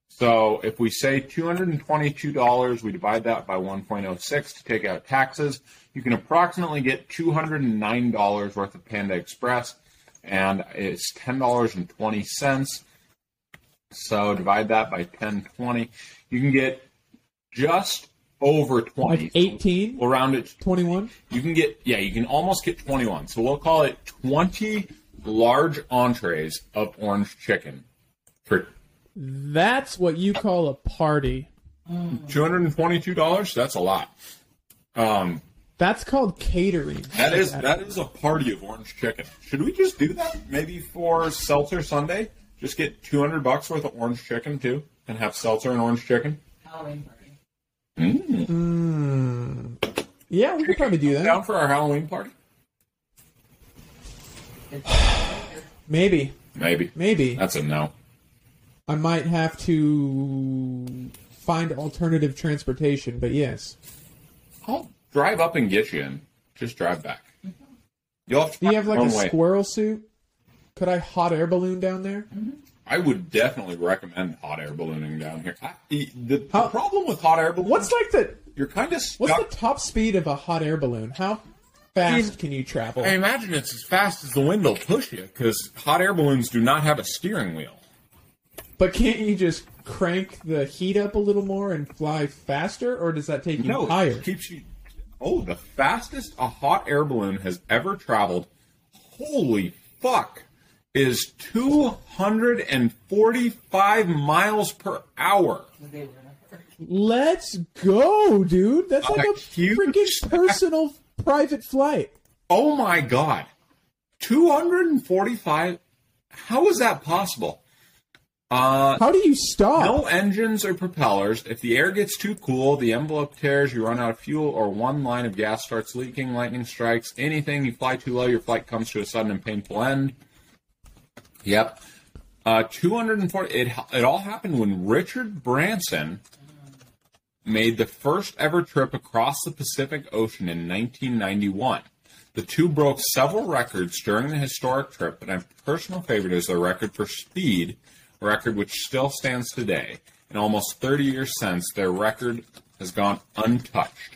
Speaker 2: So if we say $222, we divide that by 1.06 to take out taxes, you can approximately get $209 worth of Panda Express and it's $10.20. So divide that by 1020. You can get just over 20.
Speaker 1: Like 18?
Speaker 2: We'll round it
Speaker 1: 21?
Speaker 2: You can get, yeah, you can almost get 21. So we'll call it 20 large entrees of orange chicken for
Speaker 1: That's what you call a party.
Speaker 2: $222. That's a lot. Um,
Speaker 1: That's called catering.
Speaker 2: that is that is a party of orange chicken. Should we just do that? Maybe for seltzer Sunday, just get two hundred bucks worth of orange chicken too, and have seltzer and orange chicken.
Speaker 5: Halloween
Speaker 1: Mm. Yeah, we could probably do that.
Speaker 2: Down for our Halloween party?
Speaker 1: Maybe.
Speaker 2: Maybe.
Speaker 1: Maybe.
Speaker 2: That's a no.
Speaker 1: I might have to find alternative transportation, but yes.
Speaker 2: I'll drive up and get you in. Just drive back. You'll have to
Speaker 1: Do you have like
Speaker 2: one
Speaker 1: a
Speaker 2: way.
Speaker 1: squirrel suit? Could I hot air balloon down there?
Speaker 2: I would definitely recommend hot air ballooning down here. I, the, the problem with hot air balloons.
Speaker 1: What's like the
Speaker 2: you're kind of stuck.
Speaker 1: What's the top speed of a hot air balloon? How fast can you travel?
Speaker 2: I imagine it's as fast as the wind will push you because hot air balloons do not have a steering wheel.
Speaker 1: But can't you just crank the heat up a little more and fly faster, or does that take you
Speaker 2: No,
Speaker 1: higher?
Speaker 2: it keeps you. Oh, the fastest a hot air balloon has ever traveled. Holy fuck! Is 245 miles per hour.
Speaker 1: Let's go, dude. That's like a
Speaker 2: huge-
Speaker 1: freaking personal private flight.
Speaker 2: Oh my god. 245 How is that possible? Uh
Speaker 1: How do you stop?
Speaker 2: No engines or propellers. If the air gets too cool, the envelope tears, you run out of fuel or one line of gas starts leaking, lightning strikes, anything you fly too low, your flight comes to a sudden and painful end. Yep. Uh 240 it it all happened when Richard Branson made the first ever trip across the Pacific Ocean in 1991. The two broke several records during the historic trip, but my personal favorite is their record for speed, a record which still stands today. In almost 30 years since, their record has gone untouched.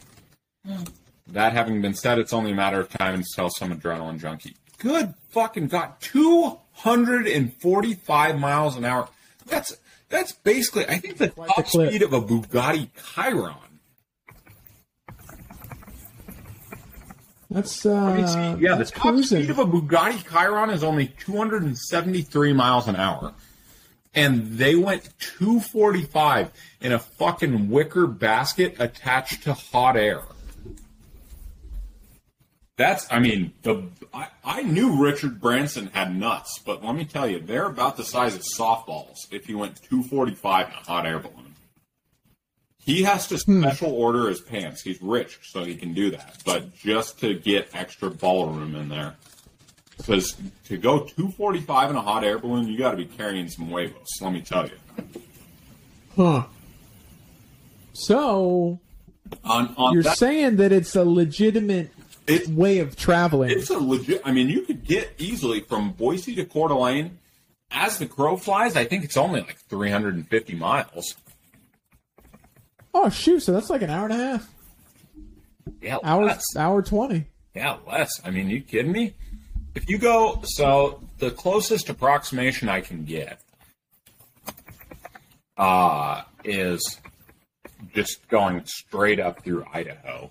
Speaker 2: That having been said, it's only a matter of time until some adrenaline junkie. Good fucking god, 245 miles an hour. That's that's basically I think the top speed of a Bugatti Chiron.
Speaker 1: That's
Speaker 2: Let me see.
Speaker 1: uh,
Speaker 2: yeah, the top speed of a Bugatti Chiron is only 273 miles an hour, and they went 245 in a fucking wicker basket attached to hot air. That's, I mean, the I, I knew Richard Branson had nuts, but let me tell you, they're about the size of softballs. If you went 245 in a hot air balloon, he has to special order his pants. He's rich, so he can do that. But just to get extra ballroom in there, because to go 245 in a hot air balloon, you got to be carrying some huevos. Let me tell you.
Speaker 1: huh? So
Speaker 2: On on
Speaker 1: you're
Speaker 2: that-
Speaker 1: saying that it's a legitimate way of traveling?
Speaker 2: It's a legit. I mean, you could get easily from Boise to Coeur d'Alene. As the crow flies, I think it's only like 350 miles.
Speaker 1: Oh shoot! So that's like an hour and a half,
Speaker 2: Yeah,
Speaker 1: hour
Speaker 2: less.
Speaker 1: hour twenty.
Speaker 2: Yeah, less. I mean, you kidding me? If you go, so the closest approximation I can get uh, is just going straight up through Idaho.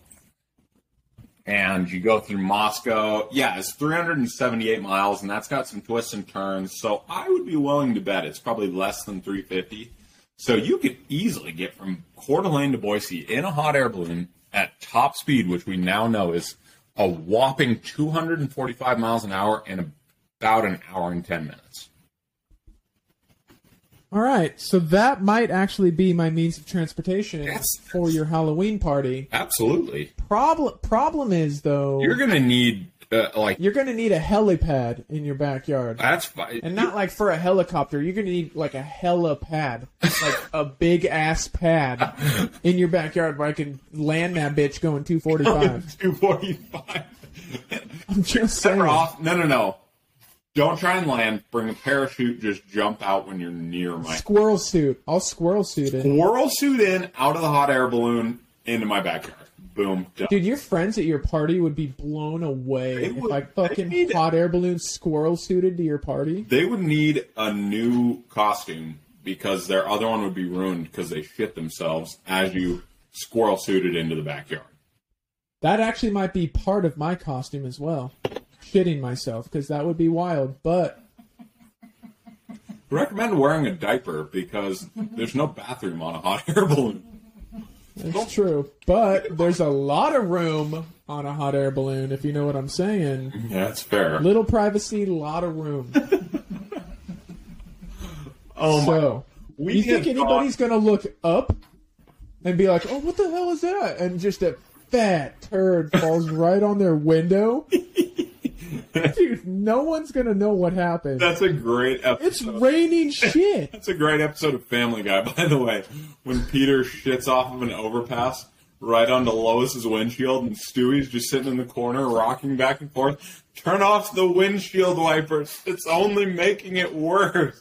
Speaker 2: and you go through Moscow. Yeah, it's 378 miles, and that's got some twists and turns. So I would be willing to bet it's probably less than 350. So you could easily get from Coeur d'Alene to Boise in a hot air balloon at top speed, which we now know is a whopping 245 miles an hour in about an hour and 10 minutes.
Speaker 1: All right, so that might actually be my means of transportation for your Halloween party.
Speaker 2: Absolutely.
Speaker 1: Problem problem is though,
Speaker 2: You're going to need, uh, like,
Speaker 1: you're gonna need a helipad in your backyard,
Speaker 2: that's fine.
Speaker 1: and
Speaker 2: <laughs>
Speaker 1: not like for a helicopter. You're gonna need like a helipad, like a big ass pad in your backyard where I can land that bitch going
Speaker 2: <laughs>
Speaker 1: 245.
Speaker 2: 245.
Speaker 1: I'm just saying.
Speaker 2: We're off. No, no, no. Don't try and land. Bring a parachute. Just jump out when you're near my
Speaker 1: Squirrel suit. I'll squirrel suit it.
Speaker 2: Whirl suit in, out of the hot air balloon, into my backyard. Boom. Done.
Speaker 1: Dude, your friends at your party would be blown away if I fucking hot air balloon squirrel suited to your party.
Speaker 2: They would need a new costume because their other one would be ruined because they shit themselves as you squirrel suited into the backyard.
Speaker 1: That actually might be part of my costume as well. Shitting myself because that would be wild. But
Speaker 2: Recommend wearing a diaper
Speaker 1: <laughs>
Speaker 2: because there's no bathroom on a hot air balloon.
Speaker 1: it's true. But there's a lot of room on a hot air balloon if you know what I'm saying.
Speaker 2: Yeah, that's fair.
Speaker 1: Little privacy, lot of room.
Speaker 2: <laughs> Oh my!
Speaker 1: So,
Speaker 2: We
Speaker 1: you think
Speaker 2: had
Speaker 1: anybody's gonna look up and be like, "Oh, what the hell is that?" And just a fat
Speaker 2: <laughs>
Speaker 1: turd falls right on their window. Dude, no one's gonna know what happened.
Speaker 2: That's a great episode.
Speaker 1: it's raining shit.
Speaker 2: <laughs> That's a great episode of Family Guy, <laughs> by the way. When Peter shits off of an overpass right onto Lois's windshield, and Stewie's just sitting in the corner, rocking back and forth. Turn off the windshield wipers. It's only making it worse.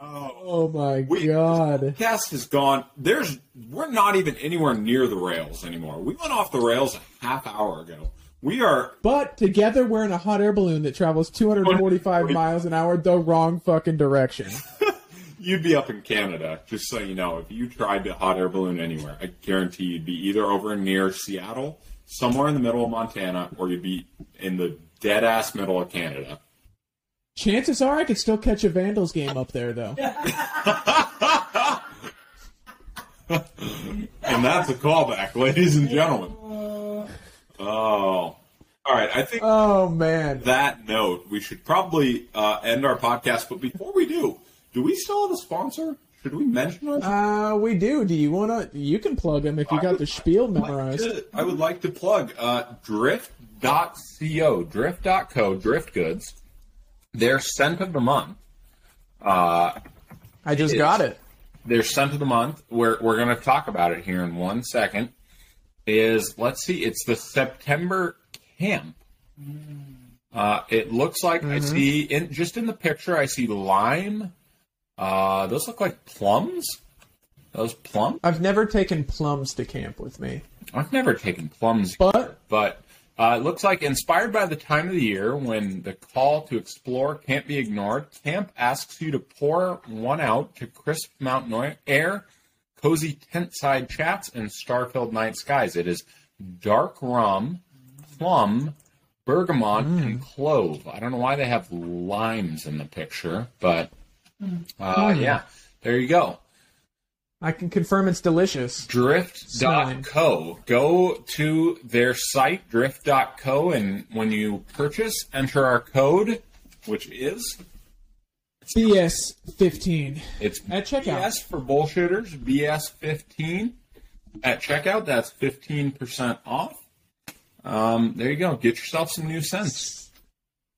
Speaker 1: Oh my god!
Speaker 2: Cast is gone. There's we're not even anywhere near the rails anymore. We went off the rails a half hour ago. We are
Speaker 1: But together we're in a hot air balloon that travels 245 miles an hour the wrong fucking direction.
Speaker 2: You'd be up in Canada, just so you know. If you tried to hot air balloon anywhere, I guarantee you'd be either over near Seattle, somewhere in the middle of Montana, or you'd be in the dead ass middle of Canada.
Speaker 1: Chances are I could still catch a Vandals game up there though.
Speaker 2: And that's a callback, <laughs> ladies and gentlemen. Oh. All right, I think
Speaker 1: Oh man!
Speaker 2: that note, we should probably uh, end our podcast. But before we do, do we still have a sponsor? Should we mention our
Speaker 1: Uh, we do. Do you wanna? You can plug him if you got the spiel memorized.
Speaker 2: I would like to plug uh, drift.co, drift.co, drift goods, their scent of the month. Uh,
Speaker 1: I just
Speaker 2: is
Speaker 1: got it.
Speaker 2: Their scent of the month, we're, we're going to talk about it here in one second, is let's see, it's the September camp. Uh, it looks like I
Speaker 1: Mhm.
Speaker 2: see, in, just in the picture, I see lime. Uh, those look like plums. Those plums?
Speaker 1: I've never taken plums to camp with me.
Speaker 2: I've never taken plums,
Speaker 1: but
Speaker 2: but uh, it looks like inspired by the time of the year when the call to explore can't be ignored, camp asks you to pour one out to crisp mountain oi- air, cozy tent side chats, and star-filled night skies. It is dark rum, plum, bergamot, and clove. I don't know why they have limes in the picture, but uh,
Speaker 1: Mm.
Speaker 2: yeah, there you go.
Speaker 1: I can confirm it's delicious.
Speaker 2: drift.co. Go to their site, drift.co, and when you purchase, enter our code, which is
Speaker 1: BS15.
Speaker 2: it's
Speaker 1: At checkout.
Speaker 2: BS for bullshitters, BS15. At checkout, that's 15% off. Um, there you go. Get yourself some new scents.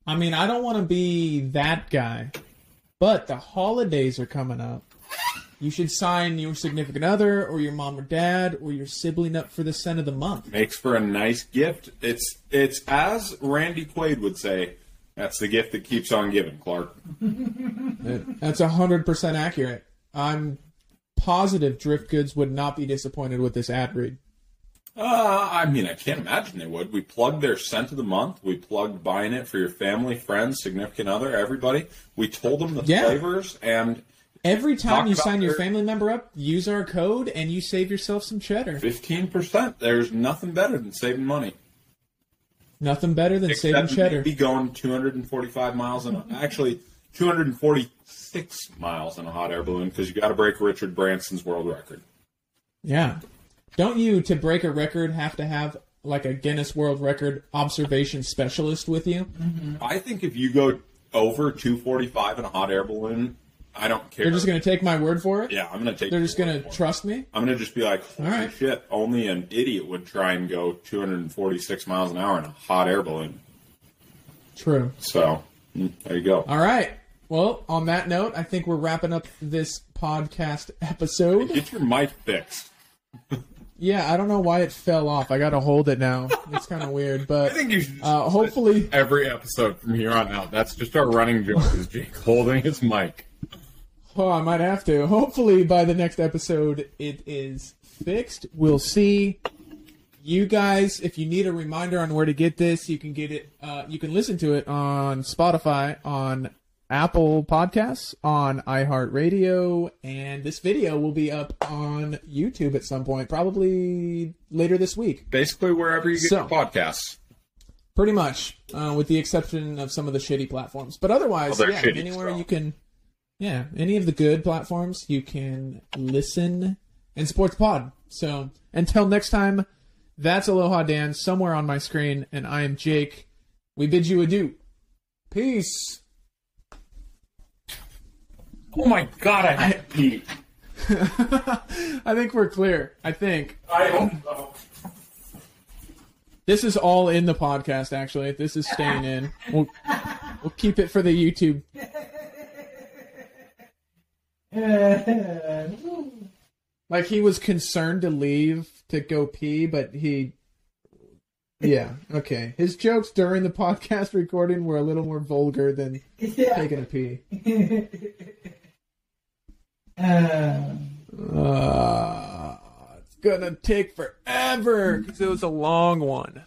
Speaker 1: I mean, I don't want to be that guy, but the holidays are coming up. You should sign your significant other or your mom or dad or your sibling up for the scent of the month.
Speaker 2: Makes for a nice gift. It's it's as Randy Quaid would say, that's the gift that keeps on giving, Clark.
Speaker 1: That's 100% accurate. I'm positive Drift Goods would not be disappointed with this ad read.
Speaker 2: Uh, I mean, I can't imagine they would. We plugged their scent of the month. We plugged buying it for your family, friends, significant other, everybody. We told them the
Speaker 1: Yeah.
Speaker 2: flavors, and
Speaker 1: Every time
Speaker 2: Talk
Speaker 1: you
Speaker 2: about
Speaker 1: sign your
Speaker 2: your-
Speaker 1: family member up, use our code and you save yourself some cheddar.
Speaker 2: Fifteen percent. There's nothing better than saving money.
Speaker 1: Nothing better than saving
Speaker 2: Except
Speaker 1: cheddar.
Speaker 2: Be going 245 miles and actually 246 miles in a hot air balloon because you got to break Richard Branson's world record.
Speaker 1: Yeah. Don't you, to break a record, have to have like a Guinness World Record observation specialist with you?
Speaker 2: I think if you go over 245 in a hot air balloon, I don't care.
Speaker 1: They're just going to take my word for it?
Speaker 2: Yeah, I'm gonna take.
Speaker 1: They're just going to trust me?
Speaker 2: I'm gonna just be like, holy
Speaker 1: All right.
Speaker 2: shit! Only an idiot would try and go 246 miles an hour in a hot air balloon.
Speaker 1: True.
Speaker 2: So mm, there you go.
Speaker 1: All right. Well, on that note, I think we're wrapping up this podcast episode.
Speaker 2: Get your mic fixed.
Speaker 1: Yeah, I don't know why it fell off. I got to hold it now. It's kind of weird, but
Speaker 2: I think you should.
Speaker 1: uh, hopefully,
Speaker 2: Every episode from here on out, that's just our running joke: is Jake holding his mic.
Speaker 1: oh, I might have to. Hopefully, by the next episode, it is fixed. We'll see. You guys, if you need a reminder on where to get this, you can get it. Uh, you can listen to it on Spotify, on Apple Podcasts, on iHeartRadio, and this video will be up on YouTube at some point, probably later this week.
Speaker 2: Basically, wherever you get
Speaker 1: So-
Speaker 2: your podcasts.
Speaker 1: Pretty much, uh, with the exception of some of the shitty platforms. But otherwise,
Speaker 2: Well, they're
Speaker 1: yeah,
Speaker 2: shitty,
Speaker 1: anywhere you can, yeah, any of the good platforms, you can listen and support the pod. So until next time, that's Aloha Dan somewhere on my screen, and I am Jake. We bid you adieu. Peace. <laughs>
Speaker 2: Oh my god, I hate Pete.
Speaker 1: I think we're clear. I think.
Speaker 2: I hope so.
Speaker 1: This is all in the podcast, actually. This is staying in. We'll, we'll keep it for the YouTube. Like he was concerned to leave to go pee, but he. Yeah, okay. His jokes during the podcast recording were a little more vulgar than taking a pee. Uh, it's gonna take forever because it was a long one.